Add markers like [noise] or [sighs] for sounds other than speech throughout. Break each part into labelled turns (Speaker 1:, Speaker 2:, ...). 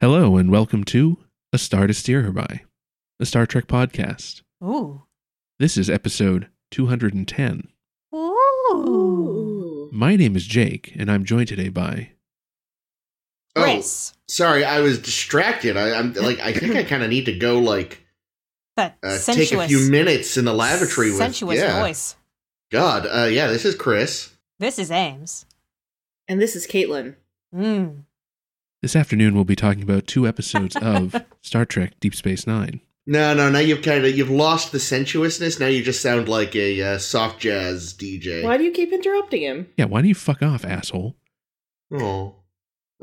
Speaker 1: Hello, and welcome to A Star to Steer Her By, a Star Trek podcast.
Speaker 2: Ooh.
Speaker 1: This is episode 210.
Speaker 2: Ooh.
Speaker 3: Ooh.
Speaker 1: My name is Jake, and I'm joined today by.
Speaker 3: Oh,
Speaker 2: Chris.
Speaker 3: sorry, I was distracted. I,
Speaker 2: [clears throat]
Speaker 3: I'm like, I think I kind of need to go like
Speaker 2: That
Speaker 3: uh,
Speaker 2: sensuous.
Speaker 3: take a few minutes in the lavatory with
Speaker 2: sensuous
Speaker 3: yeah.
Speaker 2: voice.
Speaker 3: God, uh, yeah, this is Chris.
Speaker 2: This is Ames.
Speaker 4: And this is Caitlin.
Speaker 2: Mm.
Speaker 1: This afternoon, we'll be talking about two episodes of Star Trek Deep Space Nine.
Speaker 3: No, no, now you've kind of you've lost the sensuousness. Now you just sound like a uh, soft jazz DJ.
Speaker 4: Why do you keep interrupting him?
Speaker 1: Yeah, why do you fuck off, asshole?
Speaker 3: Oh,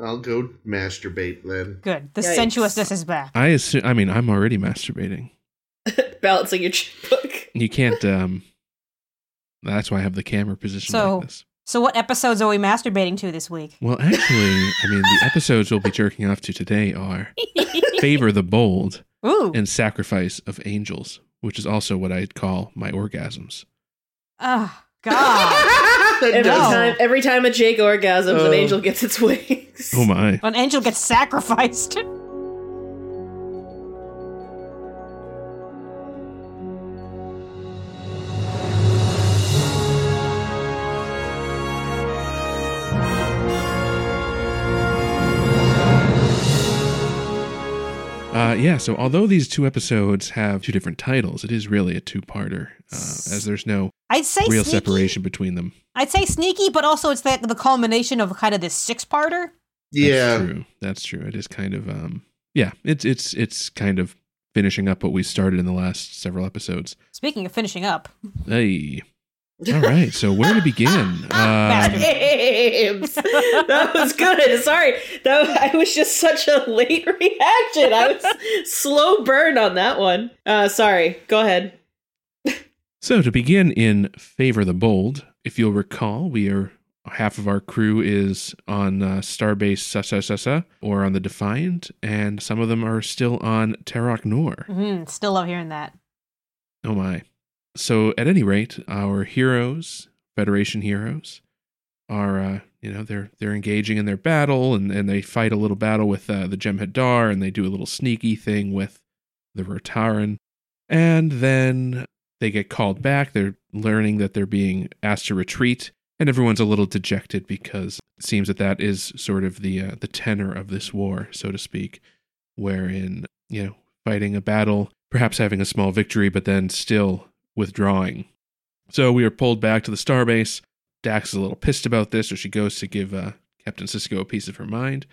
Speaker 3: I'll go masturbate then.
Speaker 2: Good. The
Speaker 4: Yikes.
Speaker 2: sensuousness is back.
Speaker 1: I assume. I mean, I'm already masturbating.
Speaker 4: [laughs] Balancing your checkbook.
Speaker 1: You can't, um. That's why I have the camera positioned
Speaker 2: So-
Speaker 1: like this.
Speaker 2: So, what episodes are we masturbating to this week?
Speaker 1: Well, actually, I mean, the episodes we'll be jerking off to today are Favor the Bold,
Speaker 2: Ooh.
Speaker 1: and sacrifice of angels, which is also what I call my orgasms.
Speaker 2: oh, God.
Speaker 3: [laughs] that
Speaker 4: Every
Speaker 2: No.
Speaker 3: does.
Speaker 4: time every time a Jake orgasms,
Speaker 3: Oh.
Speaker 4: an angel gets its wings.
Speaker 1: Oh my.
Speaker 2: An angel gets sacrificed.
Speaker 1: Uh, yeah, so although these two episodes have two different titles, it is really a two parter, uh, as there's no
Speaker 2: I'd say
Speaker 1: real
Speaker 2: sneaky.
Speaker 1: separation between them.
Speaker 2: I'd say sneaky, but also it's the, the culmination of kind of this
Speaker 1: That's
Speaker 2: six-parter.
Speaker 3: Yeah,
Speaker 1: true. That's true. It is kind of, um, yeah, it's, it's, it's kind of finishing up what we started in the last several episodes.
Speaker 2: Speaking of finishing up.
Speaker 1: Hey. All right, so where to begin? Um,
Speaker 4: [laughs] James! that was good. Sorry. That I was just such a late reaction. I was slow burn on that one. Uh sorry. Go ahead.
Speaker 1: So to begin in Favor the Bold, if you'll recall, we are half of our crew is on uh, Starbase Sasa Sasa or on the Defiant, and some of them are still on Terok Nor.
Speaker 2: Mm, still love hearing that.
Speaker 1: Oh my. So at any rate, our heroes, Federation heroes, are uh, you know, they're they're engaging in their battle and, and they fight a little battle with uh, the Jem'Hadar and they do a little sneaky thing with the Rotaran. And then they get called back. They're learning that they're being asked to retreat and everyone's a little dejected because it seems that that is sort of the uh, the tenor of this war, so to speak, wherein, you know, fighting a battle, perhaps having a small victory, but then still withdrawing. So we are pulled back to the starbase. Dax is a little pissed about this, so she goes to give uh, Captain Cisco a piece of her mind.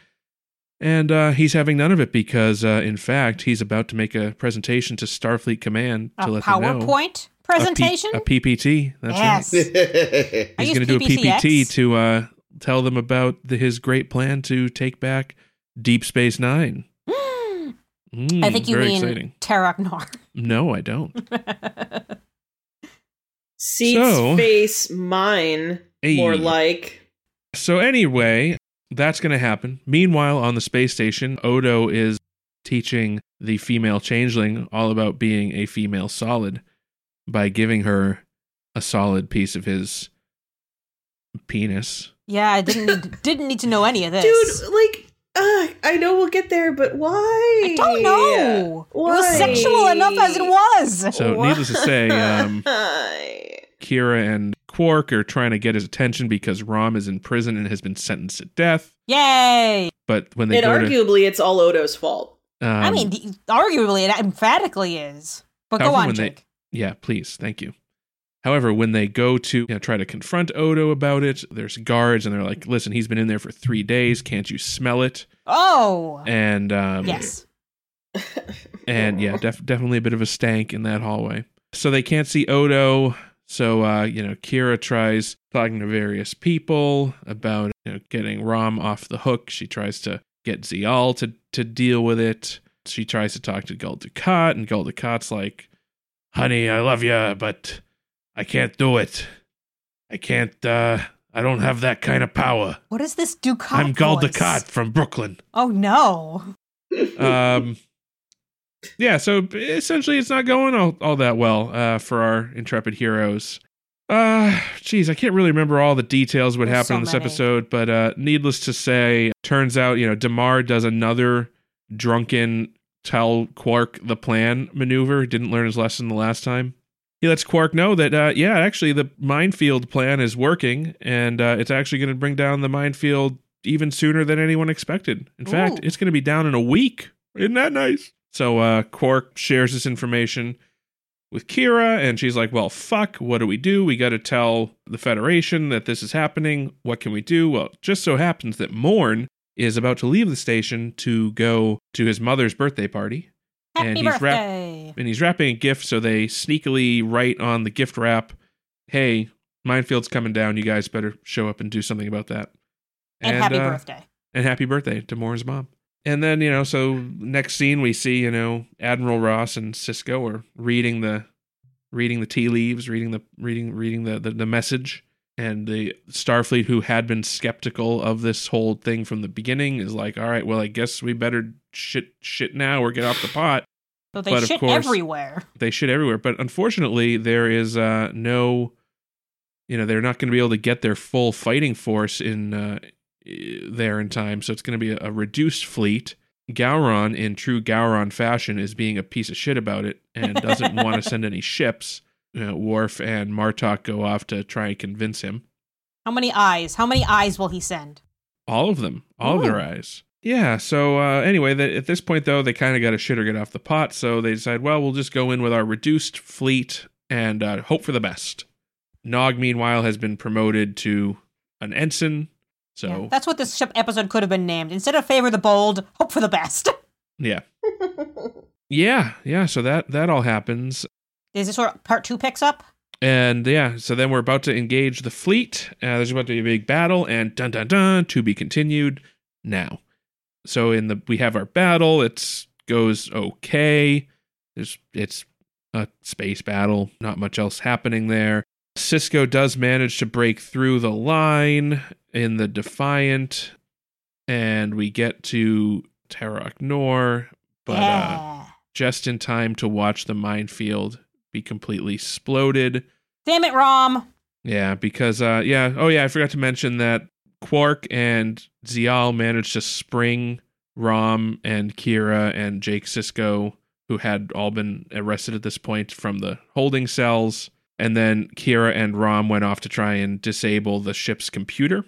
Speaker 1: And uh, he's having none of it because, uh, in fact, he's about to make a presentation to Starfleet Command
Speaker 2: A
Speaker 1: to let them know.
Speaker 2: PowerPoint
Speaker 1: A P-
Speaker 2: presentation?
Speaker 1: A, PPT. That's right.
Speaker 2: yes. I [laughs]
Speaker 1: He's
Speaker 2: use
Speaker 1: going to do a
Speaker 2: PPTX.
Speaker 1: PPT to uh, tell them about the, his great plan to take back Deep Space Nine. Mm,
Speaker 2: I think you
Speaker 1: very
Speaker 2: mean
Speaker 1: exciting.
Speaker 2: Tarok Nar.
Speaker 1: No, I
Speaker 2: [laughs]
Speaker 1: don't.
Speaker 4: Seats
Speaker 1: So-
Speaker 4: face mine
Speaker 1: Hey.
Speaker 4: more like
Speaker 1: So anyway, that's going to happen. Meanwhile, on the space station, Odo is teaching the female changeling all about being a female solid by giving her a solid piece of his penis.
Speaker 2: [laughs] Yeah, I didn't need, didn't need to know any of this.
Speaker 4: Dude, like uh, I know we'll get there, but why?
Speaker 2: I don't know. It was
Speaker 4: Why?
Speaker 2: sexual enough as it was.
Speaker 1: So needless to say,
Speaker 4: [laughs]
Speaker 1: um,
Speaker 4: Why?
Speaker 1: Kira and Quark are trying to get his attention because Rom is in prison and has been sentenced to death.
Speaker 2: Yay!
Speaker 1: But when they
Speaker 4: and
Speaker 1: go
Speaker 4: arguably it's all Odo's fault.
Speaker 1: to, um,
Speaker 2: I mean, the, arguably, it emphatically is. But go
Speaker 1: However,
Speaker 2: on,
Speaker 1: when they-
Speaker 2: Jake.
Speaker 1: yeah, please, thank you. However, when they go to you know, try to confront Odo about it, there's guards and they're like, "Listen, he's been in there for three days. Can't you smell it?"
Speaker 2: Oh,
Speaker 1: And um,
Speaker 2: yes.
Speaker 1: [laughs] and
Speaker 4: [laughs]
Speaker 1: yeah, def- definitely a bit of a stank in that hallway. So they can't see Odo. So uh, you know, Kira tries talking to various people about you know getting Rom off the hook. She tries to get Zial to to deal with it. She tries to talk to Gul Dukat, and Gul Dukat's like, "Honey, I love you, but I can't do it. I can't. uh I don't have that kind of power.
Speaker 2: What is this Ducat?
Speaker 1: I'm Gul
Speaker 2: voice?
Speaker 1: Dukat from Brooklyn."
Speaker 2: Oh no!
Speaker 1: um yeah so essentially it's not going all, all that well uh for our intrepid heroes uh geez i can't really remember all the details what
Speaker 2: There's
Speaker 1: happened
Speaker 2: so
Speaker 1: in this
Speaker 2: many.
Speaker 1: episode but uh needless to say turns out you know demar does another drunken tell Quark the plan maneuver. Didn't learn his lesson the last time. He lets Quark know that, uh, yeah, actually the minefield plan is working and uh, it's actually going to bring down the minefield even sooner than anyone expected. In fact,
Speaker 2: Ooh.
Speaker 1: it's going to be down in a week. Isn't that nice? So uh, Quark shares this information with Kira and she's like, well, fuck, what do we do? We got to tell the Federation that this is happening. What can we do? Well, it just so happens that Morn is about to leave the station to go to his mother's birthday party
Speaker 2: Happy
Speaker 1: And he's rap-
Speaker 2: birthday.
Speaker 1: and he's wrapping a gift so they sneakily write on the gift wrap hey minefield's coming down you guys better show up and do something about that
Speaker 2: and, happy
Speaker 1: uh,
Speaker 2: birthday.
Speaker 1: and happy birthday to Moore's mom. And then, you know, so next scene we see, you know, Admiral Ross and Cisco are reading the reading the tea leaves, reading the reading reading the, the, the message. And the Starfleet who had been skeptical of this whole thing from the beginning is like, all right, well I guess we better shit shit now or get off the pot.
Speaker 2: So they
Speaker 1: but of
Speaker 2: shit
Speaker 1: course-
Speaker 2: everywhere.
Speaker 1: They shit everywhere. But unfortunately there is uh no you know, they're not gonna be able to get their full fighting force in uh there in time, so it's going to be a, a reduced fleet. Gowron, in true Gowron fashion, is being a piece of shit about it and doesn't want to send any ships. Uh, Worf and Martok go off to try and convince him.
Speaker 2: How many eyes? How many eyes will he send?
Speaker 1: All of them, all of their
Speaker 2: Ooh.
Speaker 1: eyes. Yeah. So uh, anyway, the, at this point though, they kind of got to shit or get off the pot. So they decide, well, we'll just go in with our reduced fleet and uh, hope for the best. Nog, meanwhile, has been promoted to an ensign. So
Speaker 2: Yeah, that's what this ship episode could have been named. Instead of favor the bold, hope for the best. [laughs]
Speaker 1: yeah. Yeah, yeah. So that that all happens,
Speaker 2: Is this where part two picks up?
Speaker 1: and yeah. So then we're about to engage the fleet. Uh, there's about to be a big battle, and dun dun dun to be continued. Now, so in the we have our battle. It's goes okay. There's it's a space battle. Not much else happening there. Cisco does manage to break through the line in the Defiant, and we get to Terra Nor. But uh,
Speaker 2: yeah.
Speaker 1: just in time to watch the minefield be completely exploded.
Speaker 2: Damn it, Rom.
Speaker 1: Yeah, because uh yeah, oh yeah, I forgot to mention that Quark and Zial managed to spring Rom and Kira and Jake Sisko, who had all been arrested at this point from the holding cells. And then Kira and Rom went off to try and disable the ship's computer,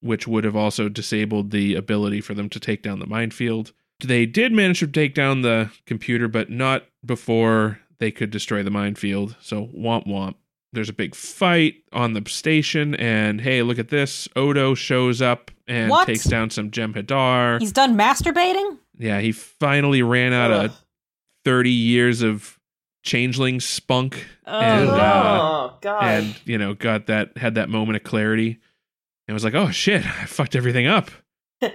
Speaker 1: which would have also disabled the ability for them to take down the minefield. They did manage to take down the computer, but not before they could destroy the minefield. So womp womp there's a big fight on the station, and hey, look at this. Odo shows up and
Speaker 2: What?
Speaker 1: takes down some Jem'Hadar.
Speaker 2: He's done masturbating?
Speaker 1: yeah, he finally ran out
Speaker 4: Ugh.
Speaker 1: of 30 years of changeling spunk And,
Speaker 4: oh
Speaker 1: uh,
Speaker 4: god.
Speaker 1: and, you know, got that, had that moment of clarity and was like, oh shit, I fucked everything up.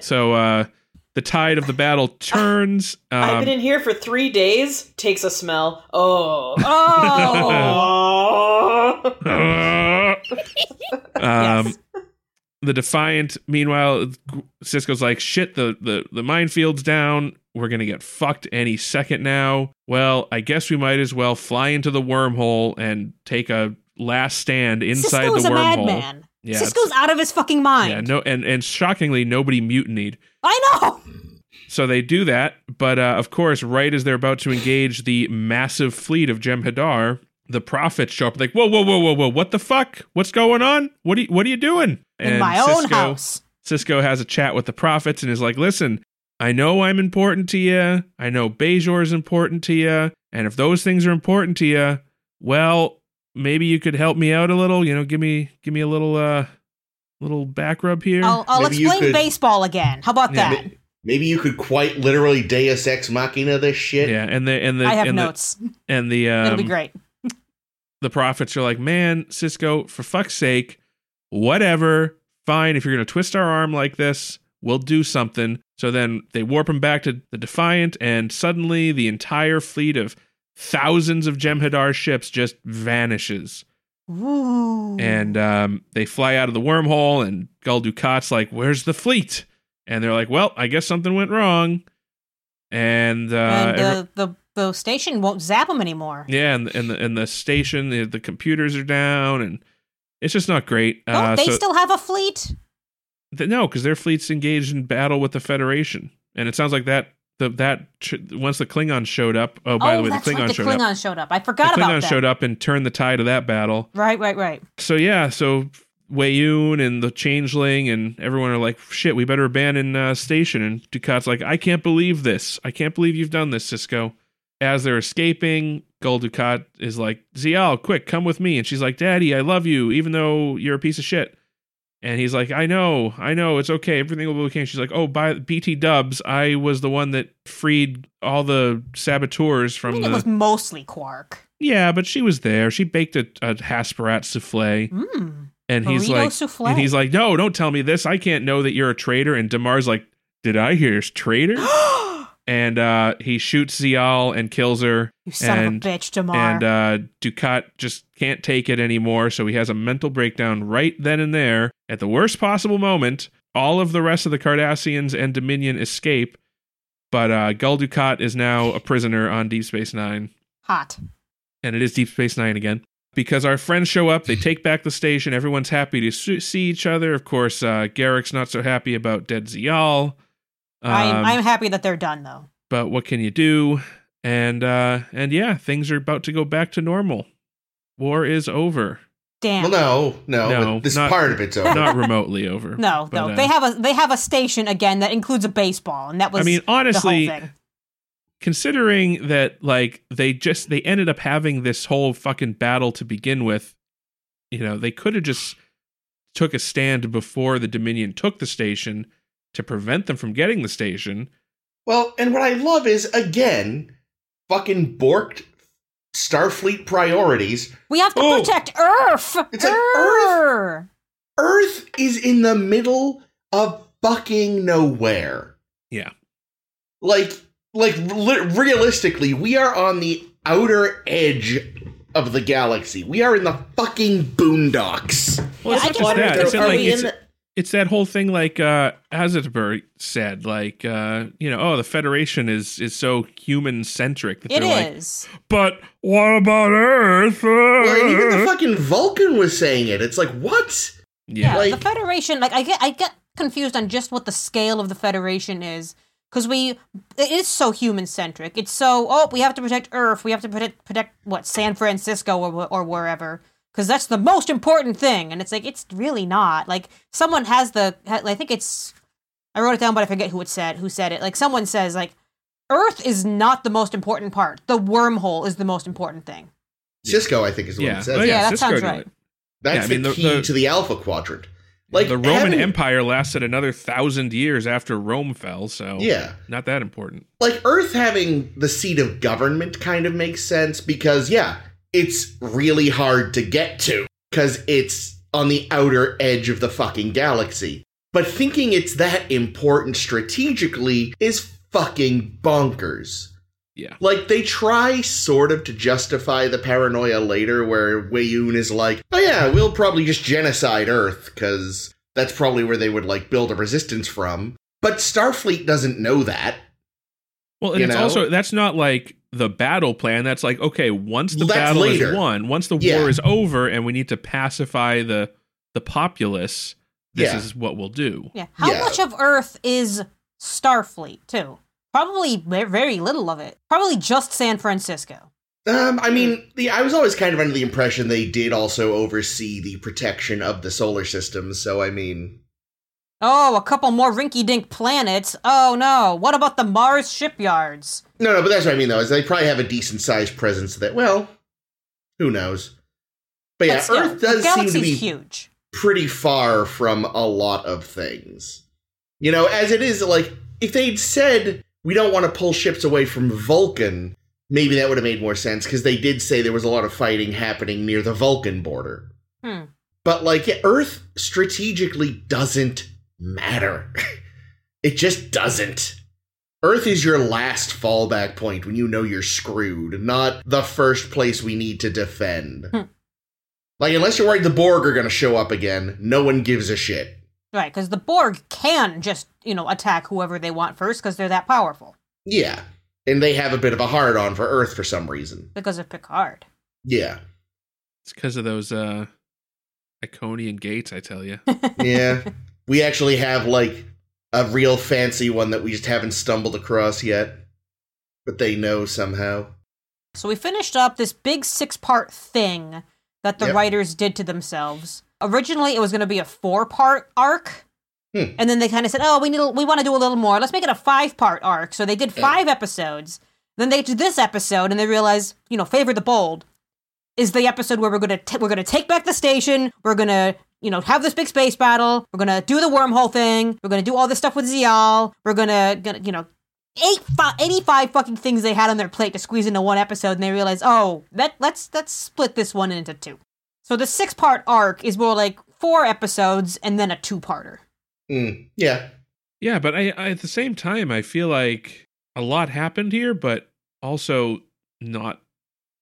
Speaker 1: so, uh, the tide of the battle turns.
Speaker 4: I've
Speaker 1: Um,
Speaker 4: been in here for three days. Takes a smell.
Speaker 1: [laughs]
Speaker 4: Oh.
Speaker 2: Oh.
Speaker 4: Oh.
Speaker 1: [laughs] um,
Speaker 2: Yes.
Speaker 1: the defiant meanwhile cisco's like shit the, the the minefield's down we're gonna get fucked any second now well i guess we might as well fly into the wormhole and take a last stand inside
Speaker 2: Cisco's
Speaker 1: the
Speaker 2: a
Speaker 1: wormhole
Speaker 2: madman.
Speaker 1: yeah it's-
Speaker 2: Cisco's out of his fucking mind.
Speaker 1: yeah no and and shockingly nobody mutinied
Speaker 2: I know.
Speaker 1: so they do that, but uh, of course, right as they're about to engage the massive fleet of Jem'Hadar, the prophets show up like, "Whoa, whoa, whoa, whoa, whoa! What the fuck? What's going on? What are you, what are you doing?"
Speaker 2: In my own
Speaker 1: Sisko-
Speaker 2: house.
Speaker 1: Cisco has a chat with the prophets and is like, "Listen, I know I'm important to you. I know Bejor is important to you, and if those things are important to you, well, maybe you could help me out a little. You know, give me give me a little uh little back rub here."
Speaker 2: I'll, I'll
Speaker 3: Maybe you
Speaker 2: explain
Speaker 3: could-
Speaker 2: baseball again. How about
Speaker 1: Yeah,
Speaker 2: that?
Speaker 3: [laughs] Maybe you could quite literally Deus Ex Machina this shit.
Speaker 1: yeah, and the and the
Speaker 2: I have
Speaker 1: and the,
Speaker 2: notes.
Speaker 1: and the um,
Speaker 2: It'll be great.
Speaker 1: the prophets are like, man, Cisco, for fuck's sake, whatever. Fine, if you're going to twist our arm like this, we'll do something. So then they warp him back to the Defiant, and suddenly the entire fleet of thousands of Jem'Hadar ships just vanishes.
Speaker 2: Ooh.
Speaker 1: And um, they fly out of the wormhole, and Gul Dukat's like, where's the fleet? And they're like, well, I guess something went wrong. And, uh,
Speaker 2: and
Speaker 1: every-
Speaker 2: the, the the station won't zap him anymore.
Speaker 1: yeah, and and the, and the station, the, the computers are down, and it's just not great.
Speaker 2: Don't
Speaker 1: uh,
Speaker 2: Oh, they
Speaker 1: so,
Speaker 2: still have a fleet?
Speaker 1: th- no, because their fleet's engaged in battle with the Federation, and it sounds like that the that ch- once the Klingons showed up. Oh, by
Speaker 2: oh,
Speaker 1: the way, the
Speaker 2: that's
Speaker 1: Klingons
Speaker 2: right, the
Speaker 1: showed up.
Speaker 2: Klingons showed up. I
Speaker 1: The
Speaker 2: forgot about
Speaker 1: Klingons
Speaker 2: that.
Speaker 1: showed up and turned the tide of that battle.
Speaker 2: Right, right, right.
Speaker 1: So yeah, so Wayoon and the Changeling and everyone are like, "Shit, we better abandon uh, station." And Ducat's like, "I can't believe this. I can't believe you've done this, Cisco." As they're escaping, Gul Dukat is like, "Zial, quick, come with me." And she's like, "Daddy, I love you, even though you're a piece of shit." And he's like, "I know, I know, it's okay. Everything will be okay." And she's like, "Oh, by BT Dubs, I was the one that freed all the saboteurs
Speaker 2: I
Speaker 1: from
Speaker 2: mean,
Speaker 1: the
Speaker 2: it was mostly Quark.
Speaker 1: yeah." But she was there. She baked a, a Hasperat souffle.
Speaker 2: Mm.
Speaker 1: And he's
Speaker 2: Burrito
Speaker 1: like,
Speaker 2: souffle.
Speaker 1: and he's like, no, don't tell me this. I can't know that you're a traitor. And Damar's like, did I hear traitor? and uh, he shoots Zial and kills her.
Speaker 2: you son
Speaker 1: and-
Speaker 2: of a bitch, Damar.
Speaker 1: And uh, Ducat just can't take it anymore. So he has a mental breakdown right then and there at the worst possible moment. All of the rest of the Cardassians and Dominion escape. But uh, Gul Dukat is now a prisoner on Deep Space Nine
Speaker 2: Hot.
Speaker 1: and it is Deep Space Nine again. Because our friends show up, they take back the station. Everyone's happy to su- see each other. Of course, uh, Garrick's not so happy about Dead Zial. Um,
Speaker 2: I'm, I'm happy that they're done, though.
Speaker 1: but what can you do? And uh, and yeah, things are about to go back to normal. War is
Speaker 2: [laughs]
Speaker 1: over,
Speaker 2: Damn.
Speaker 3: Well, no, no,
Speaker 1: No,
Speaker 3: but this
Speaker 1: not-
Speaker 3: part of it's over.
Speaker 1: not remotely over.
Speaker 2: no,
Speaker 1: But,
Speaker 2: no.
Speaker 1: uh,
Speaker 2: they have a they have a station again that includes a baseball, and that was
Speaker 1: I mean, honestly,
Speaker 2: the whole thing.
Speaker 1: considering that like they just they ended up having this whole fucking battle to begin with you know they could have just took a stand before the dominion took the station to prevent them from getting the station
Speaker 3: Well, and what I love is again, fucking borked Starfleet priorities.
Speaker 2: We have to
Speaker 1: Oh!
Speaker 2: protect Earth.
Speaker 3: It's like Earth! Earth is in the middle of fucking nowhere.
Speaker 1: Yeah.
Speaker 3: Like, like re- realistically, we are on the outer edge of the galaxy. We are in the fucking boondocks.
Speaker 1: Well, it's not
Speaker 4: I can [gasps]
Speaker 1: just
Speaker 4: wonder
Speaker 1: that.
Speaker 4: if
Speaker 1: It's
Speaker 4: there-
Speaker 1: in,
Speaker 4: are
Speaker 1: like,
Speaker 4: we in
Speaker 1: it's-
Speaker 4: the-
Speaker 1: it's that whole thing like uh Hazardberg said like uh you know oh the federation is is so human centric that
Speaker 2: It
Speaker 1: they're like
Speaker 2: is.
Speaker 1: but what about earth
Speaker 3: Well, and even
Speaker 1: Uh-huh.
Speaker 3: the fucking Vulcan was saying it. It's like, what?
Speaker 2: Yeah,
Speaker 1: yeah
Speaker 3: like-
Speaker 2: the Federation. Like, I get I get confused on just what the scale of the Federation is because we it is so human centric. It's so oh we have to protect Earth. We have to protect protect what San Francisco or wh- or wherever because that's the most important thing. And it's like it's really not. Like someone has the ha- I think it's I wrote it down but I forget who it said who said it. Like someone says like. Earth is not the most important part. The wormhole is the most important thing.
Speaker 3: Cisco, I think, is the one
Speaker 1: yeah
Speaker 3: that says
Speaker 1: Oh,
Speaker 3: it.
Speaker 2: Yeah, that
Speaker 1: Cisco
Speaker 2: sounds
Speaker 1: did
Speaker 2: right.
Speaker 1: it.
Speaker 3: That's
Speaker 1: Yeah, I mean,
Speaker 3: the,
Speaker 1: the-
Speaker 3: key
Speaker 1: the-
Speaker 3: to the Alpha Quadrant. Like
Speaker 1: the Roman
Speaker 3: having-
Speaker 1: Empire lasted another thousand years after Rome fell, so
Speaker 3: Yeah.
Speaker 1: not that important.
Speaker 3: like Earth having the seat of government kind of makes sense because yeah, it's really hard to get to because it's on the outer edge of the fucking galaxy. But thinking it's that important strategically is fucking bonkers.
Speaker 1: Yeah.
Speaker 3: Like they try sort of to justify the paranoia later where Wayoon is like, "Oh yeah, we'll probably just genocide Earth cuz that's probably where they would like build a resistance from." But Starfleet doesn't know that.
Speaker 1: Well, and
Speaker 3: You
Speaker 1: it's
Speaker 3: know?
Speaker 1: also that's not like the battle plan. That's like okay, once the
Speaker 3: Well, that's
Speaker 1: battle is
Speaker 3: later.
Speaker 1: won, once the
Speaker 3: Yeah.
Speaker 1: war is over, and we need to pacify the the populace. This
Speaker 3: Yeah.
Speaker 1: is what we'll do.
Speaker 2: Yeah. How
Speaker 3: Yeah.
Speaker 2: much of Earth is Starfleet too? Probably ve- very little of it. Probably just San Francisco.
Speaker 3: Um, I
Speaker 2: Hmm.
Speaker 3: mean, the I was always kind of under the impression they did also oversee the protection of the solar system. So I mean,
Speaker 2: Oh, a couple more rinky-dink planets. Oh no. What about the Mars shipyards?
Speaker 3: no, no, but that's what I mean though is they probably have a decent sized presence that well, who knows? But yeah,
Speaker 2: But still,
Speaker 3: Earth does
Speaker 2: the
Speaker 3: seem to
Speaker 2: galaxy's
Speaker 3: be
Speaker 2: huge.
Speaker 3: pretty far from a lot of things. You know, as it is, like if they'd said we don't want to pull ships away from Vulcan, maybe that would have made more sense because they did say there was a lot of fighting happening near the Vulcan border.
Speaker 2: Hmm.
Speaker 3: But like yeah, Earth strategically doesn't matter. [laughs] it just doesn't. Earth is your last fallback point when you know you're screwed, not the first place we need to defend.
Speaker 2: Hmm.
Speaker 3: Like unless you're worried the Borg are going to show up again, no one gives a shit.
Speaker 2: Right, because the Borg can just you know attack whoever they want first because they're that powerful
Speaker 3: Yeah. And they have a bit of a hard on for Earth for some reason.
Speaker 2: because of Picard.
Speaker 3: Yeah.
Speaker 1: It's because of those uh Iconian gates, I tell you.
Speaker 3: Yeah. we actually have like a real fancy one that we just haven't stumbled across yet, but they know somehow.
Speaker 2: So we finished up this big six part thing that the
Speaker 3: Yep.
Speaker 2: writers did to themselves. Originally, it was going to be a four part arc.
Speaker 3: Hmm.
Speaker 2: And then they kind of said, oh, we need, a- we want to do a little more. Let's make it a five part arc. So they
Speaker 3: Hmm.
Speaker 2: did five episodes. Then they did this episode and they realized, you know, Favor the Bold is the episode where we're going to, t- we're going to take back the station. We're going to, you know, have this big space battle. We're going to do the wormhole thing. We're going to do all this stuff with Zial. We're going to, you know, eight fi- 85 fucking things they had on their plate to squeeze into one episode and they realize oh that let's let's split this one into two so the six part arc is more like four episodes and then a two parter
Speaker 3: Mm, yeah.
Speaker 1: [laughs] Yeah, but I, I at the same time I feel like a lot happened here, but also not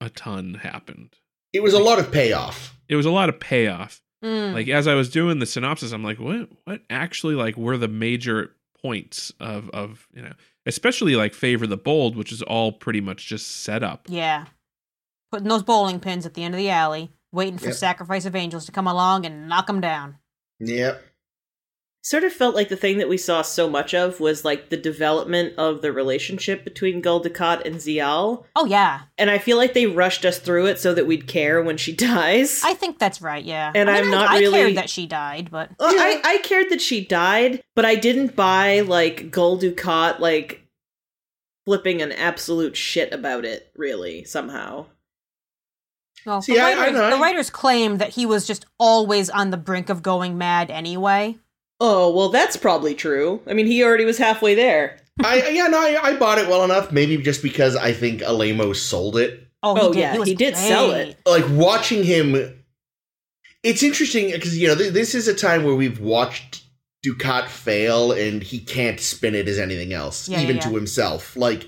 Speaker 1: a ton happened.
Speaker 3: It was a lot of payoff.
Speaker 1: It was a lot of payoff.
Speaker 4: Hmm.
Speaker 2: mm.
Speaker 1: Like as I was doing the synopsis, I'm like, what what actually like were the major points of of you know especially like favor the bold, which is all pretty much just set up.
Speaker 2: yeah putting those bowling pins at the end of the alley waiting for
Speaker 3: Yep.
Speaker 2: sacrifice of angels to come along and knock them down
Speaker 3: Yep.
Speaker 4: Sort of felt like the thing that we saw so much of was like the development of the relationship between Gul Dukat and Zial.
Speaker 2: oh yeah
Speaker 4: And I feel like they rushed us through it so that we'd care when she [laughs] dies.
Speaker 2: i think that's right yeah
Speaker 4: And
Speaker 2: I mean,
Speaker 4: I'm
Speaker 2: I-
Speaker 4: not
Speaker 2: I
Speaker 4: really-
Speaker 2: cared that she died but
Speaker 4: Well, I, I cared that she died, but I didn't buy like Gul Dukat like flipping an absolute shit about it, really, somehow.
Speaker 2: well,
Speaker 3: See,
Speaker 2: the,
Speaker 3: I- I
Speaker 2: writers,
Speaker 3: know,
Speaker 2: the
Speaker 3: I-
Speaker 2: writers claim that he was just always on the brink of going mad anyway
Speaker 4: Oh, well that's probably true. I mean he already was halfway there.
Speaker 3: I I- yeah no I, I bought it well enough maybe just because I think Alamo sold it.
Speaker 2: Oh, he
Speaker 4: Oh,
Speaker 2: did.
Speaker 4: yeah,
Speaker 2: was
Speaker 4: he did sell
Speaker 2: great.
Speaker 4: it.
Speaker 3: Like watching him, it's interesting because you know th- this is a time where we've watched Ducat fail and he can't spin it as anything else,
Speaker 2: Yeah, yeah,
Speaker 3: even
Speaker 2: yeah.
Speaker 3: to himself. Like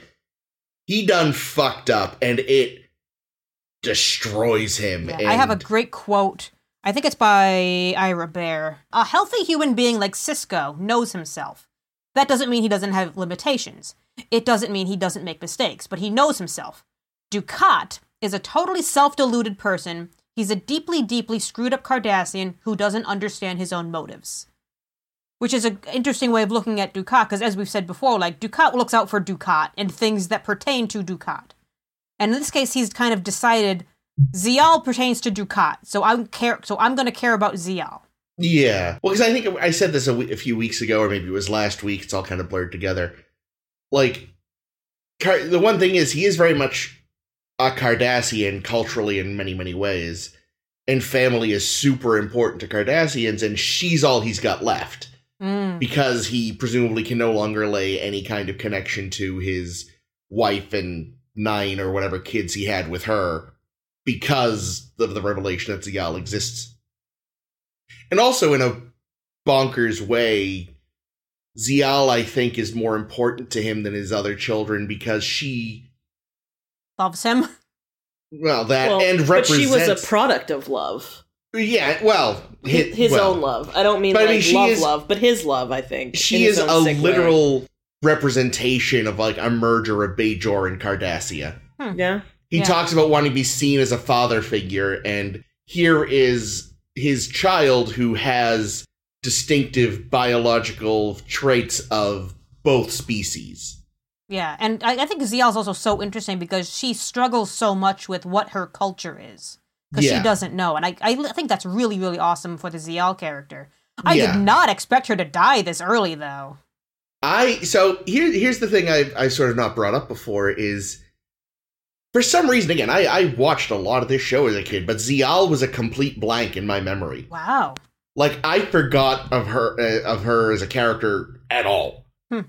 Speaker 3: he done fucked up and it destroys him.
Speaker 2: Yeah,
Speaker 3: and
Speaker 2: I have a great quote. I think it's by Ira Bear. A healthy human being like Cisco knows himself. That doesn't mean he doesn't have limitations. It doesn't mean he doesn't make mistakes, but he knows himself. Ducat is a totally self deluded person. He's a deeply, deeply screwed up Cardassian who doesn't understand his own motives. Which is an interesting way of looking at Ducat, because as we've said before, like Ducat looks out for Ducat and things that pertain to Ducat. And in this case, he's kind of decided Zial pertains to Ducat, so I'm care. So I'm going to care about Zial.
Speaker 3: Yeah. Well, because I think I said this a we- a few weeks ago, or maybe it was last week. It's all kind of blurred together. Like, Car- the one thing is, he is very much a Cardassian culturally in many, many ways. And family is super important to Cardassians, and she's all he's got left
Speaker 2: Mm.
Speaker 3: because he presumably can no longer lay any kind of connection to his wife and nine or whatever kids he had with her because of the revelation that Zial exists. And also in a bonkers way, Zial, I think, is more important to him than his other children because she,
Speaker 2: Loves him. [laughs]
Speaker 3: well, that
Speaker 4: Well,
Speaker 3: and
Speaker 4: but she
Speaker 3: represents.
Speaker 4: was a product of love.
Speaker 3: yeah, well, hi-
Speaker 4: His
Speaker 3: well,
Speaker 4: own love. I don't mean
Speaker 3: But I
Speaker 4: like
Speaker 3: mean, she
Speaker 4: love
Speaker 3: is-
Speaker 4: love, but his love, I think. in
Speaker 3: She
Speaker 4: his
Speaker 3: is
Speaker 4: own
Speaker 3: a
Speaker 4: sick way.
Speaker 3: literal representation of like a merger of Bajor and Cardassia.
Speaker 4: Yeah.
Speaker 3: He
Speaker 2: Yeah.
Speaker 3: talks about wanting to be seen as a father figure, and here is his child who has distinctive biological traits of both species.
Speaker 2: Yeah, and I, I think Zial's also so interesting because she struggles so much with what her culture is because
Speaker 3: Yeah.
Speaker 2: she doesn't know, and I, I li- think that's really really awesome for the Zial character. I
Speaker 3: Yeah.
Speaker 2: did not expect her to die this early though.
Speaker 3: I so here here's the thing I've I've sort of not brought up before is for some reason again I, I watched a lot of this show as a kid, but Zial was a complete blank in my memory.
Speaker 2: Wow.
Speaker 3: like I forgot of her uh, of her as a character at all.
Speaker 2: Hmm.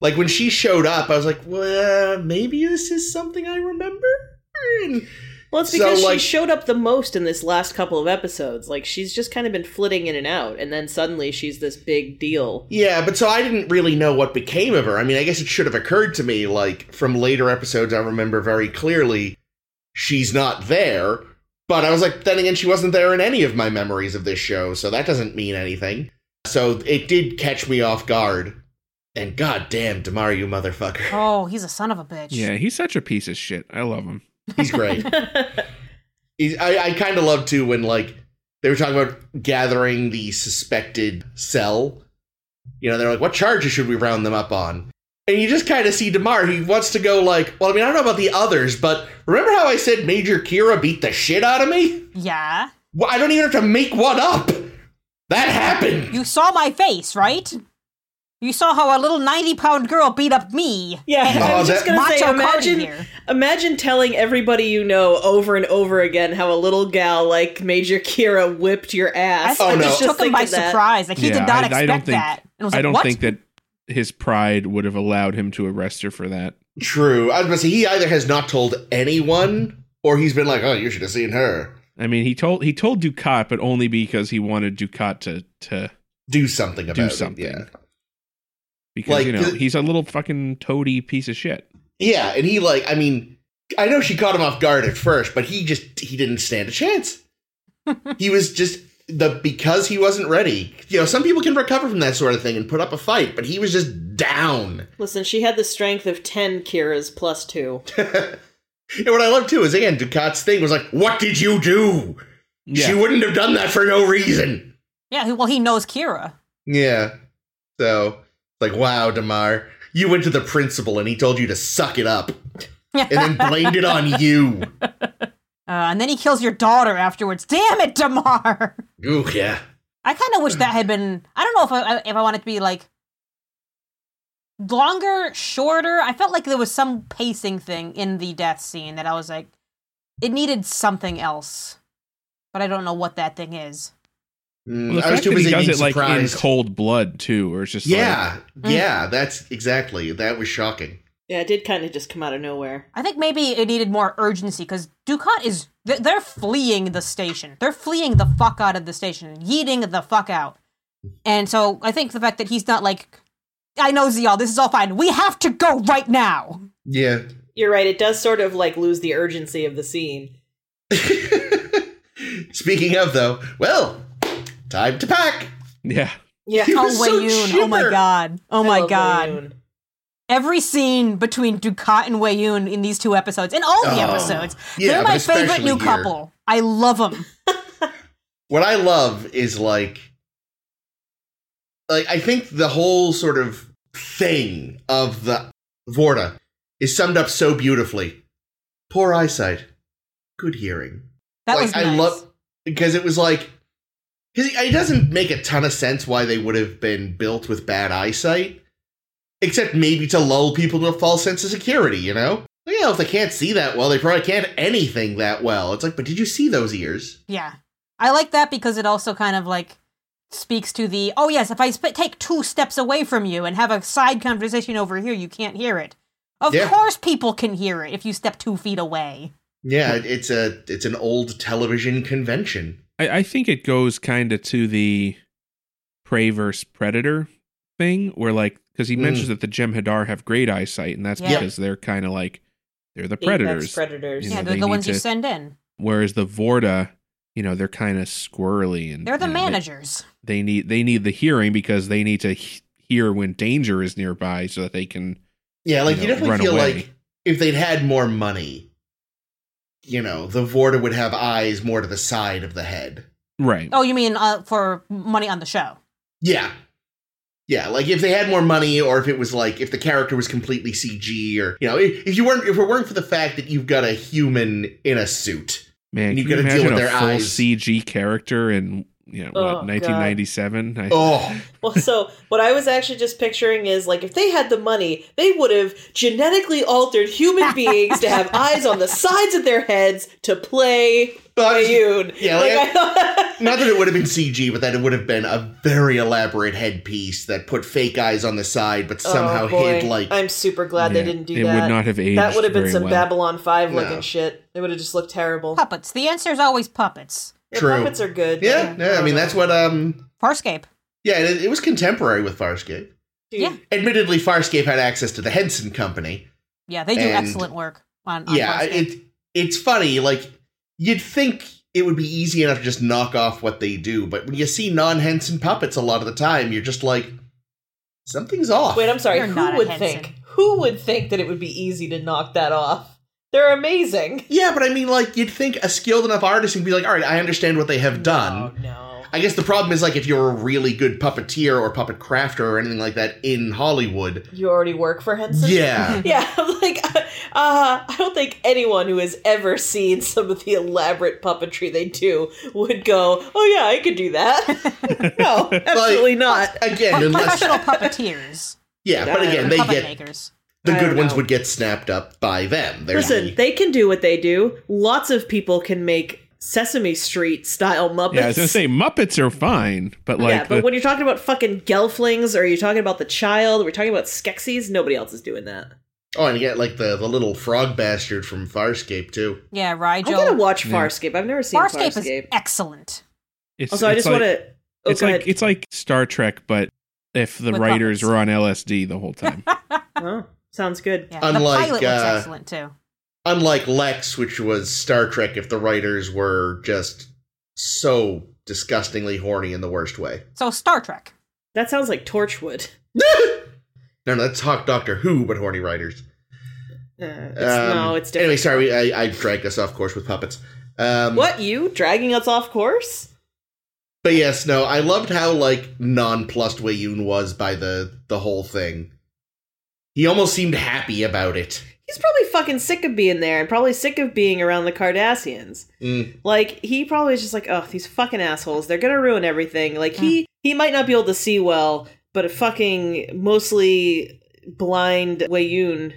Speaker 3: Like when she showed up, I was like, well, maybe this is something I remember. And-
Speaker 4: Well, it's
Speaker 3: So,
Speaker 4: because
Speaker 3: like-
Speaker 4: she showed up the most in this last couple of episodes. Like she's just kind of been flitting in and out, and then suddenly she's this big deal. [laughs]
Speaker 3: yeah, but so I didn't really know what became of her. I mean, I guess it should have occurred to me like from later episodes I remember very clearly she's not there, but I was like then again she wasn't there in any of my memories of this show, so that doesn't mean anything. So it did catch me off guard. And goddamn, Damar, you motherfucker.
Speaker 2: Oh, he's a son of a bitch.
Speaker 1: Yeah, he's such a piece of shit. I love him.
Speaker 3: He's great. He's- I, I kind of love too when like they were talking about gathering the suspected cell You know, they're like, what charges should we round them up on? And you just kind of see Demar. He wants to go like, well, I mean, I don't know about the others, but remember how I said Major Kira beat the shit out of me?
Speaker 2: Yeah.
Speaker 3: Well, I don't even have to make one up. That happened.
Speaker 2: You saw my face, right? You saw how a little 90 pound girl beat up me. [laughs]
Speaker 4: Yeah, [laughs] I was
Speaker 3: Oh,
Speaker 4: just
Speaker 3: that-
Speaker 4: gonna say,
Speaker 2: Macho Cardi
Speaker 4: imagine,
Speaker 2: here.
Speaker 4: imagine telling everybody you know over and over again how a little gal like Major Kira whipped your
Speaker 2: I
Speaker 4: ass.
Speaker 2: think
Speaker 3: Oh,
Speaker 2: it
Speaker 3: no.
Speaker 2: just
Speaker 4: was
Speaker 2: took him by
Speaker 4: thinking that.
Speaker 2: surprise. Like he
Speaker 1: Yeah,
Speaker 2: did not
Speaker 1: I- I
Speaker 2: expect
Speaker 1: don't think-
Speaker 2: that. And was
Speaker 1: I
Speaker 2: like,
Speaker 1: don't
Speaker 2: what?
Speaker 1: think that his pride would have allowed him to arrest her for that.
Speaker 3: True. I was going to say, he either has not told anyone or he's been like, oh, you should have seen her
Speaker 1: I mean, he told he told Ducat, but only because he wanted Ducat to to
Speaker 3: do something about
Speaker 1: do
Speaker 3: it.
Speaker 1: something.
Speaker 3: Yeah.
Speaker 1: Because
Speaker 3: Like,
Speaker 1: you know
Speaker 3: cause-
Speaker 1: he's a little fucking toady piece of shit.
Speaker 3: Yeah, and he like I mean, I know she caught him off guard at first, but he just he didn't stand a [laughs] chance. he was just the because he wasn't ready. You know, some people can recover from that sort of thing and put up a fight, but he was just down.
Speaker 4: Listen, she had the strength of ten Kiras plus two.
Speaker 3: And what I love too is again Ducat's thing was like, "What did you do? She wouldn't have done that for no reason."
Speaker 2: Yeah, he- well, he knows Kira.
Speaker 3: Yeah. So, like, wow, Damar, you went to the principal and he told you to suck it [laughs] up, and then blamed it on [laughs] you.
Speaker 2: Uh, and then he kills your daughter afterwards. Damn it, Damar! [laughs]
Speaker 3: Ooh, yeah.
Speaker 2: I kind of wish that had been. I don't know if I I- if I want it to be like longer, shorter. I felt like there was some pacing thing in the death scene that I was like, it needed something else, but I don't know what that thing is.
Speaker 1: Well,
Speaker 3: Mm,
Speaker 1: the
Speaker 3: I was
Speaker 1: fact
Speaker 3: too
Speaker 1: that
Speaker 3: busy
Speaker 1: he does
Speaker 3: being
Speaker 1: it like in
Speaker 3: surprised.
Speaker 1: cold blood too, or it's just like,
Speaker 3: Yeah,
Speaker 2: Mm.
Speaker 3: yeah, that's exactly. That was shocking.
Speaker 4: Yeah, it did kind of just come out of nowhere.
Speaker 2: I think maybe it needed more urgency because Ducat is th- they're fleeing the station. They're fleeing the fuck out of the station, yeeting the fuck out. And so I think the fact that he's not like, I know Zial, this is all fine. We have to go right now.
Speaker 3: Yeah.
Speaker 4: You're right. It does sort of like lose the urgency of the scene.
Speaker 3: [laughs] Speaking of though, well, time to pack.
Speaker 1: yeah,
Speaker 4: Yeah.
Speaker 3: He
Speaker 2: Oh,
Speaker 3: was so
Speaker 2: Wayun. Oh my
Speaker 3: chipper.
Speaker 2: god. Oh
Speaker 4: I
Speaker 2: my
Speaker 4: love
Speaker 2: god.
Speaker 4: Wayun.
Speaker 2: Every scene between Ducat and Wayun in these two episodes, in all the
Speaker 3: Oh,
Speaker 2: episodes,
Speaker 3: yeah,
Speaker 2: they're
Speaker 3: but
Speaker 2: my favorite
Speaker 3: especially
Speaker 2: new
Speaker 3: here.
Speaker 2: couple. I love them.
Speaker 3: What I love is like, like I think the whole sort of thing of the Vorta is summed up so beautifully. Poor eyesight, good hearing.
Speaker 2: That
Speaker 3: like,
Speaker 2: was nice.
Speaker 3: I love because it was like 'cause it it doesn't make a ton of sense why they would have been built with bad eyesight, except maybe to lull people to a false sense of security. You know, you know, if they can't see that well, they probably can't anything that well. It's like, but did you see those ears?
Speaker 2: Yeah. I like that because it also kind of like speaks to the oh yes, if I sp- take two steps away from you and have a side conversation over here, you can't hear it. Of
Speaker 3: Yeah.
Speaker 2: course people can hear it if you step 2 feet away.
Speaker 3: Yeah, it- it's a it's an old television convention.
Speaker 1: I, I think it goes kind of to the prey versus predator thing, where like because he
Speaker 3: Mm.
Speaker 1: mentions that the Jem'Hadar have great eyesight, and that's
Speaker 2: Yeah.
Speaker 1: because they're kind of like they're the
Speaker 4: Apex
Speaker 1: predators,
Speaker 4: Predators.
Speaker 1: You
Speaker 2: Yeah,
Speaker 1: know,
Speaker 2: they're
Speaker 1: they
Speaker 2: the
Speaker 1: need
Speaker 2: ones you
Speaker 1: to-
Speaker 2: send in.
Speaker 1: whereas the Vorta, you know, they're kind of squirrely and
Speaker 2: They're the
Speaker 1: you know, they-
Speaker 2: managers.
Speaker 1: They, need they need the hearing because they need to he- hear when danger is nearby so that they can.
Speaker 3: Yeah, like
Speaker 1: You
Speaker 3: you,
Speaker 1: know, run
Speaker 3: definitely feel
Speaker 1: away.
Speaker 3: like if they'd had more money, you know, the Vorta would have eyes more to the side of the head.
Speaker 1: Right.
Speaker 2: Oh, you mean uh, for money on the show.
Speaker 3: Yeah. Yeah, like if they had more money or if it was like if the character was completely CG or you know, if, if you weren't if it weren't for the fact that you've got a human in a suit.
Speaker 1: Man,
Speaker 3: And
Speaker 1: you
Speaker 3: you've
Speaker 1: can you
Speaker 3: gotta deal
Speaker 1: imagine
Speaker 3: with
Speaker 1: a
Speaker 3: their
Speaker 1: full
Speaker 3: eyes.
Speaker 1: CG character in you know
Speaker 4: Oh,
Speaker 1: what,
Speaker 4: God.
Speaker 1: 1997? I,
Speaker 3: Oh,
Speaker 4: Well, so what I was actually just picturing is like if they had the money, they would have genetically altered human beings to have eyes on the sides of their heads to play
Speaker 3: But-
Speaker 4: Ayun.
Speaker 3: yeah,
Speaker 4: like,
Speaker 3: like-
Speaker 4: I thought-
Speaker 3: [laughs]
Speaker 4: [laughs]
Speaker 3: not that it would have been CG, but that it would have been a very elaborate headpiece that put fake eyes on the side but [laughs] somehow
Speaker 4: Oh, boy.
Speaker 3: hid like
Speaker 4: I'm super glad
Speaker 1: yeah,
Speaker 4: they didn't do
Speaker 1: it
Speaker 4: that.
Speaker 1: would not have aged.
Speaker 4: that would have been
Speaker 1: very
Speaker 4: some
Speaker 1: well.
Speaker 4: Babylon Five looking
Speaker 3: No.
Speaker 4: shit. It would have just looked terrible.
Speaker 2: Puppets. The answer is always puppets.
Speaker 4: The
Speaker 3: True.
Speaker 4: puppets are good.
Speaker 3: Yeah, yeah, I mean that's what um
Speaker 2: Farscape.
Speaker 3: yeah, it, it was contemporary with Farscape.
Speaker 4: Dude,
Speaker 2: Yeah.
Speaker 3: Admittedly, Farscape had access to the Henson Company,
Speaker 2: Yeah, they do
Speaker 3: And-
Speaker 2: excellent work on, on
Speaker 3: yeah,
Speaker 2: Farscape.
Speaker 3: it it's funny. Like you'd think it would be easy enough to just knock off what they do, but when you see non Henson puppets a lot of the time, you're just like, something's off.
Speaker 4: Wait, I'm sorry.
Speaker 2: You're not a
Speaker 4: Who would
Speaker 2: Henson.
Speaker 4: think? Who would think that it would be easy to knock that off? They're amazing.
Speaker 3: yeah, but I mean, like you'd think a skilled enough artist would be like, all right, I understand what they have done.
Speaker 4: Oh, No, no.
Speaker 3: I guess the problem is like if you're a really good puppeteer or puppet crafter or anything like that in Hollywood.
Speaker 4: You already work for Henson?
Speaker 3: Yeah.
Speaker 4: [laughs] Yeah, I'm like, uh, uh, I don't think anyone who has ever seen some of the elaborate puppetry they do would go, oh, yeah, I could
Speaker 1: [laughs]
Speaker 4: do that. no, absolutely not.
Speaker 3: Again,
Speaker 2: Pu-
Speaker 4: [laughs]
Speaker 3: unless
Speaker 2: professional puppeteers,
Speaker 3: yeah, but again, [laughs] they
Speaker 2: puppet
Speaker 3: get
Speaker 2: makers.
Speaker 3: the
Speaker 4: I
Speaker 3: good
Speaker 4: don't
Speaker 3: ones
Speaker 4: know.
Speaker 3: would get snapped up by them. They're
Speaker 4: Listen,
Speaker 3: the-
Speaker 4: they can do what they do. Lots of people can make Sesame Street style Muppets.
Speaker 1: Yeah, I was gonna say Muppets are fine, but like
Speaker 4: yeah, but
Speaker 1: the-
Speaker 4: when you're talking about fucking Gelflings or you're talking about the child, we're talking about Skeksis, nobody else is doing that.
Speaker 3: oh, and you get like the, the little frog bastard from Farscape too.
Speaker 2: Yeah, Rigel.
Speaker 4: I gotta watch
Speaker 1: Yeah.
Speaker 4: Farscape. I've never seen Farscape.
Speaker 2: Farscape is [laughs] excellent.
Speaker 1: it's,
Speaker 4: also, I
Speaker 1: it's
Speaker 4: just oh,
Speaker 1: like,
Speaker 4: want to.
Speaker 1: it's like it's like Star Trek, but if the
Speaker 2: With
Speaker 1: writers
Speaker 2: puppets.
Speaker 1: were on LSD the whole
Speaker 4: [laughs]
Speaker 1: time.
Speaker 4: oh, sounds good.
Speaker 2: Yeah,
Speaker 3: Unlike,
Speaker 2: the pilot looks
Speaker 3: uh,
Speaker 2: excellent too.
Speaker 3: Unlike Lex, which was Star Trek, if the writers were just so disgustingly horny in the worst way.
Speaker 2: So Star Trek.
Speaker 4: That sounds like Torchwood.
Speaker 3: No, no, that's Hawk Doctor Who, but horny writers.
Speaker 4: Uh, it's,
Speaker 3: Um,
Speaker 4: no, it's different.
Speaker 3: Anyway, sorry, we, I, I dragged us off course with puppets. Um,
Speaker 4: What you dragging us off course?
Speaker 3: But yes, no, I loved how like nonplussed Wei Yun was by the the whole thing. He almost seemed happy about it.
Speaker 4: He's probably fucking sick of being there and probably sick of being around the Cardassians.
Speaker 3: Mm.
Speaker 4: Like he probably is just like, oh, these fucking assholes. They're gonna ruin everything. Like he he might not be able to see well, but a fucking mostly blind Wayun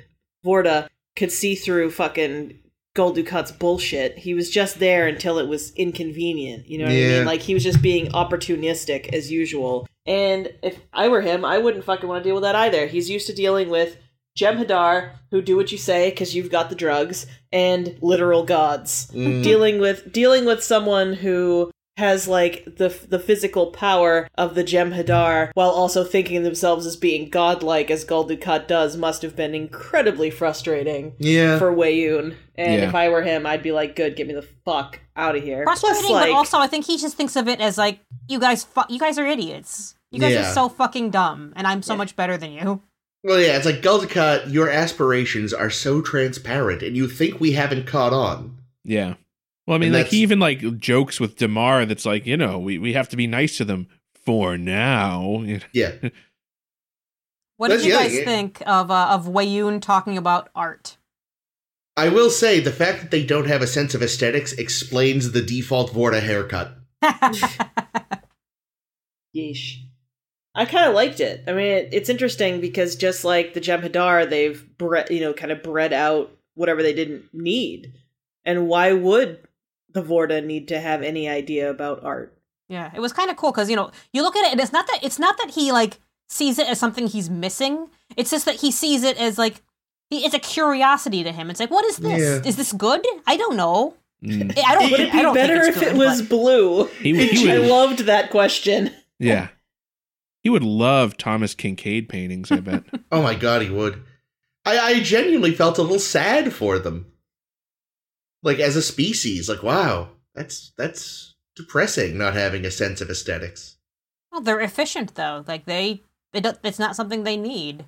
Speaker 4: Vorta could see through fucking Gold Dukat's bullshit. He was just there until it was inconvenient. You know what I
Speaker 3: Yeah.
Speaker 4: mean? Like he was just being opportunistic as usual. And if I were him, I wouldn't fucking want to deal with that either. He's used to dealing with Jem Hadar, who do what you say because you've got the drugs, and literal gods
Speaker 3: Mm.
Speaker 4: dealing with dealing with someone who has like the the physical power of the Jem'Hadar while also thinking of themselves as being godlike as Gul Dukat does must have been incredibly frustrating
Speaker 3: Yeah,
Speaker 4: for Wayun. And
Speaker 1: Yeah.
Speaker 4: if I were him, I'd be like, "Good, get me the fuck out of here."
Speaker 2: Frustrating,
Speaker 4: Plus, like,
Speaker 2: but also I think he just thinks of it as like you guys. Fu- you guys are idiots. You guys
Speaker 3: Yeah.
Speaker 2: are so fucking dumb, and I'm so
Speaker 4: Yeah.
Speaker 2: much better than you.
Speaker 3: well, yeah, it's like Guldakat, your aspirations are so transparent, and you think we haven't caught on.
Speaker 1: Yeah. Well, I mean,
Speaker 3: And
Speaker 1: like
Speaker 3: that's-
Speaker 1: he even like jokes with Damar that's like, you know, we, we have to be nice to them for now. You know?
Speaker 3: Yeah,
Speaker 2: What did
Speaker 3: That's
Speaker 2: you
Speaker 3: the other
Speaker 2: guys
Speaker 3: thing.
Speaker 2: think of uh, of Wayun talking about art?
Speaker 3: I will say the fact that they don't have a sense of aesthetics explains the default Vorta haircut.
Speaker 4: Yeesh. I kind of liked it. I mean, it, it's interesting because just like the Jem'Hadar, they've bre- you know kind of bred out whatever they didn't need. And why would the Vorta need to have any idea about art?
Speaker 2: Yeah, it was kind of cool because you know you look at it and it's not that it's not that he like sees it as something he's missing. It's just that he sees it as like he, it's a curiosity to him. It's like, what is this?
Speaker 3: Yeah.
Speaker 2: Is this good? I don't know.
Speaker 4: [laughs]
Speaker 1: Mm.
Speaker 2: I- I don't.
Speaker 4: Would it
Speaker 2: I
Speaker 4: be
Speaker 2: don't think
Speaker 4: better
Speaker 2: it's
Speaker 4: if
Speaker 2: good,
Speaker 4: it was
Speaker 2: but-
Speaker 4: blue?
Speaker 1: He would, he
Speaker 4: [laughs] I
Speaker 1: would
Speaker 4: loved that question.
Speaker 1: yeah. He would love Thomas Kincaid paintings, I
Speaker 4: [laughs]
Speaker 1: bet.
Speaker 3: Oh my god, he would. I, I genuinely felt a little sad for them. Like as a species, like wow, that's that's depressing not having a sense of aesthetics.
Speaker 2: Well, they're efficient though. Like they, they don't, it's not something they need.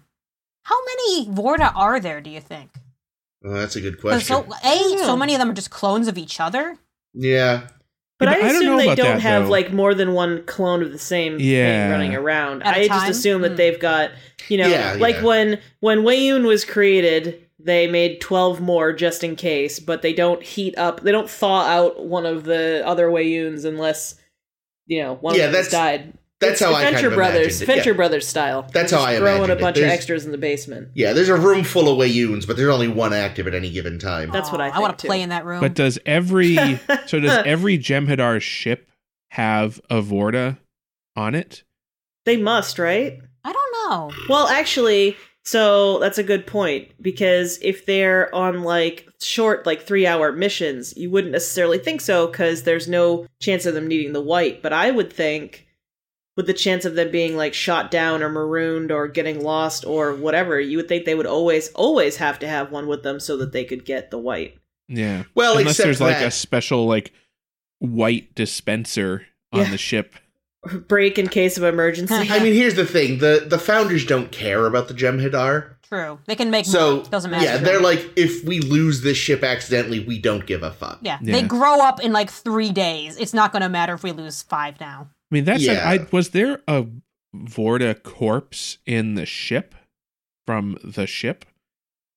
Speaker 2: How many Vorta are there? Do you think?
Speaker 3: Oh, that's a good
Speaker 2: 'Cause
Speaker 3: question.
Speaker 2: So a,
Speaker 4: Yeah.
Speaker 2: so many of them are just clones of each other.
Speaker 3: yeah.
Speaker 4: But
Speaker 1: Yeah, but
Speaker 4: I
Speaker 1: I don't
Speaker 4: assume
Speaker 1: know
Speaker 4: they
Speaker 1: about
Speaker 4: don't
Speaker 1: that,
Speaker 4: have
Speaker 1: though.
Speaker 4: like more than one clone of the same
Speaker 1: Yeah.
Speaker 4: thing running around.
Speaker 2: At a
Speaker 4: I just
Speaker 2: time?
Speaker 4: assume that
Speaker 2: Hmm.
Speaker 4: they've got you know
Speaker 3: Yeah,
Speaker 4: like
Speaker 3: yeah.
Speaker 4: when when Wayun was created, they made twelve more just in case, but they don't heat up they don't thaw out one of the other Wayuns unless you know one
Speaker 3: Yeah,
Speaker 4: of them has
Speaker 3: that's-
Speaker 4: died. It's
Speaker 3: That's how I
Speaker 4: Venture
Speaker 3: kind of
Speaker 4: Brothers
Speaker 3: imagined it,
Speaker 4: Venture
Speaker 3: yeah.
Speaker 4: Brothers style.
Speaker 3: That's
Speaker 4: Just
Speaker 3: how I
Speaker 4: throwing
Speaker 3: imagined
Speaker 4: a
Speaker 3: it.
Speaker 4: bunch of
Speaker 3: There's-
Speaker 4: extras in the basement.
Speaker 3: Yeah, there's a room full of Wayuns, but there's only one active at any given time.
Speaker 4: That's what I
Speaker 2: Aw, I
Speaker 4: think,
Speaker 2: want to
Speaker 4: too.
Speaker 2: play in that room.
Speaker 1: but does every
Speaker 4: [laughs]
Speaker 1: so does every Jem'Hadar ship have a Vorta on it?
Speaker 4: They must, right?
Speaker 2: I don't know.
Speaker 4: Well, actually, so that's a good point because if they're on like short, like three hour missions, you wouldn't necessarily think so because there's no chance of them needing the white. But I would think with the chance of them being like shot down or marooned or getting lost or whatever, you would think they would always, always have to have one with them so that they could get the white.
Speaker 1: Yeah.
Speaker 3: Well,
Speaker 1: Unless
Speaker 3: except
Speaker 1: there's like
Speaker 3: that-
Speaker 1: a special like white dispenser on
Speaker 4: Yeah.
Speaker 1: the ship.
Speaker 4: Break in case of
Speaker 3: [laughs]
Speaker 4: emergency.
Speaker 3: I mean, here's the thing: the the founders don't care about the Jem'Hadar,
Speaker 2: True, they can make.
Speaker 3: so
Speaker 2: more. doesn't matter.
Speaker 3: yeah, they're like, if we lose this ship accidentally, we don't give a fuck.
Speaker 2: Yeah,
Speaker 1: Yeah.
Speaker 2: they grow up in like three days. It's not going to matter if we lose five now.
Speaker 1: I mean, that's
Speaker 3: Yeah.
Speaker 1: I was there a Vorta corpse in the ship from the ship?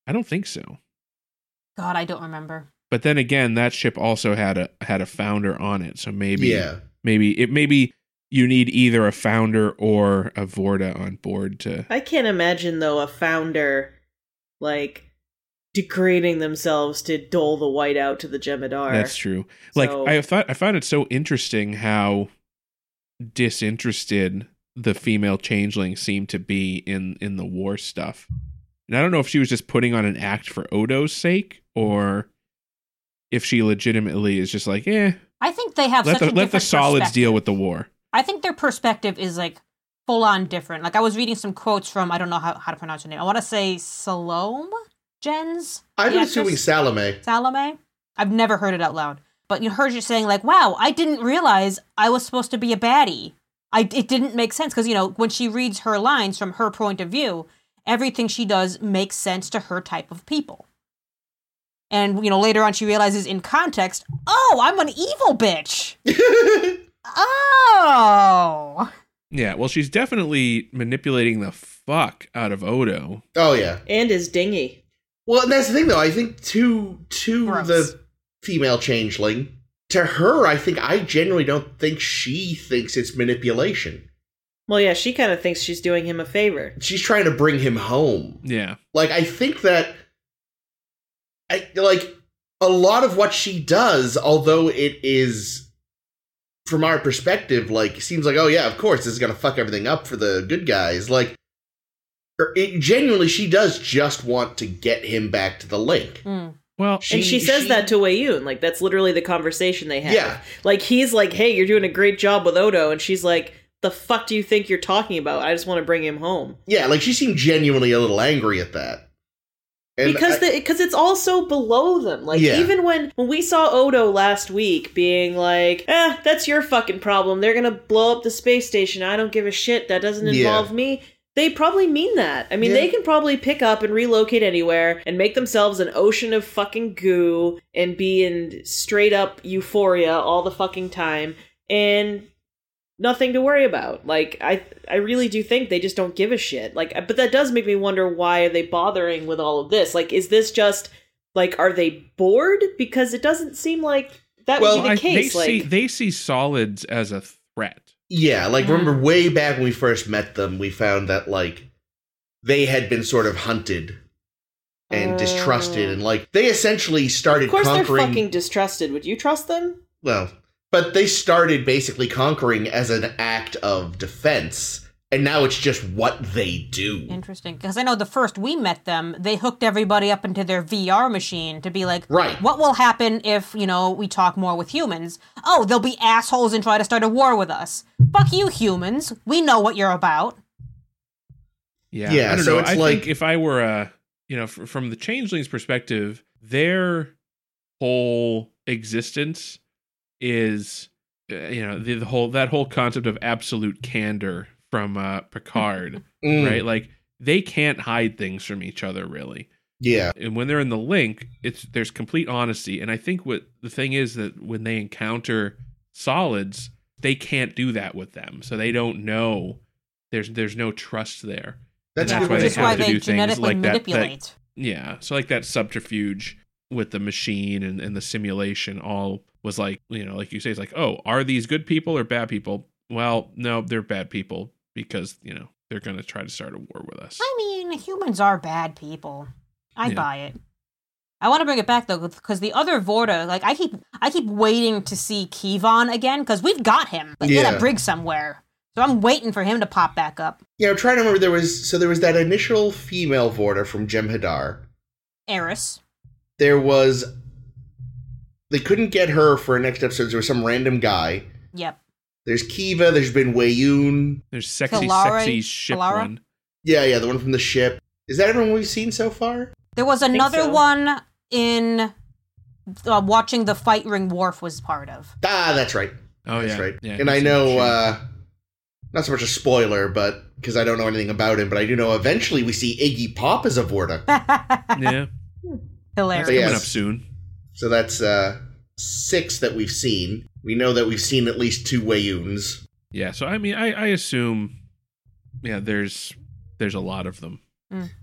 Speaker 1: I don't think so.
Speaker 2: God, I don't remember.
Speaker 1: But then again, that ship also had a had a founder on it, so maybe
Speaker 3: yeah.
Speaker 1: maybe it maybe you need either a founder or a Vorta on board to
Speaker 4: I can't imagine though a founder like degrading themselves to dole the white out to the Jemadar.
Speaker 1: That's true. Like
Speaker 4: So-
Speaker 1: I thought I found it so interesting how disinterested the female changeling seemed to be in in the war stuff. And I don't know if she was just putting on an act for Odo's sake or if she legitimately is just like, "Eh,
Speaker 2: I think they have
Speaker 1: let
Speaker 2: such
Speaker 1: the
Speaker 2: a
Speaker 1: let the
Speaker 2: different
Speaker 1: solids
Speaker 2: perspective.
Speaker 1: deal with the war."
Speaker 2: I think their perspective is like full on different. Like I was reading some quotes from I don't know how, how to pronounce her name. I want to say Salome Jens
Speaker 3: I'm
Speaker 2: Yeah,
Speaker 3: assuming
Speaker 2: just-
Speaker 3: Salome. [laughs]
Speaker 2: Salome. I've never heard it out loud, but you heard you saying like, "Wow, I didn't realize I was supposed to be a baddie." I it didn't make sense because you know when she reads her lines from her point of view, everything she does makes sense to her type of people. And you know later on she realizes in context, "Oh, I'm an evil bitch." Oh.
Speaker 1: Yeah, well, she's definitely manipulating the fuck out of Odo.
Speaker 3: oh yeah.
Speaker 4: and his dinghy.
Speaker 3: Well, and that's the thing, though. I think to to
Speaker 2: Gross.
Speaker 3: the female changeling, to her, I think I generally don't think she thinks it's manipulation.
Speaker 4: Well, yeah, she kind of thinks she's doing him a favor.
Speaker 3: She's trying to bring him home.
Speaker 1: Yeah.
Speaker 3: Like I think that, I like a lot of what she does, although it is from our perspective, like seems like oh yeah, of course this is gonna fuck everything up for the good guys. Like, er, it, genuinely, she does just want to get him back to the link.
Speaker 2: Mm.
Speaker 1: Well,
Speaker 4: and she says
Speaker 3: she-
Speaker 4: that to Wei Yun. Like, that's literally the conversation they have.
Speaker 3: Yeah.
Speaker 4: Like, he's like, hey, you're doing a great job with Odo. And she's like, the fuck do you think you're talking about? I just want to bring him home.
Speaker 3: Yeah, like she seemed genuinely a little angry at that. And
Speaker 4: because
Speaker 3: I-
Speaker 4: the because it's all so below them. Like
Speaker 3: Yeah.
Speaker 4: even when when we saw Odo last week being like, "Eh, that's your fucking problem. They're gonna blow up the space station. I don't give a shit. That doesn't
Speaker 3: Yeah.
Speaker 4: involve me." They probably mean that. I mean,
Speaker 3: Yeah.
Speaker 4: they can probably pick up and relocate anywhere and make themselves an ocean of fucking goo and be in straight up euphoria all the fucking time and nothing to worry about. Like I I really do think they just don't give a shit. Like uh, but that does make me wonder why are they bothering with all of this? Like is this just like are they bored because it doesn't seem like that
Speaker 3: Well,
Speaker 4: would be the
Speaker 1: I-
Speaker 4: case
Speaker 1: they
Speaker 4: like
Speaker 1: see they see solids as a threat.
Speaker 3: yeah, like
Speaker 2: Mhm.
Speaker 3: remember way back when we first met them, we found that like they had been sort of hunted and
Speaker 4: Oh.
Speaker 3: distrusted, and like they essentially started
Speaker 4: of course they're
Speaker 3: conquering.
Speaker 4: fucking distrusted. Would you trust them?
Speaker 3: well, but they started basically conquering as an act of defense, and now it's just what they do.
Speaker 2: Interesting. Because I know the first we met them, they hooked everybody up into their VR machine to be like,
Speaker 3: Right.
Speaker 2: what will happen if, you know, we talk more with humans? Oh, they'll be assholes and try to start a war with us. Fuck you, humans. We know what you're about.
Speaker 1: Yeah,
Speaker 3: Yeah,
Speaker 1: I don't
Speaker 3: so
Speaker 1: know.
Speaker 3: it's
Speaker 1: I
Speaker 3: like-
Speaker 1: think if I were a, you know, f- from the changeling's perspective, their whole existence is, uh, you know, the, the whole that whole concept of absolute candor from uh, [laughs] Picard,
Speaker 3: Mm,
Speaker 1: right? Like they can't hide things from each other, really.
Speaker 3: Yeah.
Speaker 1: And when they're in the link, it's there's complete honesty. And I think what the thing is that when they encounter solids, they can't do that with them, so they don't know. There's there's no trust there.
Speaker 3: That's,
Speaker 1: And that's
Speaker 3: a good
Speaker 1: why
Speaker 3: way
Speaker 1: they
Speaker 2: Which is
Speaker 3: to put
Speaker 1: have
Speaker 2: why
Speaker 3: it.
Speaker 1: to
Speaker 2: they
Speaker 1: do things
Speaker 2: genetically
Speaker 1: like that- that-
Speaker 2: manipulate.
Speaker 1: Yeah. So like that subterfuge with the machine and, and the simulation all was like, you know, like you say, it's like, oh, are these good people or bad people? Well, no, they're bad people because, you know, they're gonna try to start a war with us.
Speaker 2: I mean, humans are bad people. I
Speaker 1: Yeah.
Speaker 2: buy it. I want to bring it back though, because the other Vorta, like I keep, I keep waiting to see Kivon again, because we've got him like, in
Speaker 3: Yeah.
Speaker 2: a brig somewhere. So I'm waiting for him to pop back up.
Speaker 3: Yeah, I'm trying to remember. There was so there was that initial female Vorta from Jem'Hadar.
Speaker 2: Eris,
Speaker 3: there was they couldn't get her for next episode. There was some random guy.
Speaker 2: yep.
Speaker 3: There's Kiva. There's been Wayoon.
Speaker 1: There's sexy,
Speaker 2: Kalari-
Speaker 1: sexy ship
Speaker 2: Kalara?
Speaker 1: one.
Speaker 3: Yeah, yeah, the one from the ship. Is that everyone we've seen so far?
Speaker 2: There was
Speaker 4: think
Speaker 2: another
Speaker 4: so.
Speaker 2: one in uh, watching the Fight Ring Wharf was part of. [laughs]
Speaker 3: Ah, that's right.
Speaker 1: Oh
Speaker 3: That's
Speaker 1: yeah.
Speaker 3: right.
Speaker 1: yeah.
Speaker 3: and I
Speaker 1: he's-
Speaker 3: know,
Speaker 1: she-
Speaker 3: uh, not so much a spoiler, but because I don't know anything about him, but I do know eventually we see Iggy Pop as a Vorta.
Speaker 1: [laughs]
Speaker 3: [laughs]
Speaker 1: Yeah. That's
Speaker 2: Hilarious.
Speaker 1: coming
Speaker 3: yes.
Speaker 1: up soon.
Speaker 3: So that's uh, six that we've seen. We know that we've seen at least two Wayoons.
Speaker 1: Yeah, so I mean, I, I assume, yeah, there's there's a lot of them.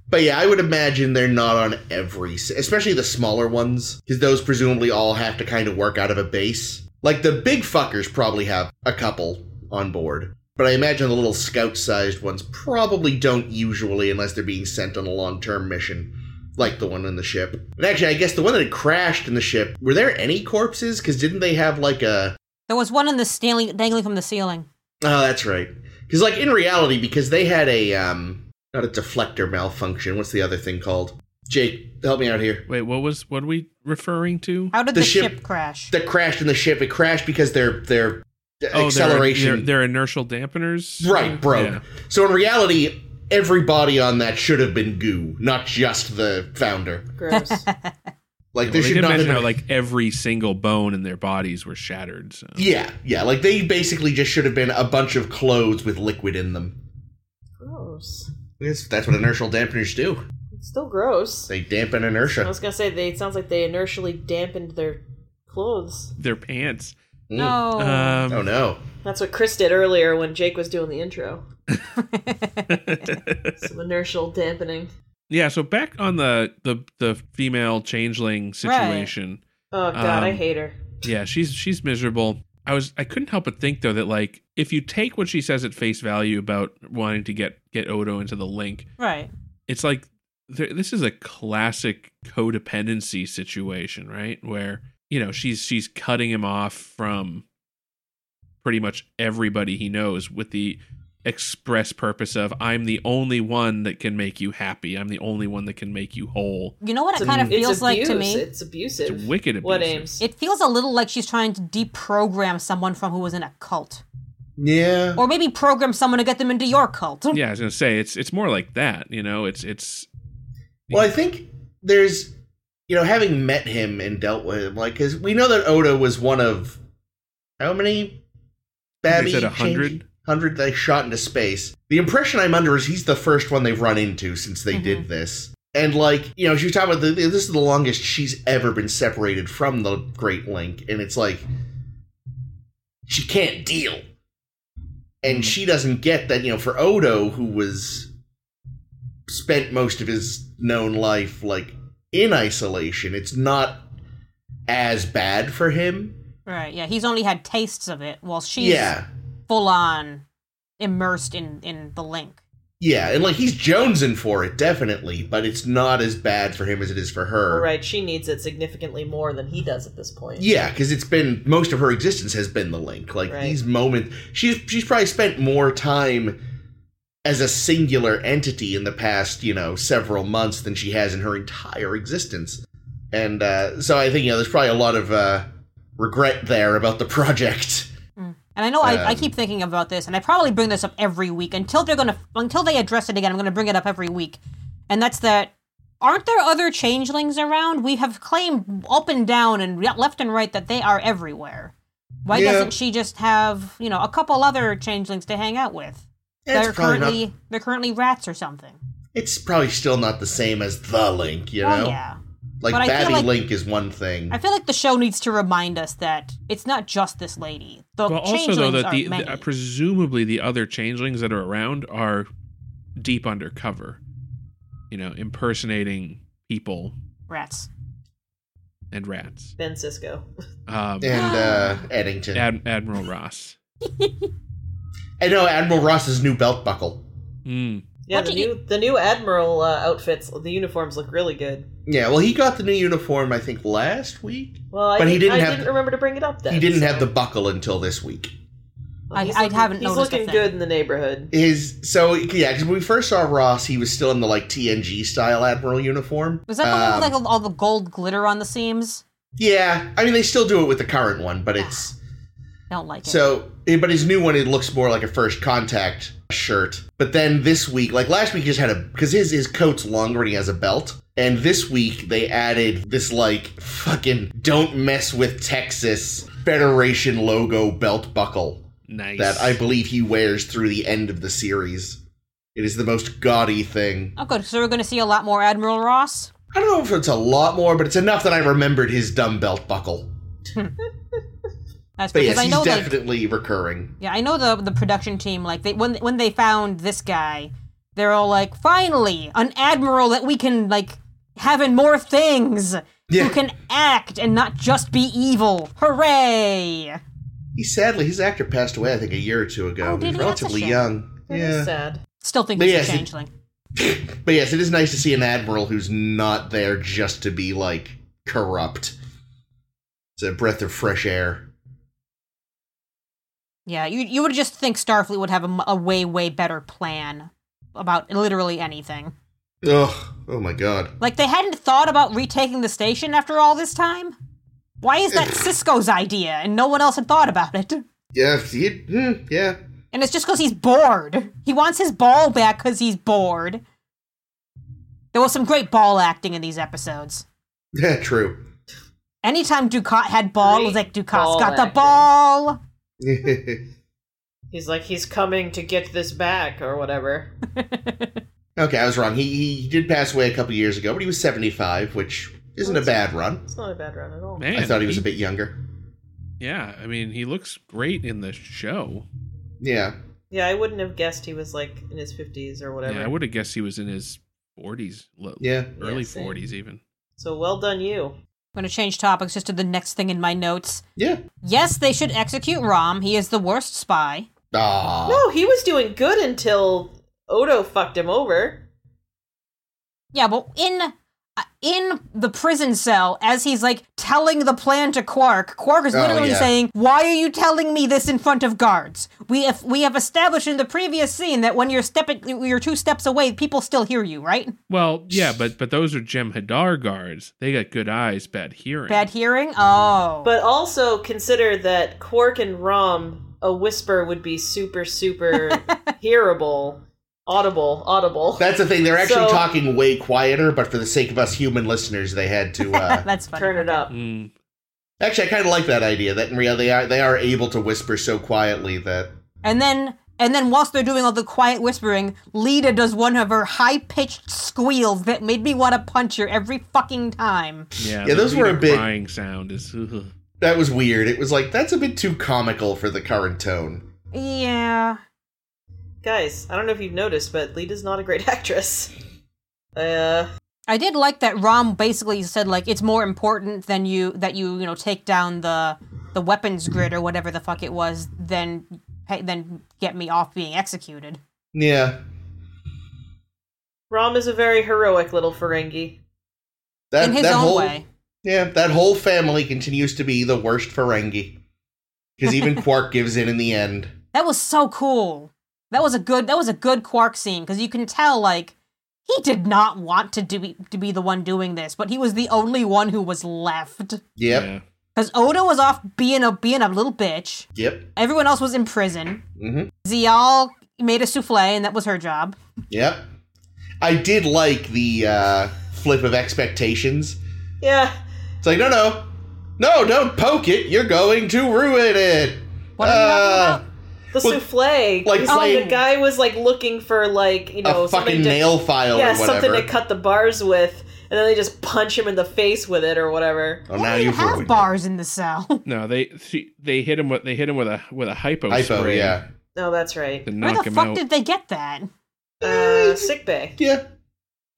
Speaker 3: But yeah, I would imagine they're not on every, s- especially the smaller ones, because those presumably all have to kind of work out of a base. Like the big fuckers probably have a couple on board, but I imagine the little scout sized ones probably don't usually unless they're being sent on a long term mission, like the one in the ship. And actually, I guess the one that had crashed in the ship, were there any corpses? Because didn't they have like a.
Speaker 2: There was one in the ceiling, dangling from the ceiling.
Speaker 3: Oh, that's right. Because like in reality, because they had a. um not a deflector malfunction. What's the other thing called? Jake, help me out here.
Speaker 1: Wait, what was what are we referring to?
Speaker 2: How did
Speaker 3: The
Speaker 2: the,
Speaker 3: ship-
Speaker 2: ship, crash?
Speaker 3: that crashed in the ship. It crashed because their their
Speaker 1: Oh, they're-
Speaker 3: acceleration.
Speaker 1: they're, they're inertial dampeners,
Speaker 3: Right, broke.
Speaker 1: Yeah.
Speaker 3: So in reality, every body on that should have been goo, not just the founder.
Speaker 4: Gross.
Speaker 3: Like
Speaker 1: Yeah,
Speaker 3: there
Speaker 1: well, they
Speaker 3: should
Speaker 1: did
Speaker 3: not have
Speaker 1: mention
Speaker 3: been.
Speaker 1: how like every single bone in their bodies were shattered. So.
Speaker 3: yeah, yeah. Like they basically just should have been a bunch of clothes with liquid in them.
Speaker 4: gross.
Speaker 3: That's, that's what inertial dampeners do.
Speaker 4: It's still gross.
Speaker 3: They dampen
Speaker 4: I
Speaker 3: inertia.
Speaker 4: was gonna say they. It sounds like they inertially dampened their clothes.
Speaker 1: Their pants.
Speaker 3: Mm.
Speaker 2: No. Uh,
Speaker 1: Um,
Speaker 3: Oh no.
Speaker 4: That's what Chris did earlier when Jake was doing the intro. Some inertial dampening.
Speaker 1: yeah. So back on the the the female changeling situation.
Speaker 4: Oh god, I
Speaker 1: Um,
Speaker 4: hate her.
Speaker 1: Yeah, she's she's miserable. I was I couldn't help but think though that like if you take what she says at face value about wanting to get get Odo into the link,
Speaker 2: right.
Speaker 1: it's like th- this is a classic codependency situation, right? Where you know she's she's cutting him off from pretty much everybody he knows with the express purpose of I'm the only one that can make you happy. I'm the only one that can make you whole.
Speaker 2: You know what it
Speaker 4: It's
Speaker 2: kind of
Speaker 4: abuse.
Speaker 2: feels like to me?
Speaker 4: It's abusive.
Speaker 1: It's wicked
Speaker 4: What
Speaker 1: abusive.
Speaker 4: aims?
Speaker 2: It feels a little like she's trying to deprogram someone from who was in a cult.
Speaker 3: Yeah.
Speaker 2: Or maybe program someone to get them into your cult.
Speaker 1: Yeah, I was gonna say it's it's more like that. You know, it's it's
Speaker 3: Well, I think there's, you know, having met him and dealt with him, like, because we know that Oda was one of how many
Speaker 1: They
Speaker 3: Babby
Speaker 1: said 100?
Speaker 3: hundred they shot into space. The impression I'm under is he's the first one they've run into since they did this. And like, you know, she was talking about the, this is the longest she's ever been separated from the Great Link, and it's like she can't deal. And she doesn't get that, you know, for Odo, who was spent most of his known life like in isolation, it's not as bad for him.
Speaker 2: Right, yeah. He's only had tastes of it while she's
Speaker 3: Yeah.
Speaker 2: full on immersed in, in the link.
Speaker 3: Yeah, and like he's jonesing for it, definitely, but it's not as bad for him as it is for her.
Speaker 4: All right, she needs it significantly more than he does at this point.
Speaker 3: Yeah, because it's been most of her existence has been the link. Like
Speaker 4: Right.
Speaker 3: these moments, she's she's probably spent more time as a singular entity in the past, you know, several months than she has in her entire existence. And uh, so I think you know, there's probably a lot of uh, regret there about the project.
Speaker 2: And I know I, I
Speaker 3: Um,
Speaker 2: keep thinking about this, and I probably bring this up every week until they're gonna until they address it again. I'm gonna bring it up every week, and that's that. Aren't there other changelings around? We have claimed up and down and re- left and right that they are everywhere. Why
Speaker 3: Yeah.
Speaker 2: doesn't she just have you know a couple other changelings to hang out with?
Speaker 3: It's
Speaker 2: they're
Speaker 3: probably
Speaker 2: currently
Speaker 3: not.
Speaker 2: they're currently rats or something.
Speaker 3: It's probably still not the same as the link, you know.
Speaker 2: Well, Oh, yeah.
Speaker 3: Like
Speaker 2: But I feel
Speaker 3: Babby
Speaker 2: like-
Speaker 3: Link is one thing.
Speaker 2: I feel like the show needs to remind us that it's not just this lady. The
Speaker 1: Well, also
Speaker 2: changelings
Speaker 1: though that
Speaker 2: are
Speaker 1: the,
Speaker 2: many.
Speaker 1: the- uh, presumably the other changelings that are around are deep undercover, you know, impersonating people
Speaker 2: rats.
Speaker 1: and rats.
Speaker 4: Ben Cisco.
Speaker 1: Um,
Speaker 3: and uh, Eddington.
Speaker 1: Ad- Admiral Ross.
Speaker 3: I know Admiral Ross's new belt buckle.
Speaker 1: Mm.
Speaker 4: Yeah,
Speaker 2: What
Speaker 4: the
Speaker 2: do you-
Speaker 4: new the new admiral uh, outfits, the uniforms look really good.
Speaker 3: Yeah, well, he got the new uniform, I think, last week.
Speaker 4: Well, I
Speaker 3: But he
Speaker 4: didn't,
Speaker 3: didn't
Speaker 4: I
Speaker 3: have
Speaker 4: didn't
Speaker 3: the-
Speaker 4: remember to bring it up. Then
Speaker 3: He didn't
Speaker 4: so-
Speaker 3: have the buckle until this week.
Speaker 4: Well, he's
Speaker 2: I- I
Speaker 4: looking-
Speaker 2: haven't
Speaker 4: He's
Speaker 2: noticed a
Speaker 4: looking
Speaker 2: thing.
Speaker 4: good in the neighborhood.
Speaker 3: His so yeah, because when we first saw Ross, he was still in the like TNG style admiral uniform.
Speaker 2: Was that the one
Speaker 3: Um,
Speaker 2: with like all- all the gold glitter on the seams?
Speaker 3: Yeah, I mean they still do it with the current one, but it's
Speaker 2: Don't like it.
Speaker 3: So, eh, but his new one, it looks more like a first contact shirt. But then this week, like last week, he just had a because his his coat's longer and he has a belt. And this week they added this like fucking don't mess with Texas Federation logo belt buckle
Speaker 1: Nice.
Speaker 3: that I believe he wears through the end of the series. It is the most gaudy thing.
Speaker 2: oh, good. So we're going to see a lot more Admiral Ross.
Speaker 3: I don't know if it's a lot more, but it's enough that I remembered his dumb belt buckle.
Speaker 2: That's
Speaker 3: But
Speaker 2: because
Speaker 3: yes,
Speaker 2: I
Speaker 3: he's
Speaker 2: know like [laughs]
Speaker 3: definitely recurring.
Speaker 2: yeah, I know the the production team like they when when they found this guy, they're all like, finally, an admiral that we can like have in more things.
Speaker 3: Yeah.
Speaker 2: Who can act and not just be evil. Hooray!
Speaker 3: He sadly, his actor passed away. I think a year or two ago.
Speaker 2: Oh,
Speaker 3: he
Speaker 2: did
Speaker 3: was
Speaker 2: he? That's a
Speaker 3: relatively
Speaker 2: shame.
Speaker 3: young.
Speaker 4: That is
Speaker 3: yeah.
Speaker 4: sad.
Speaker 2: Still think
Speaker 3: But
Speaker 2: he's
Speaker 3: yes,
Speaker 2: a
Speaker 3: it-
Speaker 2: changeling.
Speaker 3: But yes, it is nice to see an admiral who's not there just to be like corrupt. It's a breath of fresh air.
Speaker 2: Yeah, you you would just think Starfleet would have a, m- a way way better plan about literally anything.
Speaker 3: Ugh. Oh my god.
Speaker 2: Like they hadn't thought about retaking the station after all this time. Why is
Speaker 4: [laughs]
Speaker 2: that Cisco's idea and no one else had thought about it?
Speaker 3: Yeah. He, hmm, yeah. [laughs]
Speaker 2: And it's just because he's bored. He wants his ball back because he's bored. There was some great ball acting in these episodes.
Speaker 3: Yeah. True. [laughs]
Speaker 2: Anytime Ducat had ball, it was
Speaker 4: Great
Speaker 2: like Ducat's
Speaker 4: ball
Speaker 2: got the
Speaker 4: acting.
Speaker 2: ball.
Speaker 3: okay,
Speaker 4: He's like, he's coming to get this back
Speaker 2: [laughs]
Speaker 4: or whatever.
Speaker 3: I was wrong. He he did pass away a couple years ago, but he was seventy five, which isn't a bad run.
Speaker 4: It's not a bad run at all.
Speaker 1: Man,
Speaker 3: I thought he was a bit younger.
Speaker 1: Yeah, I mean, he looks great in the show.
Speaker 3: Yeah.
Speaker 4: Yeah, I wouldn't have guessed he was like in his 50s or whatever.
Speaker 1: Yeah, I would have guessed he was in his 40s, lo-
Speaker 3: Yeah.
Speaker 1: early
Speaker 4: Yeah, same.
Speaker 1: 40s even.
Speaker 4: So well done, you.
Speaker 2: I'm gonna change topics just to the next thing in my notes.
Speaker 3: Yeah.
Speaker 2: Yes, they should execute Rom. He is the worst spy.
Speaker 3: Ah.
Speaker 4: No, he was doing good until Odo fucked him over.
Speaker 2: Yeah, but in uh, in the prison cell, as he's like telling the plan to Quark, Quark is
Speaker 3: Oh,
Speaker 2: literally
Speaker 3: yeah.
Speaker 2: saying, "Why are you telling me this in front of guards? We have, we have established in the previous scene that when you're stepping, you're two steps away, people still hear you, right?
Speaker 1: Well, yeah, but but those are Jem Hadar guards. They got good eyes, bad hearing.
Speaker 2: Bad hearing. Oh,
Speaker 4: But also consider that Quark and Rom, a whisper would be super, super hearable, audible, audible.
Speaker 3: That's the thing. They're actually
Speaker 4: So-
Speaker 3: talking way quieter, but for the sake of us human listeners, they had to.
Speaker 2: [laughs]
Speaker 3: Uh,
Speaker 2: that's funny.
Speaker 4: Turn it up.
Speaker 1: Mm,
Speaker 3: Actually, I kind of like that idea that in reality they are, they are able to whisper so quietly that
Speaker 2: And then and then whilst they're doing all the quiet whispering, Lita does one of her high pitched squeals that made me want to punch her every fucking time.
Speaker 1: yeah, the
Speaker 3: Yeah, those were a
Speaker 1: Rita
Speaker 3: bit-
Speaker 1: crying sound is. ugh.
Speaker 3: that was weird. It was like that's a bit too comical for the current tone.
Speaker 2: Yeah.
Speaker 4: Guys, I don't know if you've noticed, but Lita's not a great [laughs] actress. Uh,
Speaker 2: I did like that Rom basically said like it's more important than you that you you know take down the the weapons grid or whatever the fuck it was than hey, than get me off being executed.
Speaker 3: Yeah,
Speaker 4: Rom is a very heroic little Ferengi.
Speaker 3: that
Speaker 2: In his
Speaker 3: that
Speaker 2: own
Speaker 3: whole
Speaker 2: way.
Speaker 3: yeah that whole family continues to be the worst Ferengi
Speaker 2: [laughs]
Speaker 3: because even Quark gives in in the end.
Speaker 2: That was so cool. That was a good that was a good Quark scene because you can tell like he did not want to do to be the one doing this, but he was the only one who was left
Speaker 3: Yep,
Speaker 1: Yeah.
Speaker 2: because Oda was off being a being a little bitch.
Speaker 3: yep,
Speaker 2: Everyone else was in prison.
Speaker 3: hmm
Speaker 2: Zial made a souffle, and that was her job.
Speaker 3: yep. I did like the uh, flip of expectations.
Speaker 4: Yeah,
Speaker 3: It's like no, no, no, don't poke it. You're going to ruin it.
Speaker 2: What are you talking
Speaker 3: Ah.
Speaker 2: about?
Speaker 4: the
Speaker 3: Well,
Speaker 4: souffle.
Speaker 3: like,
Speaker 4: He's like,
Speaker 2: like-
Speaker 4: the guy was like looking for like you know
Speaker 3: a fucking
Speaker 4: something to-
Speaker 3: nail file
Speaker 4: yeah,
Speaker 3: or whatever. Oh,
Speaker 4: something to cut the bars with, and then they just punch him in the face with it or whatever.
Speaker 3: Oh,
Speaker 2: Why
Speaker 3: now
Speaker 2: do you
Speaker 3: you've
Speaker 2: have
Speaker 3: ruined
Speaker 2: bars in the cell? [laughs]
Speaker 1: No, they she, they hit him with they hit him with a with a hypo,
Speaker 3: it. Hypo,
Speaker 1: spray
Speaker 3: yeah.
Speaker 4: No, that's right.
Speaker 1: to
Speaker 2: Where
Speaker 1: knock
Speaker 2: the
Speaker 1: him
Speaker 2: fuck
Speaker 1: out.
Speaker 2: did they get that?
Speaker 4: Uh, sick bay.
Speaker 3: Yeah.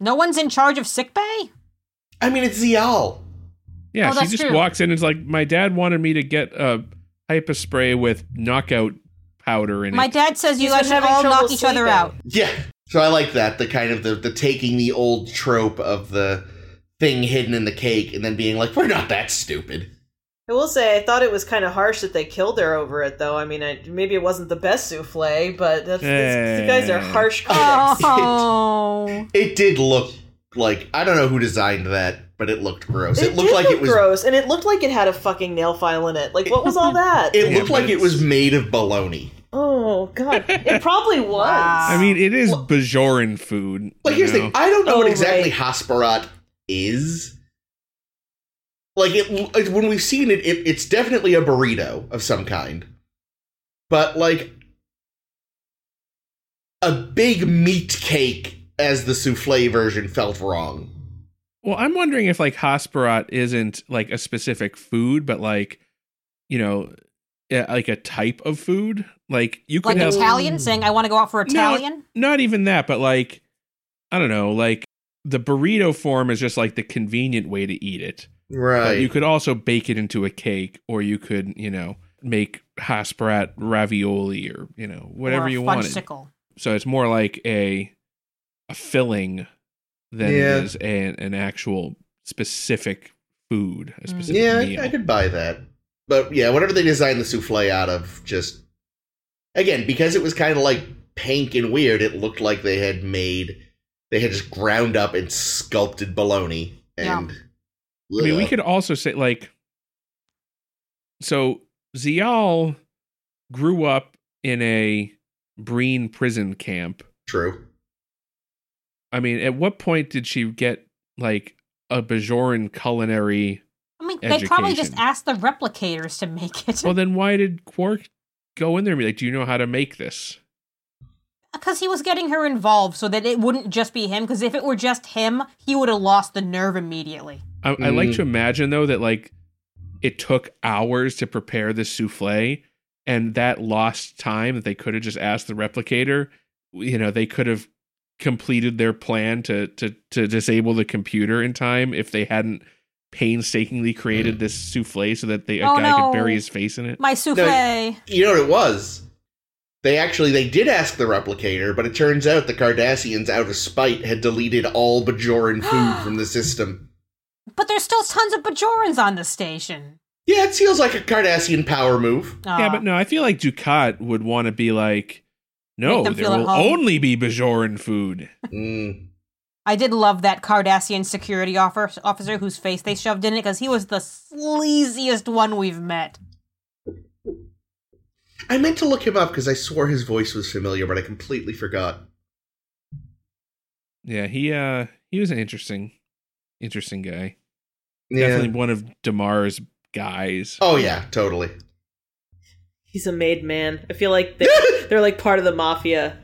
Speaker 2: No one's in charge of sick bay.
Speaker 3: I mean, it's Zial.
Speaker 1: yeah,
Speaker 2: Oh,
Speaker 1: she
Speaker 2: that's
Speaker 1: just
Speaker 2: true.
Speaker 1: walks in and is like, "My dad wanted me to get a hypo spray with knockout powder in
Speaker 2: My
Speaker 1: it."
Speaker 2: dad says you
Speaker 4: He's been
Speaker 2: guys should
Speaker 4: having
Speaker 2: all
Speaker 4: trouble
Speaker 2: knock each other
Speaker 4: sleeping.
Speaker 2: out.
Speaker 3: Yeah. So I like that the kind of the, the taking the old trope of the thing hidden in the cake and then being like, we're not that stupid.
Speaker 4: I will say, I thought it was kind of harsh that they killed her over it, though. I mean, I, maybe it wasn't the best souffle, but that's, that's- you guys are
Speaker 1: Eh.
Speaker 4: harsh critics.
Speaker 2: Oh,
Speaker 3: It did look like I don't know who designed that, but it looked gross. It,
Speaker 4: [laughs] It
Speaker 3: looked
Speaker 4: did
Speaker 3: like
Speaker 4: look
Speaker 3: it was.
Speaker 4: gross, and it looked like it had a fucking nail file in it. Like, what was
Speaker 3: [laughs]
Speaker 4: all that?
Speaker 3: It
Speaker 1: Yeah,
Speaker 3: looked
Speaker 1: but
Speaker 3: like it was made of bologna.
Speaker 4: oh god,
Speaker 3: [laughs]
Speaker 4: it probably was.
Speaker 2: Wow.
Speaker 1: I mean, it is Bajoran food.
Speaker 3: Like,
Speaker 1: you
Speaker 3: here's the
Speaker 1: know?
Speaker 3: thing I don't know
Speaker 4: Oh,
Speaker 3: what exactly
Speaker 4: right.
Speaker 3: Hasparat is. Like, it, like, when we've seen it, it, it's definitely a burrito of some kind. But, like, a big meat cake as the souffle version felt wrong.
Speaker 1: Well, I'm wondering if like Hasperat isn't like a specific food, but like you know, uh, like a type of food. Like you mm. could
Speaker 2: [laughs] Like
Speaker 1: have
Speaker 2: Italian, saying I want to go out for Italian.
Speaker 1: not even that, but like I don't know, like the burrito form is just like the convenient way to eat it. But you
Speaker 3: Right.
Speaker 1: could also bake it into a cake, or you could, you know, make Hasparat ravioli, or you know, whatever
Speaker 2: or a
Speaker 1: you wanted.
Speaker 2: fudgesicle.
Speaker 1: So it's more like a a filling than
Speaker 3: Yeah.
Speaker 1: it is a, an actual specific food, a
Speaker 2: Mm.
Speaker 1: specific
Speaker 3: Yeah,
Speaker 1: meal.
Speaker 3: I, I could buy that. But yeah, whatever they designed the souffle out of, just again because it was kind of like pink and weird, it looked like they had made they had just ground up and sculpted bologna. And
Speaker 1: I mean, we
Speaker 3: Ugh.
Speaker 1: could also say like, so Zial grew up in a Breen prison camp.
Speaker 3: true.
Speaker 1: I mean, at what point did she get like a Bajoran culinary?
Speaker 2: I mean, they probably just
Speaker 1: Education.
Speaker 2: asked the replicators to make it [laughs]
Speaker 1: [laughs] Well, then why did Quark go in there and be like, "Do you know how to make this?"
Speaker 2: because he was getting her involved so that it wouldn't just be him. Because if it were just him, he would have lost the nerve immediately.
Speaker 1: I, I like
Speaker 3: Mm.
Speaker 1: to imagine though that like it took hours to prepare this souffle, and that lost time that they could have just asked the replicator. You know, they could have completed their plan to to to disable the computer in time if they hadn't painstakingly created this souffle so that they a
Speaker 2: Oh,
Speaker 1: guy
Speaker 2: no.
Speaker 1: could bury his face in it.
Speaker 2: My souffle.
Speaker 3: You know what it was? They actually they did ask the replicator, but it turns out the Cardassians, out of spite, had deleted all Bajoran food from the system.
Speaker 2: But there's still tons of Bajorans on the station.
Speaker 3: Yeah, it feels like a Cardassian power move.
Speaker 1: yeah,
Speaker 2: Aw.
Speaker 1: but no, I feel like Ducat would want to be like, no,
Speaker 2: Make them
Speaker 1: there
Speaker 2: feel at
Speaker 1: will
Speaker 2: home."
Speaker 1: only be Bajoran food.
Speaker 3: Mm.
Speaker 2: I did love that Cardassian security offer- officer whose face they shoved in it because he was the sleaziest one we've met.
Speaker 3: I meant to look him up because I swore his voice was familiar, but I completely forgot.
Speaker 1: Yeah, he uh he was an interesting, interesting guy.
Speaker 3: Yeah.
Speaker 1: Definitely one of Damar's guys.
Speaker 3: Oh yeah, totally.
Speaker 4: He's a made man. I feel
Speaker 3: [laughs]
Speaker 4: like they're, they're like part of the mafia.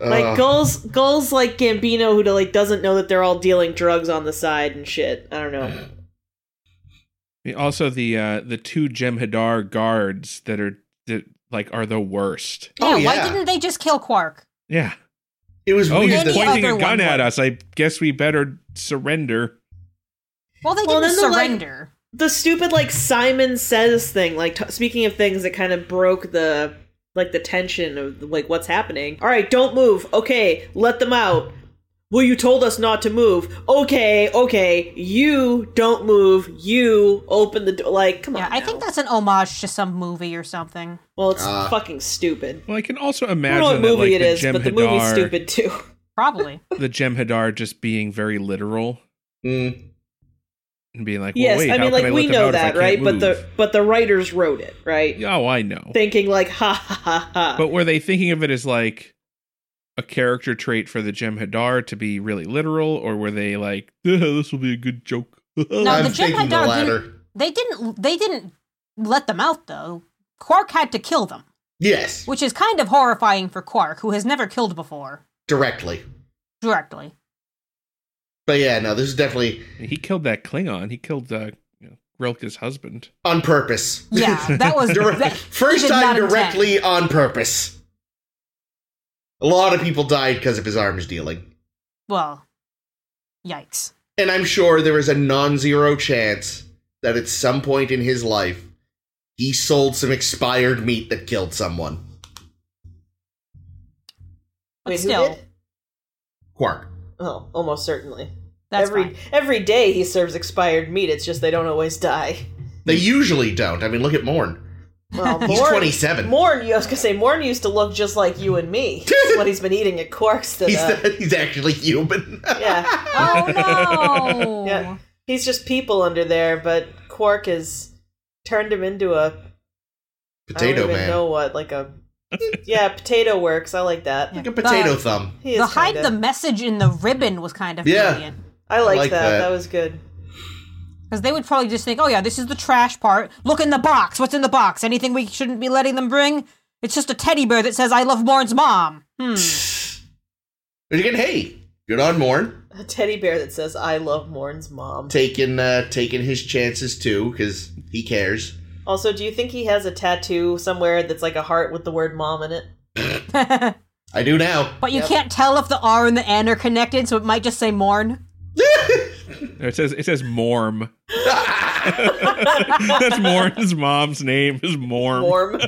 Speaker 3: Uh,
Speaker 4: Like goals, goals like Gambino, who like doesn't know that they're all dealing drugs on the side and shit. I don't know.
Speaker 1: I mean, Also the uh the two Jem'Hadar guards that are that like are the worst.
Speaker 3: Oh,
Speaker 2: why
Speaker 3: yeah.
Speaker 2: didn't they just kill Quark?
Speaker 1: Yeah.
Speaker 3: it was
Speaker 1: Oh, he's
Speaker 3: weird.
Speaker 2: Any
Speaker 3: That,
Speaker 1: pointing
Speaker 2: other
Speaker 1: a gun
Speaker 2: one
Speaker 1: at
Speaker 2: would.
Speaker 1: us. I guess we better surrender.
Speaker 2: Well, they
Speaker 4: Well,
Speaker 2: didn't
Speaker 4: then the, like-
Speaker 2: surrender.
Speaker 4: The stupid like Simon Says thing. Like t- speaking of things that kind of broke the like the tension of like what's happening. All right, don't move. Okay, let them out. Well, you told us not to move. Okay, okay. You don't move. You open the door. Like, come
Speaker 2: yeah,
Speaker 4: on.
Speaker 2: I
Speaker 4: now.
Speaker 2: think that's an homage to some movie or something.
Speaker 4: Well, it's
Speaker 3: Ah.
Speaker 4: fucking stupid.
Speaker 1: Well, I can also
Speaker 4: I don't know
Speaker 1: Uh,
Speaker 4: what
Speaker 1: imagine that
Speaker 4: movie
Speaker 1: like
Speaker 4: it
Speaker 1: the
Speaker 4: is, but the movie's
Speaker 1: Jem'Hadar,
Speaker 4: stupid too.
Speaker 2: Probably.
Speaker 1: the Jem'Hadar just being very literal
Speaker 3: Mm.
Speaker 1: and being like, well,
Speaker 4: [laughs] yes,
Speaker 1: wait,
Speaker 4: I
Speaker 1: how
Speaker 4: mean,
Speaker 1: can
Speaker 4: like
Speaker 1: I
Speaker 4: we
Speaker 1: let them
Speaker 4: know
Speaker 1: out if I
Speaker 4: that,
Speaker 1: can't
Speaker 4: right? But the
Speaker 1: move?
Speaker 4: but the writers wrote it, right?
Speaker 1: oh, I know.
Speaker 4: Thinking like, ha ha ha ha.
Speaker 1: But were they thinking of it as like a character trait for the Jem'Hadar to be really literal, or were they like, [laughs] "Ugh, "This will be a good joke"? [laughs]
Speaker 2: No,
Speaker 3: I'm
Speaker 2: the Jim
Speaker 3: thinking the
Speaker 2: Hadar
Speaker 3: latter.
Speaker 2: they didn't. They didn't let them out though. Quark had to kill them,
Speaker 3: Yes,
Speaker 2: which is kind of horrifying for Quark, who has never killed before
Speaker 3: directly.
Speaker 2: directly.
Speaker 3: But yeah, no, this is definitely
Speaker 1: he killed that Klingon. He killed uh, you know, Rilke's husband.
Speaker 3: on purpose.
Speaker 2: Yeah, that was
Speaker 3: Direct-
Speaker 2: that,
Speaker 3: First
Speaker 2: he did
Speaker 3: time
Speaker 2: not intend.
Speaker 3: directly on purpose. A lot of people died because of his arms dealing.
Speaker 2: Well, yikes.
Speaker 3: And I'm sure there is a non zero chance that at some point in his life, he sold some expired meat that killed someone.
Speaker 2: But
Speaker 4: Wait, who
Speaker 2: still,
Speaker 4: did?
Speaker 3: Quark.
Speaker 4: Oh, almost certainly.
Speaker 2: that's
Speaker 4: every
Speaker 2: fine.
Speaker 4: every day he serves expired meat. It's just they don't always die.
Speaker 3: They usually don't. I mean, look at Morn.
Speaker 4: Well,
Speaker 3: [laughs] He's
Speaker 4: Morn-
Speaker 3: 27.
Speaker 4: Morn, I was gonna say, Morn used to look just like you and me. That's what he's been eating at Cork's to
Speaker 3: He's,
Speaker 4: the,
Speaker 3: he's [laughs] actually human.
Speaker 4: [laughs] yeah.
Speaker 2: Oh no!
Speaker 4: [laughs] Yeah. He's just people under there, but Quark has turned him into a I don't
Speaker 3: potato
Speaker 4: even
Speaker 3: man.
Speaker 4: know what like a yeah potato works. I like that.
Speaker 2: Yeah.
Speaker 3: Like a potato
Speaker 2: The-
Speaker 3: thumb.
Speaker 4: He is
Speaker 2: the hide
Speaker 4: kinda-
Speaker 2: the message in the ribbon was kind of
Speaker 3: Yeah.
Speaker 2: brilliant
Speaker 4: I liked
Speaker 3: like
Speaker 4: that.
Speaker 3: that.
Speaker 4: that. was good.
Speaker 2: because they would probably just think, "Oh yeah, this is the trash part. Look in the box. What's in the box? Anything we shouldn't be letting them bring? It's just a teddy bear that says I love Morn's mom." Hmm.
Speaker 3: But again, hey, good on Morn.
Speaker 4: A teddy bear that says "I love Morn's mom."
Speaker 3: Taking uh, taking his chances too, because he cares.
Speaker 4: Also, do you think he has a tattoo somewhere that's like a heart with the word mom in it?
Speaker 2: but
Speaker 3: I do now.
Speaker 2: you
Speaker 4: Yep.
Speaker 2: can't tell if the R and the N are connected, so it might just say Morn.
Speaker 1: It says it says Morm. That's Morm's mom's name is Morm.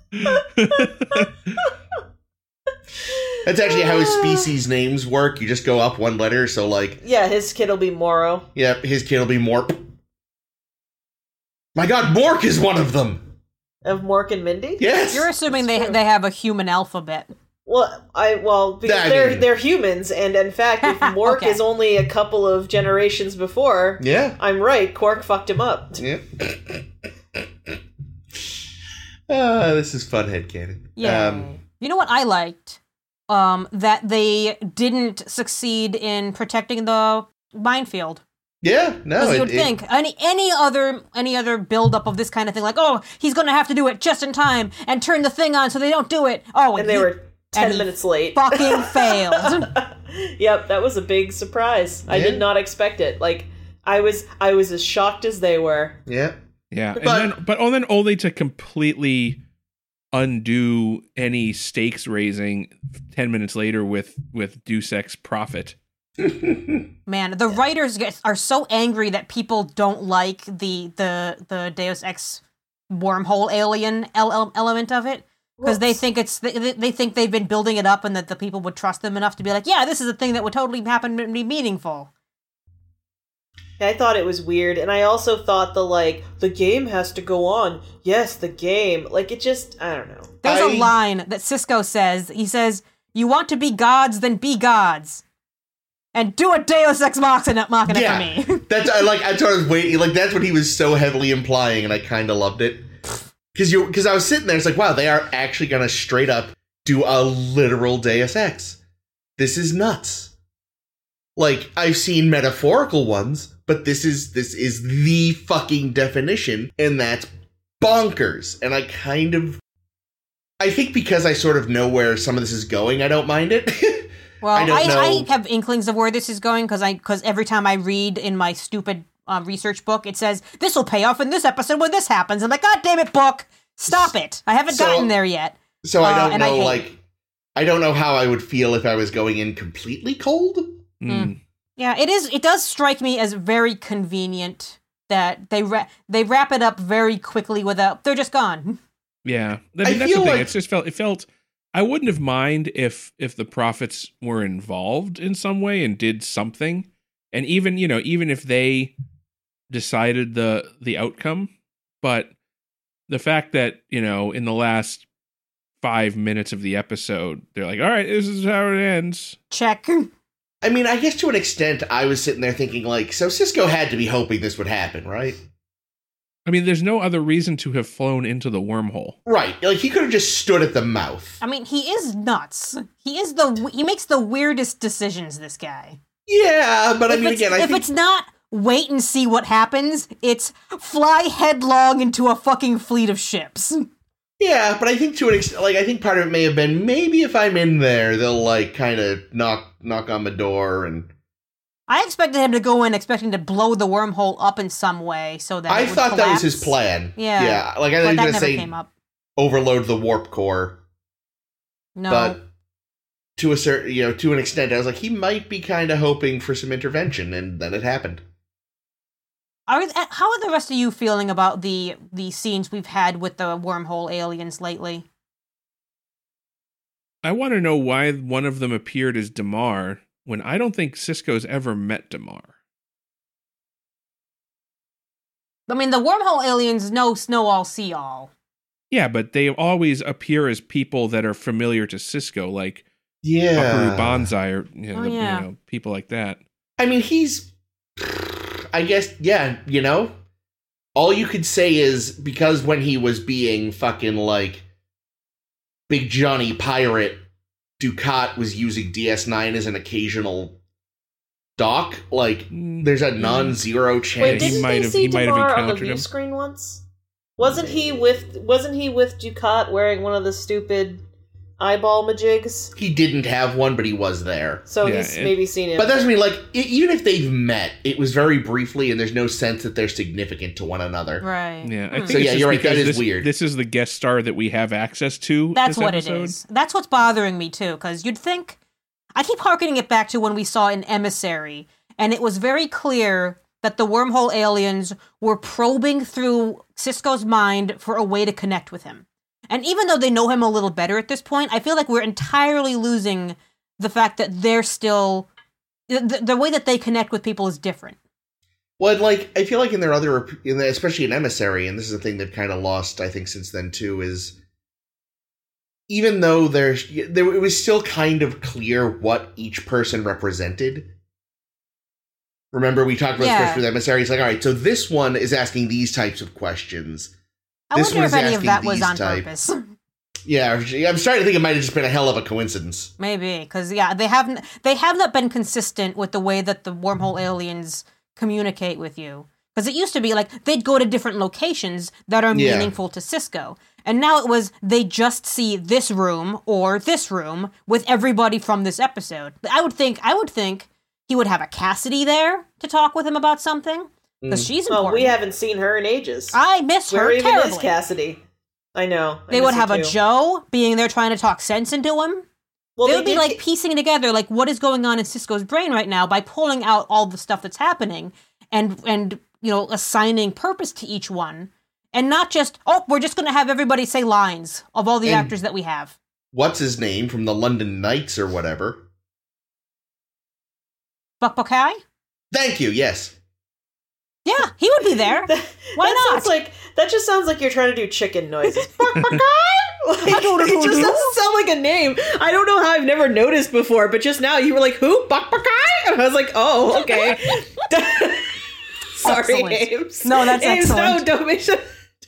Speaker 3: [laughs]
Speaker 4: Morm.
Speaker 3: That's
Speaker 4: [laughs]
Speaker 3: actually how his species names work. You just go up one letter, so like,
Speaker 4: yeah, his kid'll be Moro.
Speaker 3: yep, his kid will be Morp. My god, Mork is one of them!
Speaker 4: Of Mork and Mindy?
Speaker 3: Yes!
Speaker 2: You're assuming they
Speaker 4: true.
Speaker 2: they have a human alphabet.
Speaker 4: Well, I well because
Speaker 3: I
Speaker 4: they're
Speaker 3: mean-
Speaker 4: they're humans, and in
Speaker 2: [laughs]
Speaker 4: fact, if Mork
Speaker 2: Okay.
Speaker 4: is only a couple of generations before,
Speaker 3: yeah.
Speaker 4: I'm right. Quark fucked him up.
Speaker 3: Yeah. [laughs] Ah, this is fun headcanon.
Speaker 2: Yeah.
Speaker 3: Um,
Speaker 2: you know what I liked? Um, that they didn't succeed in protecting the minefield.
Speaker 3: yeah, no.
Speaker 2: Because
Speaker 3: it-
Speaker 2: you would
Speaker 3: it-
Speaker 2: think any any other any other build up of this kind of thing, like oh he's gonna have to do it just in time and turn the thing on so they don't do it. Oh,
Speaker 4: And they
Speaker 2: he
Speaker 4: were ten
Speaker 2: and he
Speaker 4: minutes late. [laughs]
Speaker 2: fucking failed.
Speaker 4: yep, that was a big surprise. I
Speaker 3: Yeah.
Speaker 4: did not expect it. Like I was I was as shocked as they were.
Speaker 3: yeah.
Speaker 1: Yeah, and
Speaker 3: But-
Speaker 1: then but oh, then only to completely undo any stakes raising ten minutes later with with Deucex profit.
Speaker 2: Man, the writers get, are so angry that people don't like the the the Deus Ex wormhole alien el- el- element of it because they think it's they, they- they think they've been building it up and that the people would trust them enough to be like, yeah, this is a thing that would totally happen and be meaningful.
Speaker 4: I thought it was weird, and I also thought the like the game has to go on. Yes, the game. Like it just I don't know.
Speaker 2: There's a
Speaker 3: I-
Speaker 2: line that Cisco says. He says, "You want to be gods, then be gods." And do a Deus Ex Machina, machina [laughs]
Speaker 3: Yeah.
Speaker 2: for me.
Speaker 3: That's I like I thought I was waiting like that's what he was so heavily implying and I kinda loved it. Cause you cause I was sitting there, it's like, wow, they are actually gonna straight up do a literal Deus Ex. This is nuts. Like, I've seen metaphorical ones, but this is this is the fucking definition, and that's bonkers. And I kind of I think because I sort of know where some of this is going, I don't mind it. [laughs]
Speaker 2: Well,
Speaker 3: I
Speaker 2: I,
Speaker 3: don't
Speaker 2: I,
Speaker 3: know.
Speaker 2: have inklings of where this is going because I because every time I read in my stupid uh, research book, it says this will pay off in this episode when this happens. I'm like, God damn it, book, stop it! I haven't
Speaker 3: So-
Speaker 2: gotten there yet.
Speaker 3: So I
Speaker 2: Uh,
Speaker 3: don't
Speaker 2: and I
Speaker 3: know,
Speaker 2: hate-
Speaker 3: like, I don't know how I would feel if I was going in completely cold.
Speaker 1: Mm.
Speaker 2: Yeah, it is. It does strike me as very convenient that they ra- they wrap it up very quickly without they're just gone.
Speaker 1: Yeah, I mean
Speaker 3: I
Speaker 1: that's the
Speaker 3: feel
Speaker 1: thing.
Speaker 3: like-
Speaker 1: it's just felt it felt. I wouldn't have mind if if the prophets were involved in some way and did something, and even you know even if they decided the the outcome, but the fact that you know in the last five minutes of the episode they're like, all right, this is how it ends.
Speaker 2: Check. [laughs]
Speaker 3: I mean, I guess to an extent, I was sitting there thinking, like, so Cisco had to be hoping this would happen, right?
Speaker 1: I mean, there's no other reason to have flown into the wormhole.
Speaker 3: Right. Like, he could have just stood at the mouth.
Speaker 2: I mean, he is nuts. He is the w- he makes the weirdest decisions. This guy.
Speaker 3: Yeah, but I
Speaker 2: if
Speaker 3: mean,
Speaker 2: it's,
Speaker 3: again, I
Speaker 2: if
Speaker 3: think
Speaker 2: it's not wait and see what happens, it's fly headlong into a fucking fleet of ships.
Speaker 3: Yeah, but I think to an extent, like I think part of it may have been maybe if I'm in there, they'll like kind of knock knock on the door, and
Speaker 2: I expected him to go in expecting to blow the wormhole up in some way so that
Speaker 3: I
Speaker 2: it would
Speaker 3: thought that was his
Speaker 2: collapse,
Speaker 3: plan.
Speaker 2: Yeah.
Speaker 3: yeah. Like I
Speaker 2: But that
Speaker 3: was gonna
Speaker 2: never
Speaker 3: say,
Speaker 2: came up.
Speaker 3: overload the warp core,
Speaker 2: No,
Speaker 3: but to a certain you know to an extent i was like he might be kind of hoping for some intervention and then it happened
Speaker 2: are, eh, how are the rest of you feeling about the the scenes we've had with the wormhole aliens lately?
Speaker 1: I want to know why one of them appeared as Damar when I don't think Cisco's ever met Damar.
Speaker 2: I mean, the wormhole aliens know snow all, see all.
Speaker 1: Yeah, but they always appear as people that are familiar to Cisco, like Buckaroo Banzai or you know,
Speaker 2: Oh,
Speaker 1: the- you
Speaker 2: yeah.
Speaker 1: know, people like that.
Speaker 3: i mean he's i guess yeah you know all you could say is because when he was being fucking like big johnny pirate ducat was using ds9 as an occasional dock like
Speaker 1: Mm,
Speaker 3: there's a non-zero
Speaker 4: Wait,
Speaker 3: chance
Speaker 1: he
Speaker 4: didn't
Speaker 1: might
Speaker 4: they
Speaker 1: have-
Speaker 4: see
Speaker 1: he might have
Speaker 4: Damar on the
Speaker 1: encountered
Speaker 4: view
Speaker 1: him.
Speaker 4: screen once? Wasn't he with Wasn't he with Ducat wearing one of the stupid eyeball majigs.
Speaker 3: He didn't have one, but he was there.
Speaker 4: So
Speaker 1: Yeah,
Speaker 4: he's
Speaker 1: it-
Speaker 4: maybe seen him.
Speaker 3: But that's me. Like e- even if they've met, it was very briefly, and there's no sense that they're significant to one another.
Speaker 2: Right.
Speaker 1: Yeah, I think
Speaker 2: Hmm.
Speaker 3: So,
Speaker 1: it's
Speaker 3: yeah,
Speaker 1: just
Speaker 3: you're right, that
Speaker 1: because
Speaker 3: is
Speaker 1: this,
Speaker 3: weird.
Speaker 1: This is the guest star that we have access to. this
Speaker 2: That's what
Speaker 1: episode.
Speaker 2: it is. That's what's bothering me too, because you'd think I keep harkening it back to when we saw an emissary, and it was very clear that the wormhole aliens were probing through Cisco's mind for a way to connect with him. And even though they know him a little better at this point, I feel like we're entirely losing the fact that they're still the, the way that they connect with people is different.
Speaker 3: Well, like I feel like in their other, in the, especially in emissary, and this is a thing they've kind of lost, I think, since then too, is even though there, there it was still kind of clear what each person represented. Remember, we talked about
Speaker 2: Yeah.
Speaker 3: this first with emissary. It's like, all right, so this one is asking these types of questions.
Speaker 2: I
Speaker 3: This
Speaker 2: wonder if
Speaker 3: one's
Speaker 2: any of
Speaker 3: asking
Speaker 2: that was
Speaker 3: these
Speaker 2: on
Speaker 3: type-
Speaker 2: purpose.
Speaker 3: Yeah, I'm starting to think it might have just been a hell of a coincidence.
Speaker 2: Maybe because yeah, they haven't they have not been consistent with the way that the wormhole aliens communicate with you. Because it used to be like they'd go to different locations that are
Speaker 3: Yeah.
Speaker 2: meaningful to Cisco, and now it was they just see this room or this room with everybody from this episode. I would think I would think he would have a Cassidy there to talk with him about something because she's important.
Speaker 4: well, Oh, we haven't seen her in ages.
Speaker 2: I miss
Speaker 4: Where
Speaker 2: her
Speaker 4: even is
Speaker 2: terribly.
Speaker 4: Cassidy? I know. I
Speaker 2: They
Speaker 4: miss
Speaker 2: would
Speaker 4: her
Speaker 2: have a
Speaker 4: too.
Speaker 2: Joe being there trying to talk sense into him.
Speaker 4: Well,
Speaker 2: they would be
Speaker 4: did
Speaker 2: like
Speaker 4: get-
Speaker 2: piecing together like what is going on in Cisco's brain right now by pulling out all the stuff that's happening and and you know assigning purpose to each one and not just oh we're just going to have everybody say lines of all the
Speaker 3: And-
Speaker 2: actors that we have.
Speaker 3: What's his name from the London Knights or whatever?
Speaker 2: Buck Buckeye?
Speaker 3: Thank you. Yes.
Speaker 2: Yeah, he would be [laughs] there.
Speaker 4: That,
Speaker 2: Why
Speaker 4: that
Speaker 2: not?
Speaker 4: Sounds like that just sounds like you're trying to do chicken [laughs] noises. like, it just doesn't sound like a name. I don't know how I've never noticed before, but just now you were like, "Who? Bakbakai?" And I was like, "Oh, okay." [laughs] Sorry,
Speaker 2: Excellent.
Speaker 4: Ames.
Speaker 2: No, that's
Speaker 4: Ames,
Speaker 2: excellent.
Speaker 4: No, don't make sure,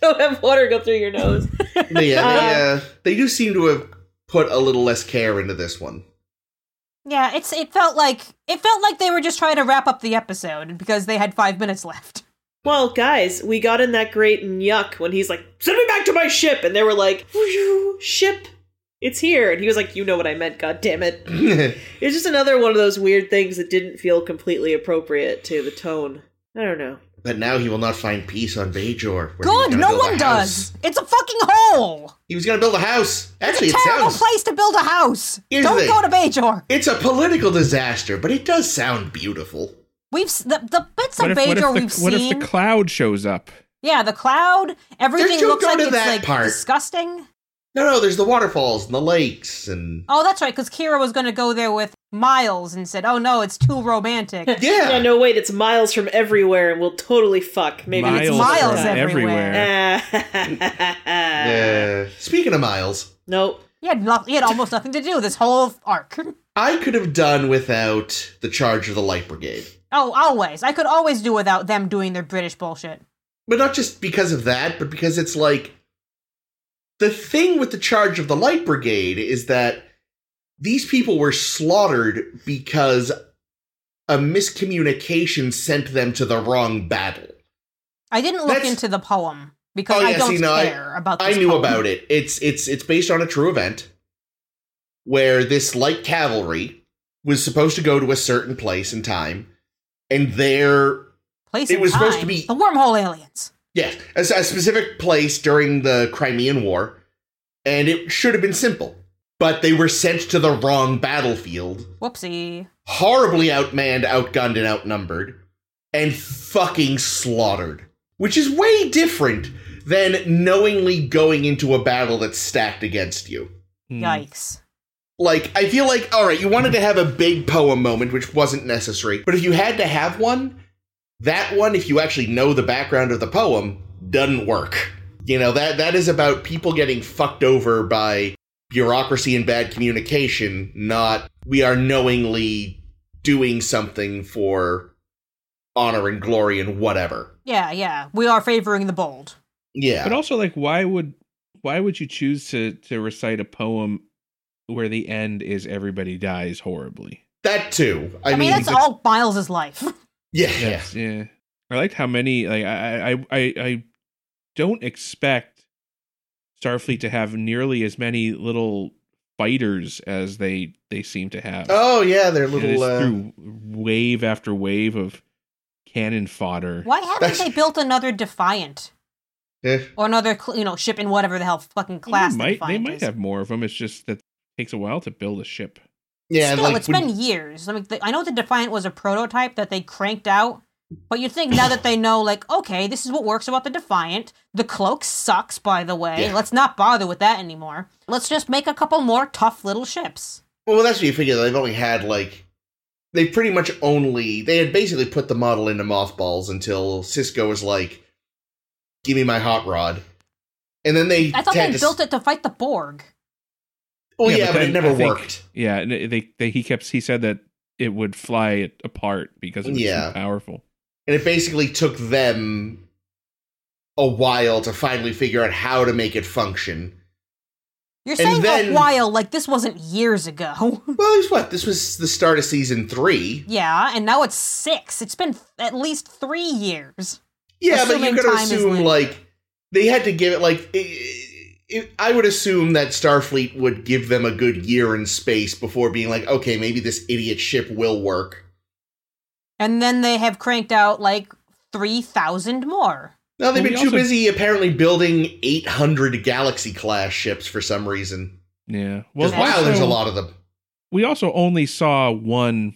Speaker 4: don't have water go through your nose.
Speaker 3: But yeah, they, uh, they do seem to have put a little less care into this one. [laughs]
Speaker 2: Yeah, it's it felt like it felt like they were just trying to wrap up the episode because they had 5 minutes left.
Speaker 4: Well, guys, we got in that great yuck when he's like, "Send me back to my ship," and they were like, "Whew, "Ship, it's here," and he was like, "You know what I meant, god damn it." It's just another one of those weird things that didn't feel completely appropriate to the tone. I don't know.
Speaker 3: But now he will not find peace on Bajor. where he was
Speaker 2: Good,
Speaker 3: gonna
Speaker 2: no
Speaker 3: build a
Speaker 2: one
Speaker 3: house.
Speaker 2: does. It's a fucking hole.
Speaker 3: He was going to build a house. Actually,
Speaker 2: it's
Speaker 3: it
Speaker 2: a terrible
Speaker 3: sounds.
Speaker 2: place to build a house.
Speaker 3: Here's the
Speaker 2: Don't
Speaker 3: thing.
Speaker 2: go to Bajor.
Speaker 3: It's a political disaster, but it does sound beautiful.
Speaker 2: We've s- the, the bits
Speaker 1: What
Speaker 2: of
Speaker 1: if, what, if
Speaker 2: Bajor
Speaker 1: the,
Speaker 2: we've
Speaker 1: what if
Speaker 2: seen.
Speaker 1: the cloud shows up?
Speaker 2: yeah, the cloud. Everything
Speaker 3: don't
Speaker 2: looks
Speaker 3: go
Speaker 2: like
Speaker 3: to
Speaker 2: it's
Speaker 3: that
Speaker 2: like
Speaker 3: part.
Speaker 2: disgusting.
Speaker 3: No, no, there's the waterfalls and the lakes and.
Speaker 2: Oh, that's right, because Kira was going to go there with Miles and said, "Oh no, it's too romantic."
Speaker 3: [laughs] Yeah.
Speaker 4: Yeah, no, wait, it's miles from everywhere and we'll totally fuck. Maybe [laughs]
Speaker 1: miles,
Speaker 4: it's
Speaker 2: miles
Speaker 1: from
Speaker 2: everywhere. Eh,
Speaker 4: everywhere.
Speaker 3: Yeah. Speaking of miles,
Speaker 4: nope.
Speaker 2: he had no- he had almost nothing to do this whole arc. [laughs]
Speaker 3: I could have done without the charge of the Light Brigade.
Speaker 2: Oh, always. I could always do without them doing their British bullshit.
Speaker 3: but not just because of that, but because it's like the thing with the charge of the Light Brigade is that these people were slaughtered because a miscommunication sent them to the wrong battle.
Speaker 2: I didn't look
Speaker 3: That's-
Speaker 2: into the poem because
Speaker 3: Oh,
Speaker 2: I
Speaker 3: yeah,
Speaker 2: don't
Speaker 3: see, no, I-
Speaker 2: care about.
Speaker 3: I
Speaker 2: This
Speaker 3: knew
Speaker 2: poem.
Speaker 3: about it. It's it's it's based on a true event where this light cavalry was supposed to go to a certain place and time, and their
Speaker 2: Place
Speaker 3: It
Speaker 2: and
Speaker 3: was supposed to
Speaker 2: time.
Speaker 3: be-
Speaker 2: the wormhole aliens.
Speaker 3: Yes, a, a specific place during the Crimean War, and it should have been simple. But they were sent to the wrong battlefield,
Speaker 2: Whoopsie.
Speaker 3: horribly outmanned, outgunned, and outnumbered, and fucking slaughtered. Which is way different than knowingly going into a battle that's stacked against you.
Speaker 1: Hmm.
Speaker 2: Yikes.
Speaker 3: Like, I feel like, all right, you wanted to have a big poem moment, which wasn't necessary, but if you had to have one, that one, if you actually know the background of the poem, doesn't work. You know, that that is about people getting fucked over by bureaucracy and bad communication, not we are knowingly doing something for honor and glory and whatever.
Speaker 2: Yeah, yeah. We are favoring the bold.
Speaker 3: Yeah.
Speaker 1: But also, like, why would why would you choose to to recite a poem where the end is everybody dies horribly?
Speaker 3: that too. I,
Speaker 2: I, mean,
Speaker 3: mean,
Speaker 2: that's all Miles' life.
Speaker 3: yeah.
Speaker 1: That's- yeah. I liked how many like I I I I don't expect Starfleet to have nearly as many little fighters as they they seem to have.
Speaker 3: Oh yeah, they're
Speaker 1: You know,
Speaker 3: little.
Speaker 1: just
Speaker 3: Uh,
Speaker 1: through wave after wave of cannon fodder.
Speaker 2: Why haven't
Speaker 3: That's-
Speaker 2: they built another Defiant
Speaker 3: eh.
Speaker 2: or another, cl- you know, ship in whatever the hell fucking
Speaker 1: They
Speaker 2: class? the
Speaker 1: might they
Speaker 2: Defiant
Speaker 1: might
Speaker 2: is.
Speaker 1: have more of them. It's just that it takes a while to build a ship.
Speaker 3: yeah,
Speaker 2: Still,
Speaker 3: like
Speaker 2: it's
Speaker 3: when-
Speaker 2: been years. I mean, the, I know the Defiant was a prototype that they cranked out, but you'd think now that they know, like, okay, this is what works about the Defiant. The cloak sucks, by the way.
Speaker 3: Yeah.
Speaker 2: Let's not bother with that anymore. Let's just make a couple more tough little ships.
Speaker 3: Well, that's what you figure. They've only had like they pretty much only they had basically put the model into mothballs until Cisco was like, "Give me my hot rod," and then they
Speaker 2: I thought
Speaker 3: had
Speaker 2: they
Speaker 3: to-
Speaker 2: built it to fight the Borg.
Speaker 3: Well, Oh, yeah, but,
Speaker 1: then
Speaker 3: it never
Speaker 1: I think-
Speaker 3: worked.
Speaker 1: Yeah, and they, they he kept he said that it would fly it apart because it was
Speaker 3: Yeah.
Speaker 1: too powerful.
Speaker 3: And it basically took them a while to finally figure out how to make it function.
Speaker 2: You're
Speaker 3: And
Speaker 2: saying a
Speaker 3: then-
Speaker 2: while, like this wasn't years ago. [laughs]
Speaker 3: Well, guess what? This was the start of season three.
Speaker 2: yeah, and now it's six. It's been th- at least three years.
Speaker 3: Yeah,
Speaker 2: Assuming
Speaker 3: but you gotta
Speaker 2: time is
Speaker 3: assume
Speaker 2: linear.
Speaker 3: like they had to give it like i i I would assume that Starfleet would give them a good year in space before being like, okay, maybe this idiot ship will work.
Speaker 2: And then they have cranked out like 3,000 more.
Speaker 3: No,
Speaker 1: Well,
Speaker 3: they've been
Speaker 1: we
Speaker 3: too
Speaker 1: also-
Speaker 3: busy apparently building 800 Galaxy class ships for some reason.
Speaker 1: Yeah.
Speaker 3: 'Cause,
Speaker 1: we
Speaker 3: wow, there's a
Speaker 1: also-
Speaker 3: lot of them.
Speaker 1: We also only saw one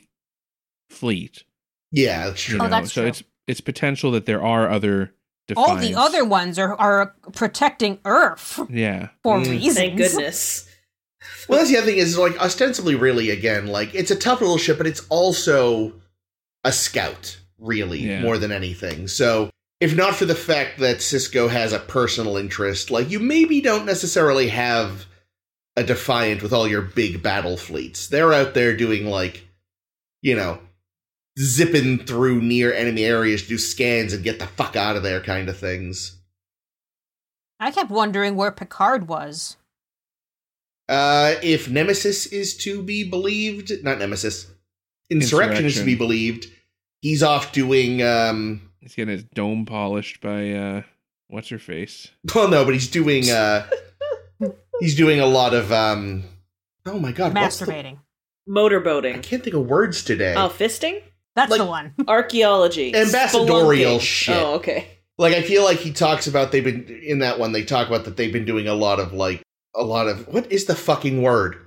Speaker 1: fleet.
Speaker 3: Yeah, that's
Speaker 1: You
Speaker 3: true.
Speaker 1: know?
Speaker 2: Oh, that's
Speaker 1: so
Speaker 2: true.
Speaker 1: it's it's potential that there are other
Speaker 2: All
Speaker 1: defiance.
Speaker 2: the other ones are, are protecting Earth
Speaker 1: Yeah.
Speaker 2: for
Speaker 3: Mm.
Speaker 2: reasons.
Speaker 4: Thank goodness.
Speaker 3: Well, that's the other thing is like ostensibly, really, again, like it's a tough little ship, but it's also a scout, really,
Speaker 1: Yeah.
Speaker 3: more than anything. So, if not for the fact that Cisco has a personal interest, like you maybe don't necessarily have a Defiant with all your big battle fleets. They're out there doing like, you know, zipping through near enemy areas to do scans and get the fuck out of there kind of things.
Speaker 2: [laughs] I kept wondering where Picard was.
Speaker 3: Uh, if Nemesis is to be believed, not Nemesis, Insurrection, is to be
Speaker 1: Insurrection.
Speaker 3: believed, he's off doing. Um,
Speaker 1: He's getting his dome polished by uh what's her face?
Speaker 3: well, no, but he's doing. Uh, he's doing a lot of. Um, oh my god, what's the-
Speaker 2: Masturbating.
Speaker 3: I
Speaker 4: Motorboating.
Speaker 3: can't think of words today.
Speaker 4: Oh, fisting?
Speaker 2: That's
Speaker 3: Like-
Speaker 2: the one. [laughs]
Speaker 4: Archaeology.
Speaker 3: Ambassadorial
Speaker 4: Spelunking.
Speaker 3: shit.
Speaker 4: Oh, okay.
Speaker 3: Like I feel like he talks about they've been in that one. They talk about that they've been doing a lot of like a lot of what is the fucking word?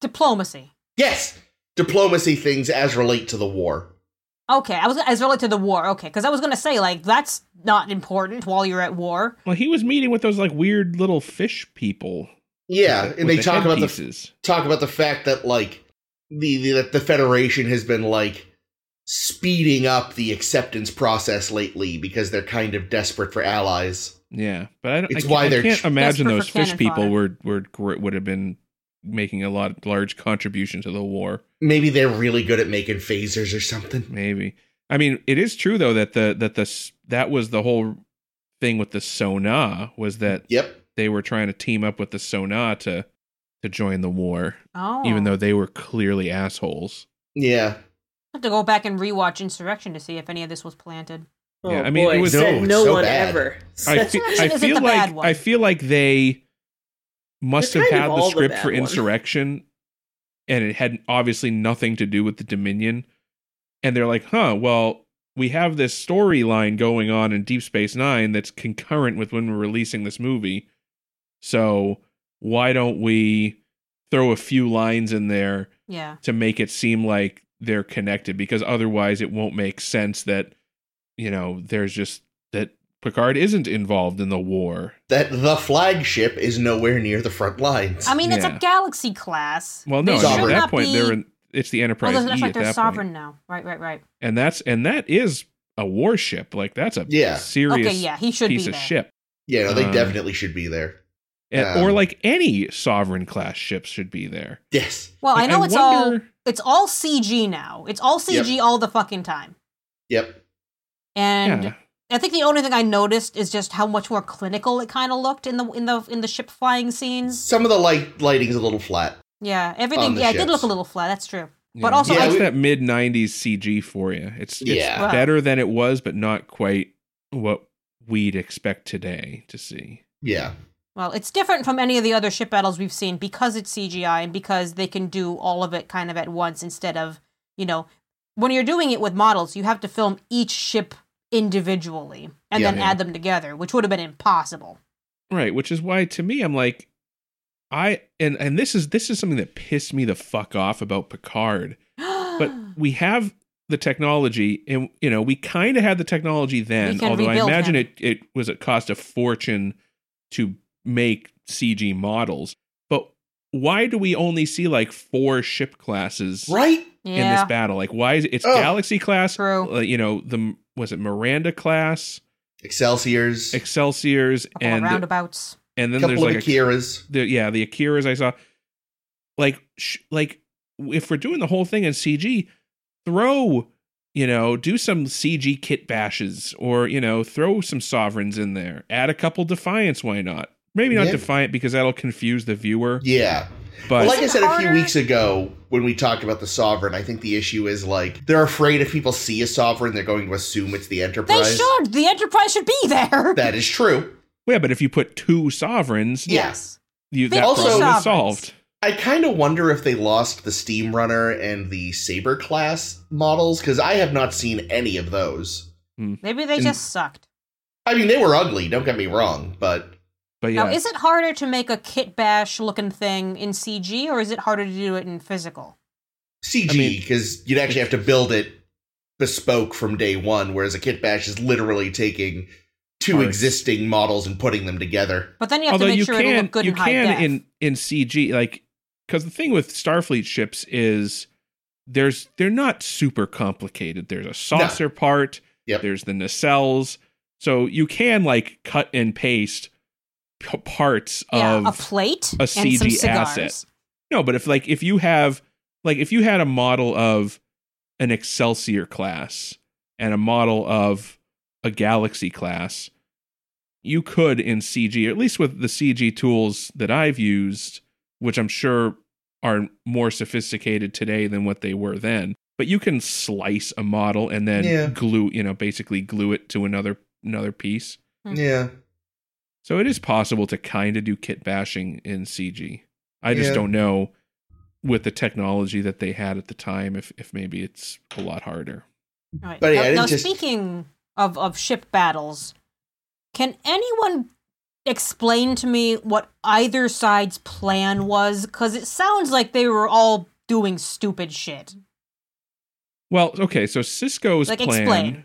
Speaker 2: Diplomacy.
Speaker 3: Yes, diplomacy things as relate to the war.
Speaker 2: Okay, I was as related to the war. Okay, because I was gonna say like that's not important while you're at war.
Speaker 1: Well, he was meeting with those like weird little fish people.
Speaker 3: Yeah,
Speaker 1: with the-
Speaker 3: and
Speaker 1: with
Speaker 3: they talk about the
Speaker 1: headpieces.
Speaker 3: talk about the fact that like the, the that the Federation has been like speeding up the acceptance process lately because they're kind of desperate for allies.
Speaker 1: Yeah, but I don't.
Speaker 3: It's
Speaker 1: I,
Speaker 3: why
Speaker 1: why
Speaker 3: they're
Speaker 1: I can't
Speaker 3: tr-
Speaker 1: imagine
Speaker 2: Desperate
Speaker 1: those
Speaker 2: for
Speaker 1: fish
Speaker 2: cannon
Speaker 1: people
Speaker 2: fodder.
Speaker 1: were were gr- would have been making a lot large contribution to the war.
Speaker 3: Maybe they're really good at making phasers or something.
Speaker 1: Maybe. I mean, it is true though that the that the s- that was the whole thing with the Sona was that
Speaker 3: Yep.
Speaker 1: they were trying to team up with the Sona to to join the war,
Speaker 2: Oh,
Speaker 1: even though they were clearly assholes.
Speaker 3: Yeah.
Speaker 2: I have to go back and rewatch Insurrection to see if any of this was planted.
Speaker 4: Oh,
Speaker 1: Yeah, I mean,
Speaker 4: boy.
Speaker 1: it was-
Speaker 4: Said
Speaker 3: No,
Speaker 4: no
Speaker 3: it's so
Speaker 4: one
Speaker 3: bad.
Speaker 4: ever.
Speaker 1: I,
Speaker 4: Said- [laughs]
Speaker 1: fe-
Speaker 2: Insurrection
Speaker 1: I
Speaker 2: isn't
Speaker 1: feel
Speaker 2: the bad
Speaker 1: like
Speaker 2: one.
Speaker 1: I feel like they must
Speaker 4: They're
Speaker 1: have
Speaker 4: kind
Speaker 1: had
Speaker 4: of
Speaker 1: the
Speaker 4: all the
Speaker 1: script
Speaker 4: bad
Speaker 1: for
Speaker 4: one.
Speaker 1: insurrection, and it had obviously nothing to do with the Dominion. And they're like, "Huh? Well, we have this storyline going on in Deep Space Nine that's concurrent with when we're releasing this movie. So why don't we throw a few lines in there
Speaker 2: Yeah,
Speaker 1: to make it seem like they're connected because otherwise it won't make sense that you know there's just that Picard isn't involved in the war.
Speaker 3: That the flagship is nowhere near the front lines.
Speaker 2: I mean it's a
Speaker 1: Yeah.
Speaker 2: galaxy class.
Speaker 1: Well, no,
Speaker 2: They
Speaker 1: I mean,
Speaker 3: should
Speaker 1: at that
Speaker 2: not
Speaker 1: point
Speaker 2: be-
Speaker 1: they're in, it's the
Speaker 2: Oh,
Speaker 1: Enterprise
Speaker 2: that's,
Speaker 1: E
Speaker 2: that's right.
Speaker 1: at
Speaker 2: They're
Speaker 1: that
Speaker 2: sovereign
Speaker 1: point,
Speaker 2: now. Right, right, right.
Speaker 1: and that's and that is a warship. Like that's a
Speaker 3: Yeah.
Speaker 1: serious
Speaker 2: okay, yeah, he should be
Speaker 1: piece
Speaker 2: there.
Speaker 1: of ship,
Speaker 3: yeah, no, they
Speaker 1: Um,
Speaker 3: definitely should be there.
Speaker 1: And-
Speaker 3: Um,
Speaker 1: or like any sovereign class ships should be there.
Speaker 3: Yes.
Speaker 2: Well, I
Speaker 1: Like,
Speaker 2: know it's all
Speaker 1: wonder-
Speaker 2: it's all CG now. It's all CG all the fucking time.
Speaker 3: Yep.
Speaker 2: And
Speaker 1: yeah.
Speaker 2: I think the only thing I noticed is just how much more clinical it kind of looked in the in the in the ship flying scenes.
Speaker 3: Some of the light lighting's a little flat.
Speaker 2: Yeah,
Speaker 3: On
Speaker 2: everything.
Speaker 3: the
Speaker 2: Yeah, it did
Speaker 3: ships.
Speaker 2: look a little flat. That's true. But
Speaker 1: Yeah.
Speaker 2: also,
Speaker 3: Yeah,
Speaker 1: it's
Speaker 3: we-
Speaker 1: that mid '90s CG for you. It's, it's
Speaker 3: Yeah.
Speaker 2: Right.
Speaker 1: better than it was, but not quite what we'd expect today to see.
Speaker 3: Yeah.
Speaker 2: Well, it's different from any of the other ship battles we've seen because it's CGI and because they can do all of it kind of at once instead of, you know, when you're doing it with models, you have to film each ship individually and
Speaker 3: Yeah.
Speaker 2: then add them together, which would have been impossible. [gasps]
Speaker 1: Right, which is why to me I'm like I and and this is this is something that pissed me the fuck off about Picard. But we have the technology and you know, we kind of had the technology
Speaker 2: We
Speaker 1: then,
Speaker 2: can
Speaker 1: although I
Speaker 2: rebuild
Speaker 1: imagine
Speaker 2: him.
Speaker 1: it it was it cost a fortune to make CG models. But why do we only see like four ship classes
Speaker 3: Right?
Speaker 1: in
Speaker 2: yeah.
Speaker 1: this battle? Like why is it, it's
Speaker 3: Ugh.
Speaker 1: Galaxy class,
Speaker 2: True.
Speaker 1: uh, you know, the was it Miranda class,
Speaker 3: Excelsiors. A
Speaker 1: Excelsiors
Speaker 2: couple of
Speaker 1: and
Speaker 2: roundabouts.
Speaker 1: and then there's
Speaker 3: couple of
Speaker 1: like a
Speaker 3: Akiras.
Speaker 1: the yeah the Akiras I saw, like sh- like if we're doing the whole thing in CG, throw you know do some CG kit bashes or you know throw some sovereigns in there, add a couple Defiance. Why not? Maybe not
Speaker 3: Yeah.
Speaker 1: Defiant because that'll confuse the viewer.
Speaker 3: Yeah.
Speaker 1: But
Speaker 3: well, like I
Speaker 2: Isn't
Speaker 3: said a few
Speaker 2: Carter-
Speaker 3: weeks ago when we talked about the sovereign, I think the issue is like they're afraid if people see a sovereign, they're going to assume it's the
Speaker 2: They
Speaker 3: Enterprise.
Speaker 2: should. The Enterprise should be [laughs] there.
Speaker 3: That is true.
Speaker 1: yeah, but if you put two sovereigns,
Speaker 3: Yeah.
Speaker 1: you, that
Speaker 3: Also-
Speaker 1: problem is
Speaker 2: Sovereigns.
Speaker 1: solved.
Speaker 3: I kind of wonder if they lost the Steam Runner and the Saber class models because I have not seen any of those.
Speaker 2: Maybe they
Speaker 3: And-
Speaker 2: just sucked.
Speaker 3: I mean, they were ugly. Don't get me wrong, but
Speaker 1: But yeah,
Speaker 2: Now, is it harder to make a kit bash looking thing in CG or is it harder to do it in physical?
Speaker 1: I
Speaker 3: CG
Speaker 1: mean-
Speaker 3: because you'd actually have to build it bespoke from day one, whereas a kit bash is literally taking two
Speaker 1: Parts.
Speaker 3: existing models and putting them together.
Speaker 2: But then you have
Speaker 1: although
Speaker 2: to make
Speaker 1: you
Speaker 2: sure it'll
Speaker 1: can
Speaker 2: look good
Speaker 1: you
Speaker 2: in high
Speaker 1: can
Speaker 2: def.
Speaker 1: in in CG like because the thing with Starfleet ships is there's they're not super complicated. There's a saucer part.
Speaker 3: Yep.
Speaker 1: There's the nacelles, so you can like cut and paste p- parts
Speaker 2: yeah,
Speaker 1: of
Speaker 2: a plate
Speaker 1: a
Speaker 2: and some
Speaker 1: CG
Speaker 2: cigars.
Speaker 1: asset. no. But if like if you have like if you had a model of an Excelsior class and a model of a Galaxy class, you could in CG, or at least with the CG tools that I've used, which I'm sure are more sophisticated today than what they were then. But you can slice a model and then
Speaker 3: Yeah.
Speaker 1: glue, you know, basically glue it to another another piece.
Speaker 2: Hmm.
Speaker 3: Yeah.
Speaker 1: So it is possible to kind of do kit bashing in CG. I just
Speaker 3: Yeah.
Speaker 1: don't know with the technology that they had at the time if if maybe it's a lot harder.
Speaker 2: All right.
Speaker 3: But yeah, I
Speaker 2: now,
Speaker 3: didn't
Speaker 2: now
Speaker 3: just-
Speaker 2: speaking of, of ship battles, can anyone explain to me what either side's plan was? Because it sounds like they were all doing stupid shit.
Speaker 1: Well, okay, so Cisco's
Speaker 2: Like,
Speaker 1: plan.
Speaker 2: explain.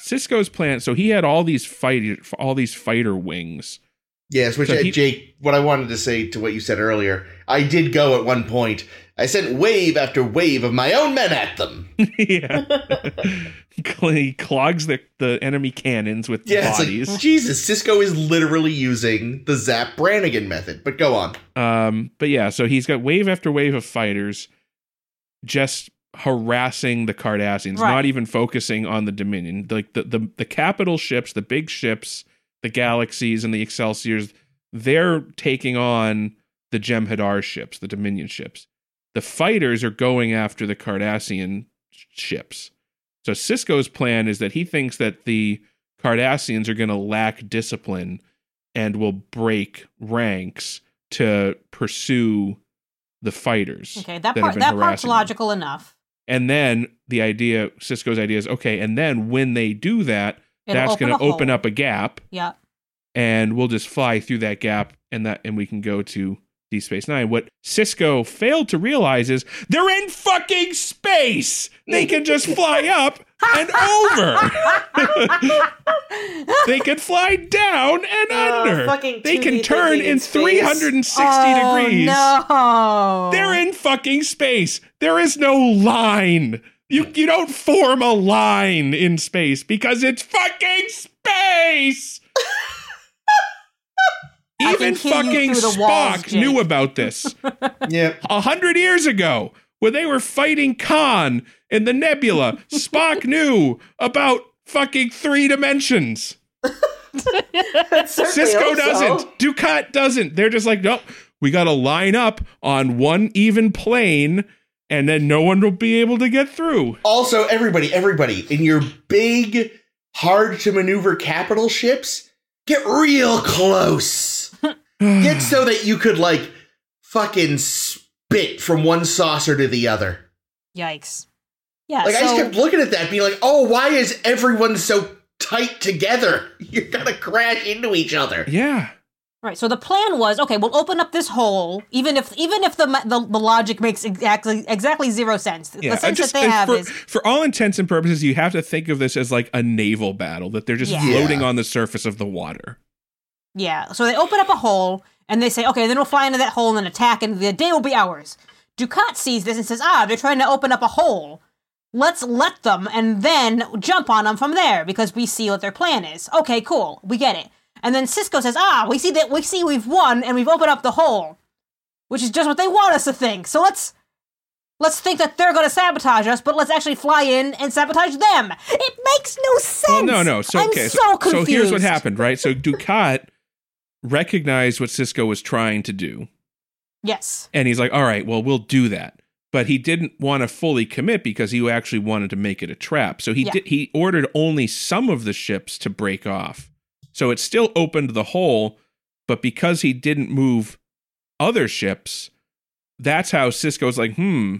Speaker 1: Cisco's plan. So he had all these fighter, all these fighter wings. [laughs]
Speaker 3: Yes, which
Speaker 1: So
Speaker 3: uh,
Speaker 1: he-
Speaker 3: Jake, what I wanted to say to what you said earlier, I did go at one point. I sent wave after wave of my own men at
Speaker 1: [laughs]
Speaker 3: them. [laughs]
Speaker 1: yeah, he clogs the the enemy cannons with
Speaker 3: Yeah, it's like,
Speaker 1: bodies.
Speaker 3: Jesus, Cisco is literally using the Zap Brannigan method. But go
Speaker 1: [laughs]
Speaker 3: on.
Speaker 1: Um, but yeah, so he's got wave after wave of fighters just harassing the Cardassians,
Speaker 2: Right.
Speaker 1: not even focusing on the Dominion. Like the, the the capital ships, the big ships, the galaxies and the Excelsiors, they're taking on the Jem'Hadar ships, the Dominion ships. The fighters are going after the Cardassian ships. So Cisco's plan is that he thinks that the Cardassians are going to lack discipline and will break ranks to pursue the fighters.
Speaker 2: Okay,
Speaker 1: That
Speaker 2: that
Speaker 1: have
Speaker 2: part
Speaker 1: been
Speaker 2: that part's
Speaker 1: harassing them.
Speaker 2: logical enough.
Speaker 1: And then the idea, Cisco's idea is okay, and then when they do that,
Speaker 2: It'll
Speaker 1: that's going to
Speaker 2: a
Speaker 1: open
Speaker 2: hole.
Speaker 1: up a gap
Speaker 3: [laughs]
Speaker 2: Yeah,
Speaker 1: and we'll just fly through that gap and that and we can go to D Space 9. What Cisco failed to realize is they're in fucking space.
Speaker 2: [laughs]
Speaker 1: They can just fly up and over. they can fly down and under.
Speaker 4: fucking
Speaker 1: they can
Speaker 4: 2D
Speaker 1: turn
Speaker 4: thinking
Speaker 1: in
Speaker 4: space.
Speaker 1: 360
Speaker 2: Oh,
Speaker 1: degrees.
Speaker 2: No,
Speaker 1: They're in fucking space. There is no line. You you don't form a line in space because it's fucking space.
Speaker 2: [laughs] I
Speaker 1: Even
Speaker 2: can hear you
Speaker 1: fucking
Speaker 2: through the
Speaker 1: Spock
Speaker 2: walls, Jake.
Speaker 1: knew about this
Speaker 3: Yeah.
Speaker 1: a hundred years ago when they were fighting Khan in the nebula. Spock knew about fucking three dimensions. Cisco doesn't. Ducat doesn't. They're just like, nope, we got to line up on one even plane and then no one will be able to get through.
Speaker 3: Also, everybody, everybody, in your big,
Speaker 1: [sighs]
Speaker 3: hard to maneuver capital ships, get real close. Get so that you could like fucking spit from one saucer to the other.
Speaker 2: Yikes. Yeah.
Speaker 3: Like I just
Speaker 2: so-
Speaker 3: kept looking at that, being like, "Oh, why is everyone so tight together? [laughs] You're gonna crash into each other."
Speaker 1: yeah.
Speaker 2: Right. So the plan was okay. We'll open up this hole, even if even if the ma- the, the logic makes exactly exactly zero sense.
Speaker 1: Yeah,
Speaker 2: the
Speaker 1: I
Speaker 2: sense
Speaker 1: just-
Speaker 2: that they
Speaker 1: I-
Speaker 2: have
Speaker 1: for,
Speaker 2: is
Speaker 1: for all intents and purposes, you have to think of this as like a naval battle that they're just
Speaker 2: Yeah.
Speaker 1: floating
Speaker 3: Yeah.
Speaker 1: on the surface of the water.
Speaker 2: yeah. So they open up a hole and they say, okay, then we'll fly into that hole and attack, and the day will be ours. Ducat sees this and says, ah, they're trying to open up a hole. Let's let them and then jump on them from there because we see what their plan is. Okay, cool, we get it. And then Cisco says, ah, we see that we see we've won and we've opened up the hole, which is just what they want us to think. So let's let's think that they're going to sabotage us, but let's actually fly in and sabotage them. It makes no
Speaker 1: Well,
Speaker 2: sense.
Speaker 1: no, no. So
Speaker 2: I'm
Speaker 1: okay,
Speaker 2: so
Speaker 1: so
Speaker 2: confused.
Speaker 1: here's what happened, right? So Ducat recognized what Cisco was trying to do,
Speaker 2: Yes.
Speaker 1: and he's like, "All right, well, we'll do that." But he didn't want to fully commit because he actually wanted to make it a trap. So he
Speaker 2: Yeah.
Speaker 1: did, he ordered only some of the ships to break off. So it still opened the hole, but because he didn't move other ships, that's how Cisco's like, "Hmm."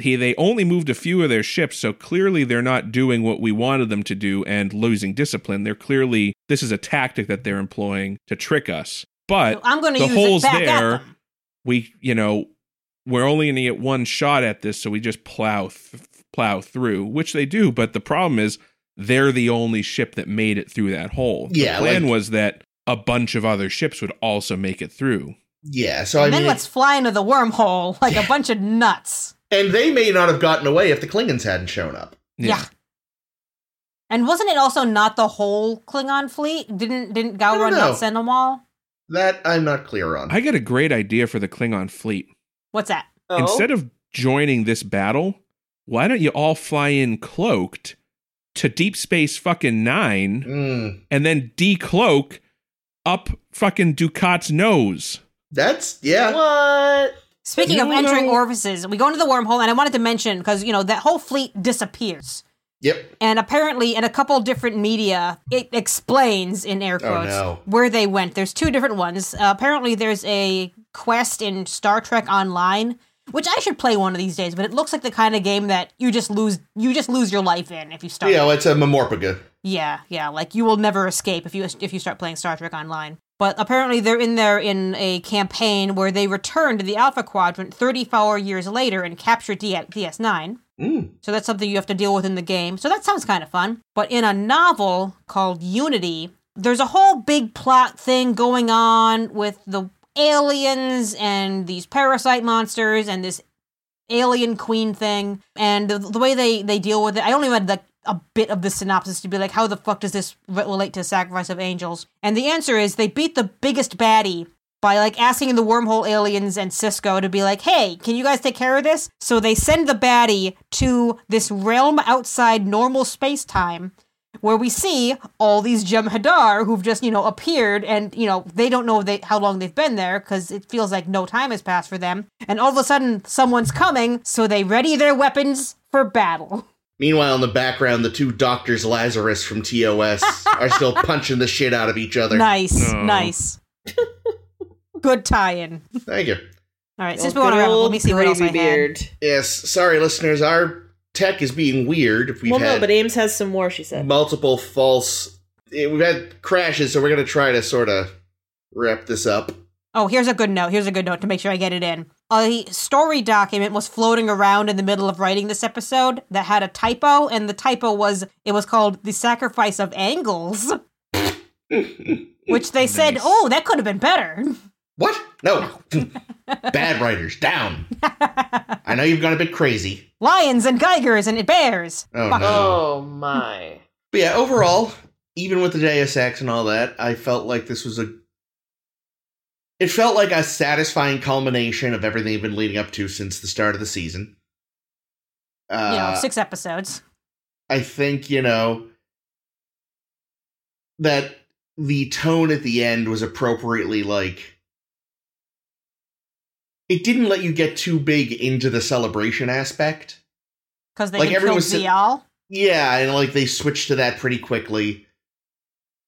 Speaker 1: He they only moved a few of their ships, so clearly they're not doing what we wanted them to do and losing discipline. They're clearly this is a tactic that they're employing to trick us. But
Speaker 2: So I'm going to
Speaker 1: the
Speaker 2: use
Speaker 1: hole's
Speaker 2: it back
Speaker 1: there.
Speaker 2: at them.
Speaker 1: we you know we're only going to get one shot at this so we just plow th- plow through which they do but the problem is they're the only ship that made it through that hole
Speaker 3: Yeah,
Speaker 1: the plan
Speaker 3: like-
Speaker 1: was that a bunch of other ships would also make it through
Speaker 3: Yeah. So I
Speaker 2: and then
Speaker 3: mean,
Speaker 2: let's fly into the wormhole [laughs] like a bunch of nuts.
Speaker 3: and they may not have gotten away if the Klingons hadn't shown up.
Speaker 2: Yeah. And wasn't it also not the whole Klingon fleet? Didn't didn't Gowron
Speaker 3: know.
Speaker 2: not send them all?
Speaker 3: That I'm not clear on.
Speaker 1: i got a great idea for the klingon fleet
Speaker 2: What's that?
Speaker 4: Oh,
Speaker 1: instead of joining this battle why don't you all fly in cloaked to deep space fucking 9
Speaker 3: Mm,
Speaker 1: and then decloak up fucking ducat's nose
Speaker 3: that's yeah.
Speaker 4: Oh, what?
Speaker 2: Speaking of
Speaker 1: You
Speaker 2: entering
Speaker 1: know-
Speaker 2: orifices, we go into the wormhole, and I wanted to mention because you know that whole fleet disappears,
Speaker 3: Yep.
Speaker 2: and apparently in a couple different media, it explains in air
Speaker 3: Oh,
Speaker 2: quotes
Speaker 3: no.
Speaker 2: where they went. There's two different ones. Uh, apparently, there's a quest in Star Trek Online, which I should play one of these days, but it looks like the kind of game that you just lose you just lose your life in if you start.
Speaker 3: You know, it's a Memorpaga.
Speaker 2: Yeah, yeah, like you will never escape if you if you start playing Star Trek Online. But apparently they're in there in a campaign where they return to the Alpha Quadrant 34 years later and capture D- DS9.
Speaker 3: Mm.
Speaker 2: So that's something you have to deal with in the game. So that sounds kind of fun. But in a novel called Unity, there's a whole big plot thing going on with the aliens and these parasite monsters and this alien queen thing. And the, the way they, they deal with it, I only read like a bit of the synopsis to be like, how the fuck does this re- relate to Sacrifice of Angels? And the answer is they beat the biggest baddie by like asking the wormhole aliens and Cisco to be like, "Hey, can you guys take care of this?" So they send the baddie to this realm outside normal space-time where we see all these Jem'Hadar who've just, you know, appeared and, you know, they don't know they, how long they've been there cuz it feels like no time has passed for them. And all of a sudden someone's coming, so they ready their weapons for battle.
Speaker 3: Meanwhile, in the background, the two doctors Lazarus
Speaker 2: [laughs]
Speaker 3: from TOS are still punching the shit out of each other.
Speaker 2: Nice,
Speaker 1: Oh.
Speaker 4: [laughs]
Speaker 2: nice. Good tie-in.
Speaker 3: Thank you.
Speaker 2: All right,
Speaker 4: Oh,
Speaker 2: since we want to
Speaker 4: good
Speaker 2: wrap up, let
Speaker 4: old
Speaker 2: me see what else I
Speaker 4: gravy
Speaker 2: had.
Speaker 4: beard.
Speaker 3: Yes. Sorry, listeners. Our tech is being weird. If we've
Speaker 4: Well,
Speaker 3: had
Speaker 4: no, but Ames has some more. She said.
Speaker 3: multiple false. eh, We've had crashes, so we're gonna try to sort of wrap this up.
Speaker 2: Oh, here's a good note. Here's a good note to make sure I get it in. A story document was floating around in the middle of writing this episode that had a typo, and the typo was it was called The Sacrifice of
Speaker 3: [laughs]
Speaker 2: Angles, which they said,
Speaker 1: Nice.
Speaker 2: oh, that could have been better. [laughs]
Speaker 3: What? No. Bad writers down. I know you've gone a bit crazy.
Speaker 2: Lions and Geigers and bears.
Speaker 3: Oh
Speaker 2: Fuck.
Speaker 3: no.
Speaker 4: Oh my.
Speaker 3: But yeah, overall, even with the Deus Ex and all that, I felt like this was a. It felt like a satisfying culmination of everything you've been leading up to since the start of the season. Uh,
Speaker 2: you know, six episodes.
Speaker 3: I think, you know, that the tone at the end was appropriately like. It didn't let you get too big into the celebration aspect.
Speaker 2: Because they
Speaker 3: Like,
Speaker 2: can kill
Speaker 3: everyone said-
Speaker 2: Zial.
Speaker 3: Yeah, and like they switched to that pretty quickly.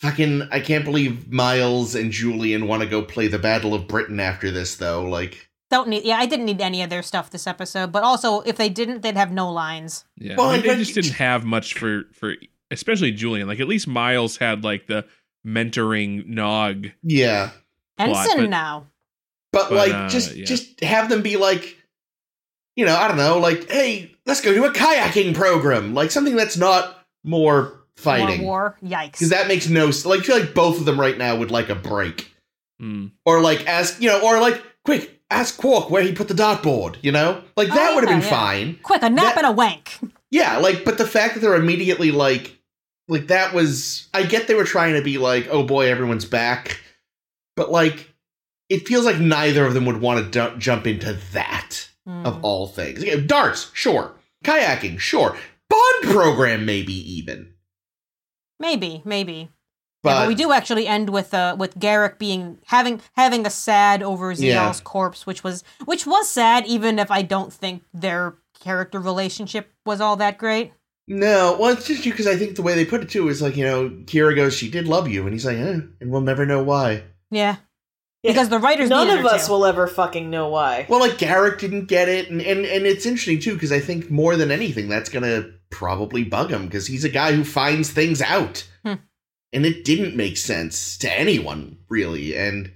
Speaker 3: Fucking, I can't believe Miles and Julian want to go play the Battle of Britain after this, though. Like,
Speaker 2: Don't need. Yeah, I didn't need any of their stuff this episode. But also, if they didn't, they'd have no lines.
Speaker 1: Yeah,
Speaker 3: Well,
Speaker 1: I mean,
Speaker 3: but-
Speaker 1: they just didn't have much for for especially Julian. Like at least Miles had like the mentoring Nog.
Speaker 3: yeah,
Speaker 1: Plot,
Speaker 2: Ensign
Speaker 1: but-
Speaker 2: now.
Speaker 3: but,
Speaker 1: But,
Speaker 3: like,
Speaker 1: uh,
Speaker 3: just
Speaker 1: yeah.
Speaker 3: just have them be like, you know, I don't know, like, hey, let's go do a kayaking program, like something that's not more
Speaker 2: More
Speaker 3: fighting,
Speaker 2: war. Yikes.
Speaker 3: because that makes no s- like. I feel like both of them right now would like a break,
Speaker 1: Mm.
Speaker 3: or like ask, you know, or like quick ask Quark where he put the dartboard, you know, like
Speaker 2: Oh,
Speaker 3: that would have
Speaker 2: yeah,
Speaker 3: been
Speaker 2: yeah.
Speaker 3: fine.
Speaker 2: Quick, a nap
Speaker 3: that-
Speaker 2: and a wank.
Speaker 3: Yeah, like, but the fact that they're immediately like, like that was, I get they were trying to be like, oh boy, everyone's back, but like, it feels like neither of them would want to d- jump into that of
Speaker 2: Mm.
Speaker 3: all things. Again, darts, sure, kayaking, sure, bond program, maybe even,
Speaker 2: Maybe, maybe.
Speaker 3: but,
Speaker 2: yeah, but we do actually end with uh with Garrick being having having a sad over Ziel's
Speaker 3: Yeah.
Speaker 2: corpse, which was which was sad, even if I don't think their character relationship was all that great.
Speaker 3: no, well, it's just because I think the way they put it too is like, you know, Kira goes, she did love you, and he's like, eh, and we'll never know why.
Speaker 2: Yeah,
Speaker 4: Yeah.
Speaker 2: because the writers
Speaker 4: None
Speaker 2: needed
Speaker 4: of
Speaker 2: her
Speaker 4: us
Speaker 2: to.
Speaker 4: will ever fucking know why.
Speaker 3: Well, like Garrick didn't get it, and and, and it's interesting too because I think more than anything that's gonna probably bug him because he's a guy who finds things out,
Speaker 2: Hmm.
Speaker 3: and it didn't make sense to anyone really, and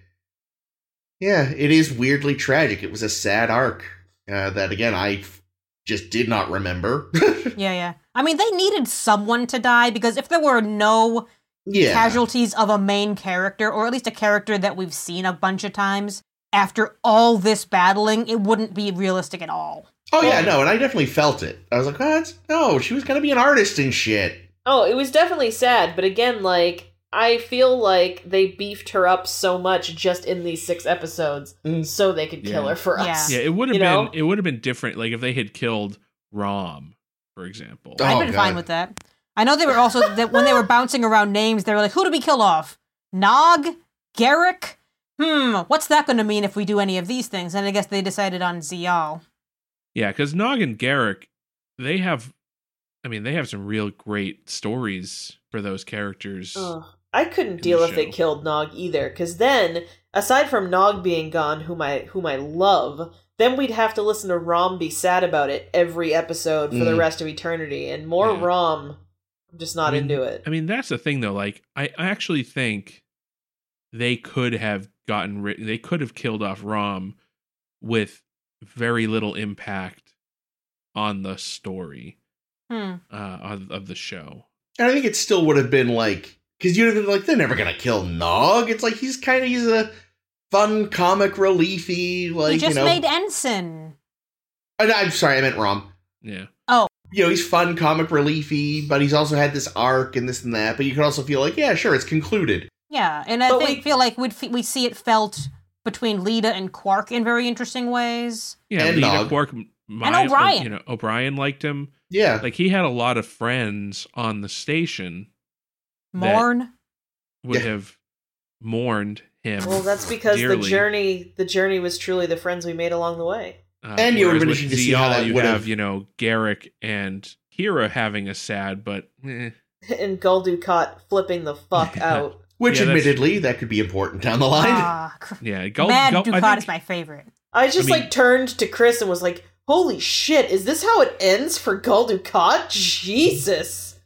Speaker 3: yeah, it is weirdly tragic. It was a sad arc uh, that again I f- just did not remember. [laughs]
Speaker 2: Yeah, yeah. I mean, they needed someone to die because if there were no
Speaker 3: yeah,
Speaker 2: casualties of a main character, or at least a character that we've seen a bunch of times, after all this battling, it wouldn't be realistic at all.
Speaker 3: Oh yeah, no, and I definitely felt it. I was like, oh, that's, no, she was gonna be an artist and shit.
Speaker 4: Oh, it was definitely sad, but again, like I feel like they beefed her up so much just in these six episodes,
Speaker 3: Mm.
Speaker 4: so they could kill
Speaker 1: Yeah.
Speaker 4: her for
Speaker 2: Yeah.
Speaker 4: us.
Speaker 1: Yeah, it would have
Speaker 4: You
Speaker 1: been
Speaker 4: know?
Speaker 1: it would have been different. Like if they had killed Rom, for example.
Speaker 3: Oh,
Speaker 2: I've been fine
Speaker 3: God.
Speaker 2: with that. I know they were also that when they were bouncing around names, they were like, "Who do we kill off? Nog, Garrick? Hmm, what's that going to mean if we do any of these things?" And I guess they decided on Zial.
Speaker 1: Yeah, because Nog and Garrick, they have, I mean, they have some real great stories for those characters.
Speaker 4: [laughs] Ugh. I couldn't
Speaker 1: the
Speaker 4: deal if they
Speaker 1: show.
Speaker 4: killed Nog either, because then, aside from Nog being gone, whom I whom I love, then we'd have to listen to Rom be sad about it every episode for the
Speaker 3: Mm.
Speaker 4: rest of eternity, and more
Speaker 1: Yeah.
Speaker 4: Rom. I'm just not
Speaker 1: I mean-
Speaker 4: into it.
Speaker 1: I mean, that's the thing though. Like, I, I actually think they could have gotten rid. They could have killed off Rom with very little impact on the story
Speaker 2: Hmm.
Speaker 1: uh, of, of the show.
Speaker 3: And I think it still would have been like because you'd have been like, they're never gonna kill Nog. It's like he's kind of he's a fun comic reliefy like
Speaker 2: he just
Speaker 3: you know.
Speaker 2: made ensign.
Speaker 3: I- I'm sorry, I meant Rom.
Speaker 1: Yeah,
Speaker 3: You know, he's fun comic reliefy, but he's also had this arc and this and that. But you could also feel like, yeah, sure, it's concluded.
Speaker 2: Yeah, and I
Speaker 4: But
Speaker 2: think
Speaker 4: we-
Speaker 2: feel like we'd f- we see it felt between Lita and Quark in very interesting ways.
Speaker 1: yeah.
Speaker 3: And
Speaker 1: Lita
Speaker 3: Nog.
Speaker 1: Quark, M-
Speaker 2: O'Brien.
Speaker 1: uh, You know, O'Brien liked him.
Speaker 3: Yeah,
Speaker 1: Like he had a lot of friends on the station That-
Speaker 2: Morn.
Speaker 1: would
Speaker 3: Yeah.
Speaker 1: have mourned him.
Speaker 4: well, that's because the
Speaker 1: dearly.
Speaker 4: journey the journey was truly the friends we made along the way.
Speaker 1: Uh,
Speaker 3: And you
Speaker 1: whereas
Speaker 3: would've been
Speaker 1: with
Speaker 3: interested to see how
Speaker 1: Zial,
Speaker 3: that
Speaker 1: you
Speaker 3: would've-
Speaker 1: have, you know, Garrick and Kira having a sad, but eh.
Speaker 4: [laughs] and Gul Dukat flipping the
Speaker 1: [laughs]
Speaker 4: fuck out.
Speaker 3: which
Speaker 1: Yeah, that's-
Speaker 3: admittedly that could be important down the line.
Speaker 2: Ah, cr-
Speaker 1: yeah, Gul,
Speaker 2: Mad
Speaker 1: Gul- I
Speaker 2: Ducat
Speaker 1: think-
Speaker 2: is my favorite.
Speaker 4: I just
Speaker 1: I mean-
Speaker 4: like turned to Chris and was like, "Holy shit! Is this how it ends for Gul
Speaker 1: [laughs]
Speaker 4: Dukat? Jesus!"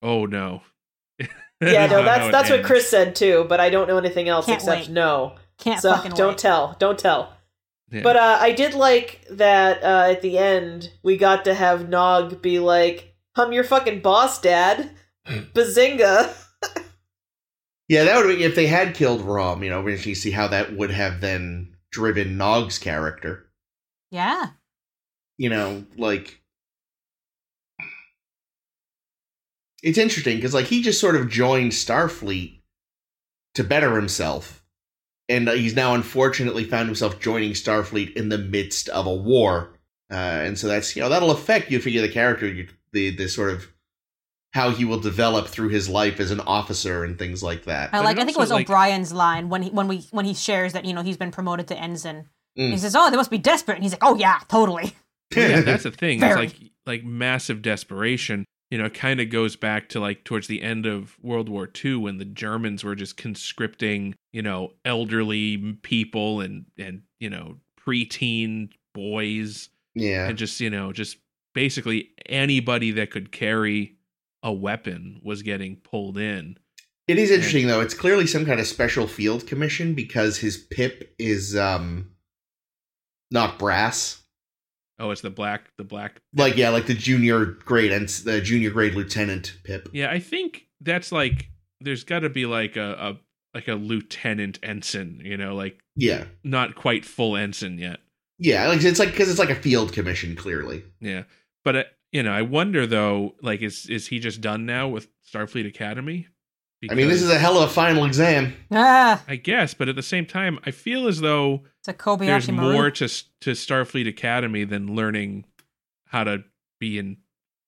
Speaker 1: Oh no.
Speaker 4: [laughs]
Speaker 1: [laughs]
Speaker 4: Yeah, no,
Speaker 1: Not how
Speaker 4: that's
Speaker 1: it
Speaker 4: that's what
Speaker 1: ends.
Speaker 4: Chris said too. But I don't know anything else
Speaker 2: Can't
Speaker 4: except
Speaker 2: wait.
Speaker 4: no.
Speaker 2: Can't
Speaker 4: so
Speaker 2: fucking
Speaker 4: don't
Speaker 2: wait.
Speaker 4: tell, don't tell.
Speaker 1: Yeah.
Speaker 4: But uh, I did like that uh, at the end we got to have Nog be like, "I'm your fucking boss,
Speaker 1: [laughs]
Speaker 4: Dad." Bazinga!
Speaker 3: Yeah, that would be if they had killed Rom. You know, we actually see how that would have then driven Nog's character.
Speaker 2: yeah.
Speaker 3: you know, like it's interesting because like he just sort of joined Starfleet to better himself, and uh, he's now unfortunately found himself joining Starfleet in the midst of a war, uh, and so that's you know that'll affect you figure the character you, the the sort of how he will develop through his life as an officer and things like that.
Speaker 2: I
Speaker 1: But
Speaker 2: like.
Speaker 1: it
Speaker 2: I think it was
Speaker 1: also, like-
Speaker 2: O'Brien's line when he when we when he shares that you know he's been promoted to ensign.
Speaker 3: Mm.
Speaker 2: He says, "Oh, they must be desperate," and he's like, "Oh [laughs] yeah, totally." [laughs]
Speaker 1: Well, yeah, that's the thing. It's
Speaker 2: Very.
Speaker 1: like like massive desperation. you know, it kind of goes back to like towards the end of World War II when the Germans were just conscripting, you know, elderly people and and you know preteen boys
Speaker 3: [laughs] Yeah.
Speaker 1: and just you know just basically anybody that could carry a weapon was getting pulled in.
Speaker 3: It is interesting though. It's clearly some kind of special field commission because his pip is um not brass.
Speaker 1: Oh, it's the black the black
Speaker 3: Like yeah, like the junior grade and s- the junior grade lieutenant pip.
Speaker 1: Yeah, I think that's like there's got to be like a, a like a lieutenant ensign, you know, like
Speaker 3: Yeah.
Speaker 1: not quite full ensign yet.
Speaker 3: Yeah, like it's like cuz it's like a field commission clearly.
Speaker 1: Yeah, but uh, you know, I wonder though, like is is he just done now with Starfleet Academy?
Speaker 3: I mean, this is a hell of a final exam.
Speaker 2: Ah,
Speaker 1: I guess, but at the same time, I feel as though
Speaker 2: it's a Kobayashi
Speaker 1: there's
Speaker 2: Maru.
Speaker 1: more to s- to Starfleet Academy than learning how to be in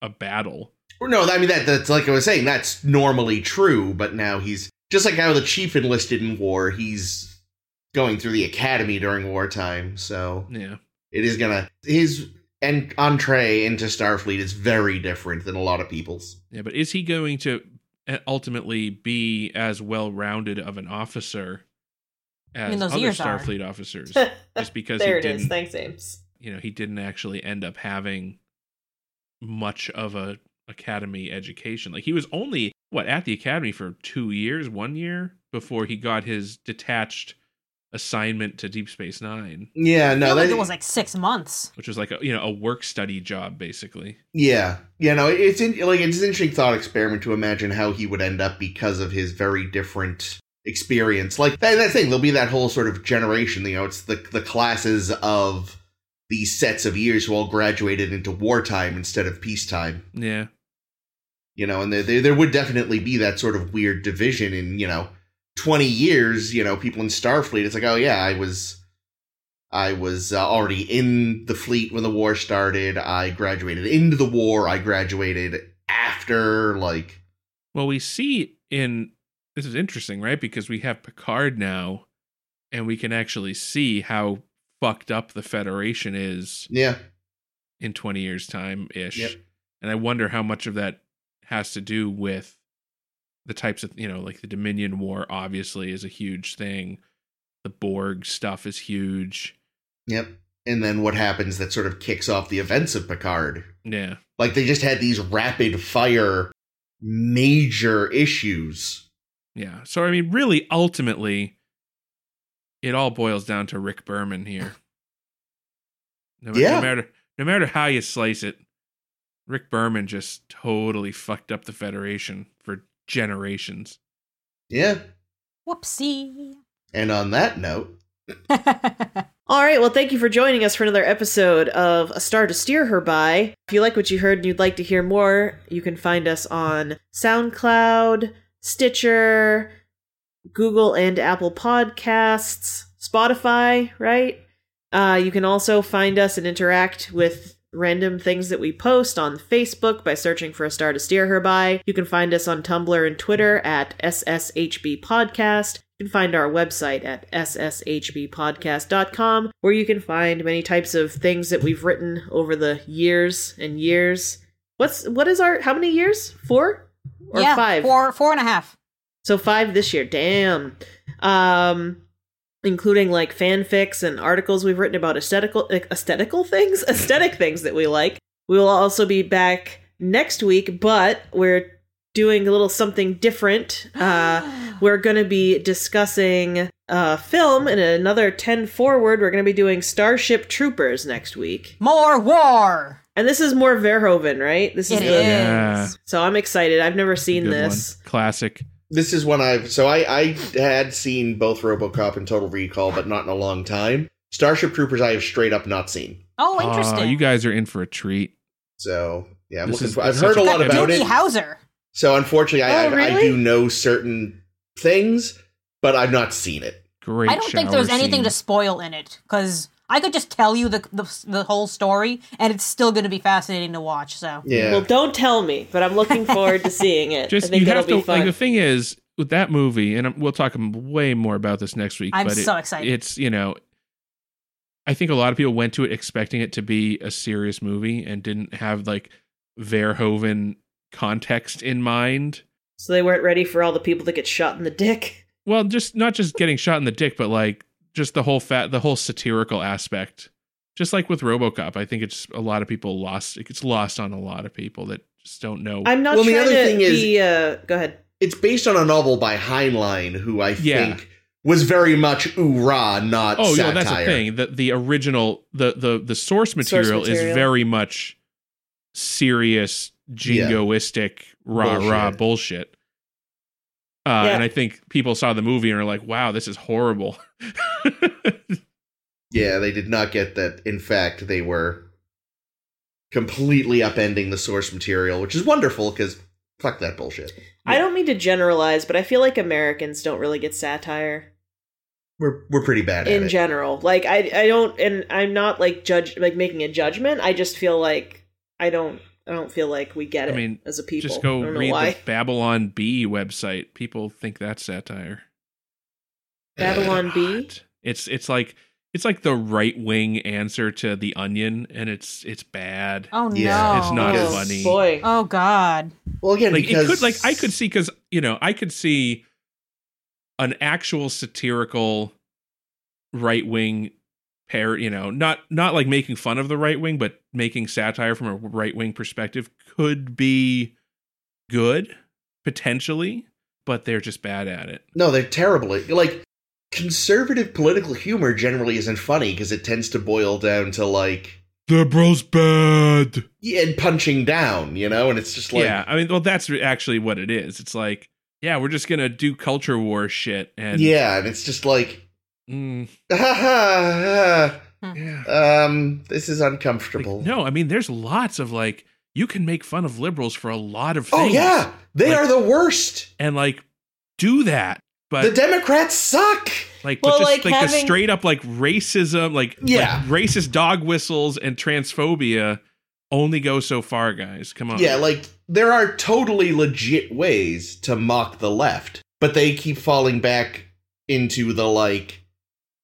Speaker 1: a battle.
Speaker 3: Or no, I mean that that's like I was saying, that's normally true, but now he's just like how the chief enlisted in war, he's going through the academy during wartime. So
Speaker 1: Yeah,
Speaker 3: it is going to his and entree into Starfleet is very different than a lot of people's.
Speaker 1: yeah, but is he going to uh, ultimately be as well rounded of an officer as
Speaker 2: mean, those
Speaker 1: other
Speaker 2: ears are.
Speaker 1: Starfleet officers?
Speaker 4: there
Speaker 1: just because he
Speaker 4: it
Speaker 1: didn't,
Speaker 4: is. Thanks, Ames.
Speaker 1: you know, he didn't actually end up having much of a academy education. Like he was only what at the academy for 2 years, 1 year before he got his detached assignment to Deep Space 9,
Speaker 3: Yeah,
Speaker 2: I
Speaker 3: no,
Speaker 2: feel like
Speaker 3: that-
Speaker 2: it was like six months.
Speaker 1: which was like a, you know, a work study job basically.
Speaker 3: yeah, yeah, no, it's in, like it's an interesting thought experiment to imagine how he would end up because of his very different experience. Like that, that thing, there'll be that whole sort of generation. You know, it's the the classes of these sets of years who all graduated into wartime instead of peacetime.
Speaker 1: Yeah.
Speaker 3: you know, and there, there there would definitely be that sort of weird division in you know twenty years. You know, people in Starfleet, it's like, oh yeah, I was, I was uh, already in the fleet when the war started. I graduated into the war. I graduated after. Like,
Speaker 1: Well, we see in this is interesting, right? Because we have Picard now and we can actually see how fucked up the Federation is
Speaker 3: yeah,
Speaker 1: in 20 years time ish
Speaker 3: Yep.
Speaker 1: and i wonder how much of that has to do with the types of you know like the dominion war obviously is a huge thing the borg stuff is huge
Speaker 3: yep. And then what happens that sort of kicks off the events of Picard?
Speaker 1: yeah
Speaker 3: Like they just had these rapid fire major issues.
Speaker 1: yeah so i mean really ultimately it all boils down to rick berman
Speaker 4: [laughs]
Speaker 1: here no, ma- no
Speaker 3: Yeah.
Speaker 1: matter no matter how you slice it rick berman just totally fucked up the federation for generations
Speaker 3: Yeah.
Speaker 2: Whoopsie. [laughs]
Speaker 3: And on that note,
Speaker 4: All right, well, thank you for joining us for another episode of A Star to Steer Her By. If you like what you heard and you'd like to hear more, you can find us on SoundCloud, Stitcher, Google and Apple Podcasts, Spotify, right? Uh, you can also find us and interact with random things that we post on Facebook by searching for a star to steer her by. You can find us on Tumblr and Twitter at SSHB Podcast. You can find our website at sshbpodcast.com, where you can find many types of things that we've written over the years and years. What's what is our how many years? Four or
Speaker 2: yeah,
Speaker 4: five?
Speaker 2: four, four and a half.
Speaker 4: So five this year, damn. Um, including like fanfics and articles we've written about aesthetical like, aesthetical things, [laughs] aesthetic things that we like. We will also be back next week, but we're doing a little something different. Uh,
Speaker 2: [gasps]
Speaker 4: we're going to be discussing uh, film in another ten forward. We're going to be doing Starship Troopers next week,
Speaker 2: more war.
Speaker 4: and this is more Verhoeven, right? This
Speaker 2: It
Speaker 4: the-
Speaker 2: is.
Speaker 1: Yeah.
Speaker 4: So I'm excited. I've never seen
Speaker 1: Good
Speaker 4: this.
Speaker 1: one. classic
Speaker 3: This is one I've so I I had seen both RoboCop and Total Recall, but not in a long time. Starship Troopers I have straight up not seen.
Speaker 2: Oh,
Speaker 1: Ah,
Speaker 2: interesting.
Speaker 1: you guys are in for a treat.
Speaker 3: So yeah, I'm
Speaker 1: This
Speaker 3: looking
Speaker 1: is-
Speaker 3: for, I've
Speaker 1: it's
Speaker 3: heard
Speaker 1: such
Speaker 3: a
Speaker 1: a
Speaker 3: lot
Speaker 1: good
Speaker 3: about
Speaker 2: Doogie
Speaker 3: it.
Speaker 2: Howser.
Speaker 3: so unfortunately, I,
Speaker 4: Oh,
Speaker 3: I I
Speaker 4: really?
Speaker 3: do know certain things, but I've not seen it.
Speaker 1: Great.
Speaker 2: I don't think there's anything to spoil in it because I could just tell you the, the the whole story and it's still going to be fascinating to watch. So
Speaker 3: Yeah,
Speaker 4: Well, don't tell me, but I'm looking forward to seeing it.
Speaker 1: [laughs]
Speaker 4: I
Speaker 1: Just
Speaker 4: think
Speaker 1: you
Speaker 4: that'll
Speaker 1: have to.
Speaker 4: be fun.
Speaker 1: Like the thing is with that movie, and I'm- we'll talk way more about this next week.
Speaker 2: I'm
Speaker 1: but it-
Speaker 2: so excited.
Speaker 1: It's you know, I think a lot of people went to it expecting it to be a serious movie and didn't have like Verhoeven context in mind.
Speaker 4: So they weren't ready for all the people that get shot in the dick.
Speaker 1: Well, just not just getting shot in the dick, but like just the whole fat, the whole satirical aspect. Just like with RoboCop, I think it's a lot of people lost. It gets lost on a lot of people that just don't know.
Speaker 4: I'm not
Speaker 3: Well, the
Speaker 4: trying
Speaker 3: other
Speaker 4: to
Speaker 3: thing is-
Speaker 4: be. uh, go ahead.
Speaker 3: It's based on a novel by Heinlein, who I
Speaker 1: Yeah.
Speaker 3: think was very much ooh rah, not
Speaker 1: oh,
Speaker 3: satire.
Speaker 1: yeah, that's the thing. The the original, the the the source material, is
Speaker 4: material.
Speaker 1: very much serious, jingoistic, rah rah bullshit. Uh,
Speaker 4: Yeah.
Speaker 1: And I think people saw the movie and are like, "Wow, this is horrible." [laughs]
Speaker 3: Yeah, they did not get that. In fact, they were completely upending the source material, which is wonderful because fuck that bullshit.
Speaker 4: I don't mean to generalize, but I feel like Americans don't really get satire
Speaker 3: We're we're pretty bad at
Speaker 4: in
Speaker 3: it.
Speaker 4: general. Like I, I don't, and I'm not like judge, like making a judgment. I just feel like I don't, I don't feel like we get
Speaker 1: I
Speaker 4: it
Speaker 1: mean,
Speaker 4: as a people.
Speaker 1: Just go
Speaker 4: I don't know
Speaker 1: read
Speaker 4: why.
Speaker 1: the Babylon B website. People think that's satire.
Speaker 4: Babylon B.
Speaker 1: God. It's it's like it's like the right wing answer to the Onion, and it's it's bad.
Speaker 2: Oh no.
Speaker 3: Yeah,
Speaker 1: It's [laughs] not
Speaker 3: Because-
Speaker 1: funny.
Speaker 4: Boy,
Speaker 2: Oh god.
Speaker 3: Well, again,
Speaker 1: like
Speaker 3: because
Speaker 1: it could like I could see because you know I could see an actual satirical right wing pair. You know, not not like making fun of the right wing, but making satire from a right wing perspective could be good potentially, but they're just bad at it.
Speaker 3: No, they're terrible. at- Like conservative political humor generally isn't funny because it tends to boil down to like
Speaker 1: Liberals bad.
Speaker 3: yeah, and punching down, you know, and it's just like
Speaker 1: yeah, I mean, well, that's re- actually what it is. It's like, yeah, we're just gonna do culture war shit, and
Speaker 3: yeah, and it's just like
Speaker 1: mm,
Speaker 3: ha ha,
Speaker 1: yeah.
Speaker 3: ha um this is
Speaker 1: Like,
Speaker 3: uncomfortable.
Speaker 1: no, I mean, there's lots of like, you can make fun of liberals for a lot of
Speaker 3: Oh
Speaker 1: things.
Speaker 3: yeah, they
Speaker 1: Like-
Speaker 3: are the worst.
Speaker 1: and like, do that, but
Speaker 3: the Democrats suck.
Speaker 1: like, but
Speaker 4: Well,
Speaker 1: just,
Speaker 4: like,
Speaker 1: like, the
Speaker 4: having-
Speaker 1: straight up like racism, like
Speaker 3: Yeah.
Speaker 1: like, racist dog whistles and transphobia only go so far, guys. Come on,
Speaker 3: Yeah, like there are totally legit ways to mock the left, but they keep falling back into the like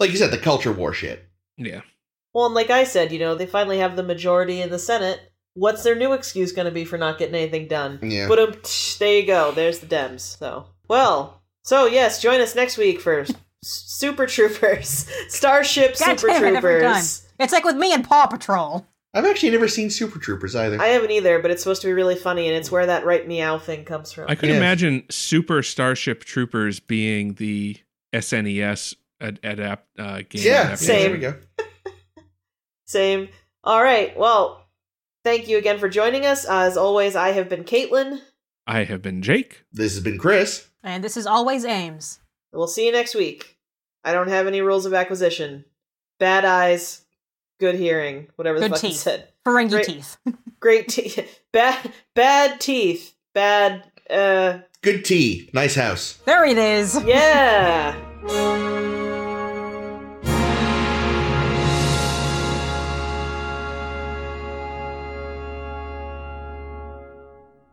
Speaker 3: like you said the culture war shit.
Speaker 1: yeah,
Speaker 4: well, and like I said, you know, they finally have the majority in the Senate. What's their new excuse going to be for not getting anything done?
Speaker 3: Yeah.
Speaker 4: But um, tsh, there you go. There's the Dems. So well. So yes, join us next week for S- Super Troopers, [laughs] Starship
Speaker 2: God
Speaker 4: Super
Speaker 2: damn it, every time.
Speaker 4: Troopers.
Speaker 2: It's like with me and Paw Patrol.
Speaker 3: I've actually never seen Super Troopers either.
Speaker 4: I haven't either, but it's supposed to be really funny, and it's where that right meow thing comes from.
Speaker 1: I could
Speaker 3: Yeah.
Speaker 1: imagine Super Starship Troopers being the SNES ad- adapt uh, game.
Speaker 3: yeah,
Speaker 1: adaptation.
Speaker 3: there
Speaker 4: Same.
Speaker 3: we go.
Speaker 4: Same. All right. Well, thank you again for joining us. As always, I have been Caitlin.
Speaker 1: I have been Jake.
Speaker 3: This has been Chris.
Speaker 2: And this is always Ames.
Speaker 4: We'll see you next week. I don't have any rules of acquisition. Bad eyes, good hearing, whatever the
Speaker 2: Good
Speaker 4: fuck it
Speaker 2: teeth.
Speaker 4: said.
Speaker 2: Ferengi
Speaker 4: Great.
Speaker 2: teeth.
Speaker 4: Great [laughs] teeth. Bad bad teeth. Bad uh
Speaker 3: Good tea. Nice house.
Speaker 2: There it is.
Speaker 4: yeah.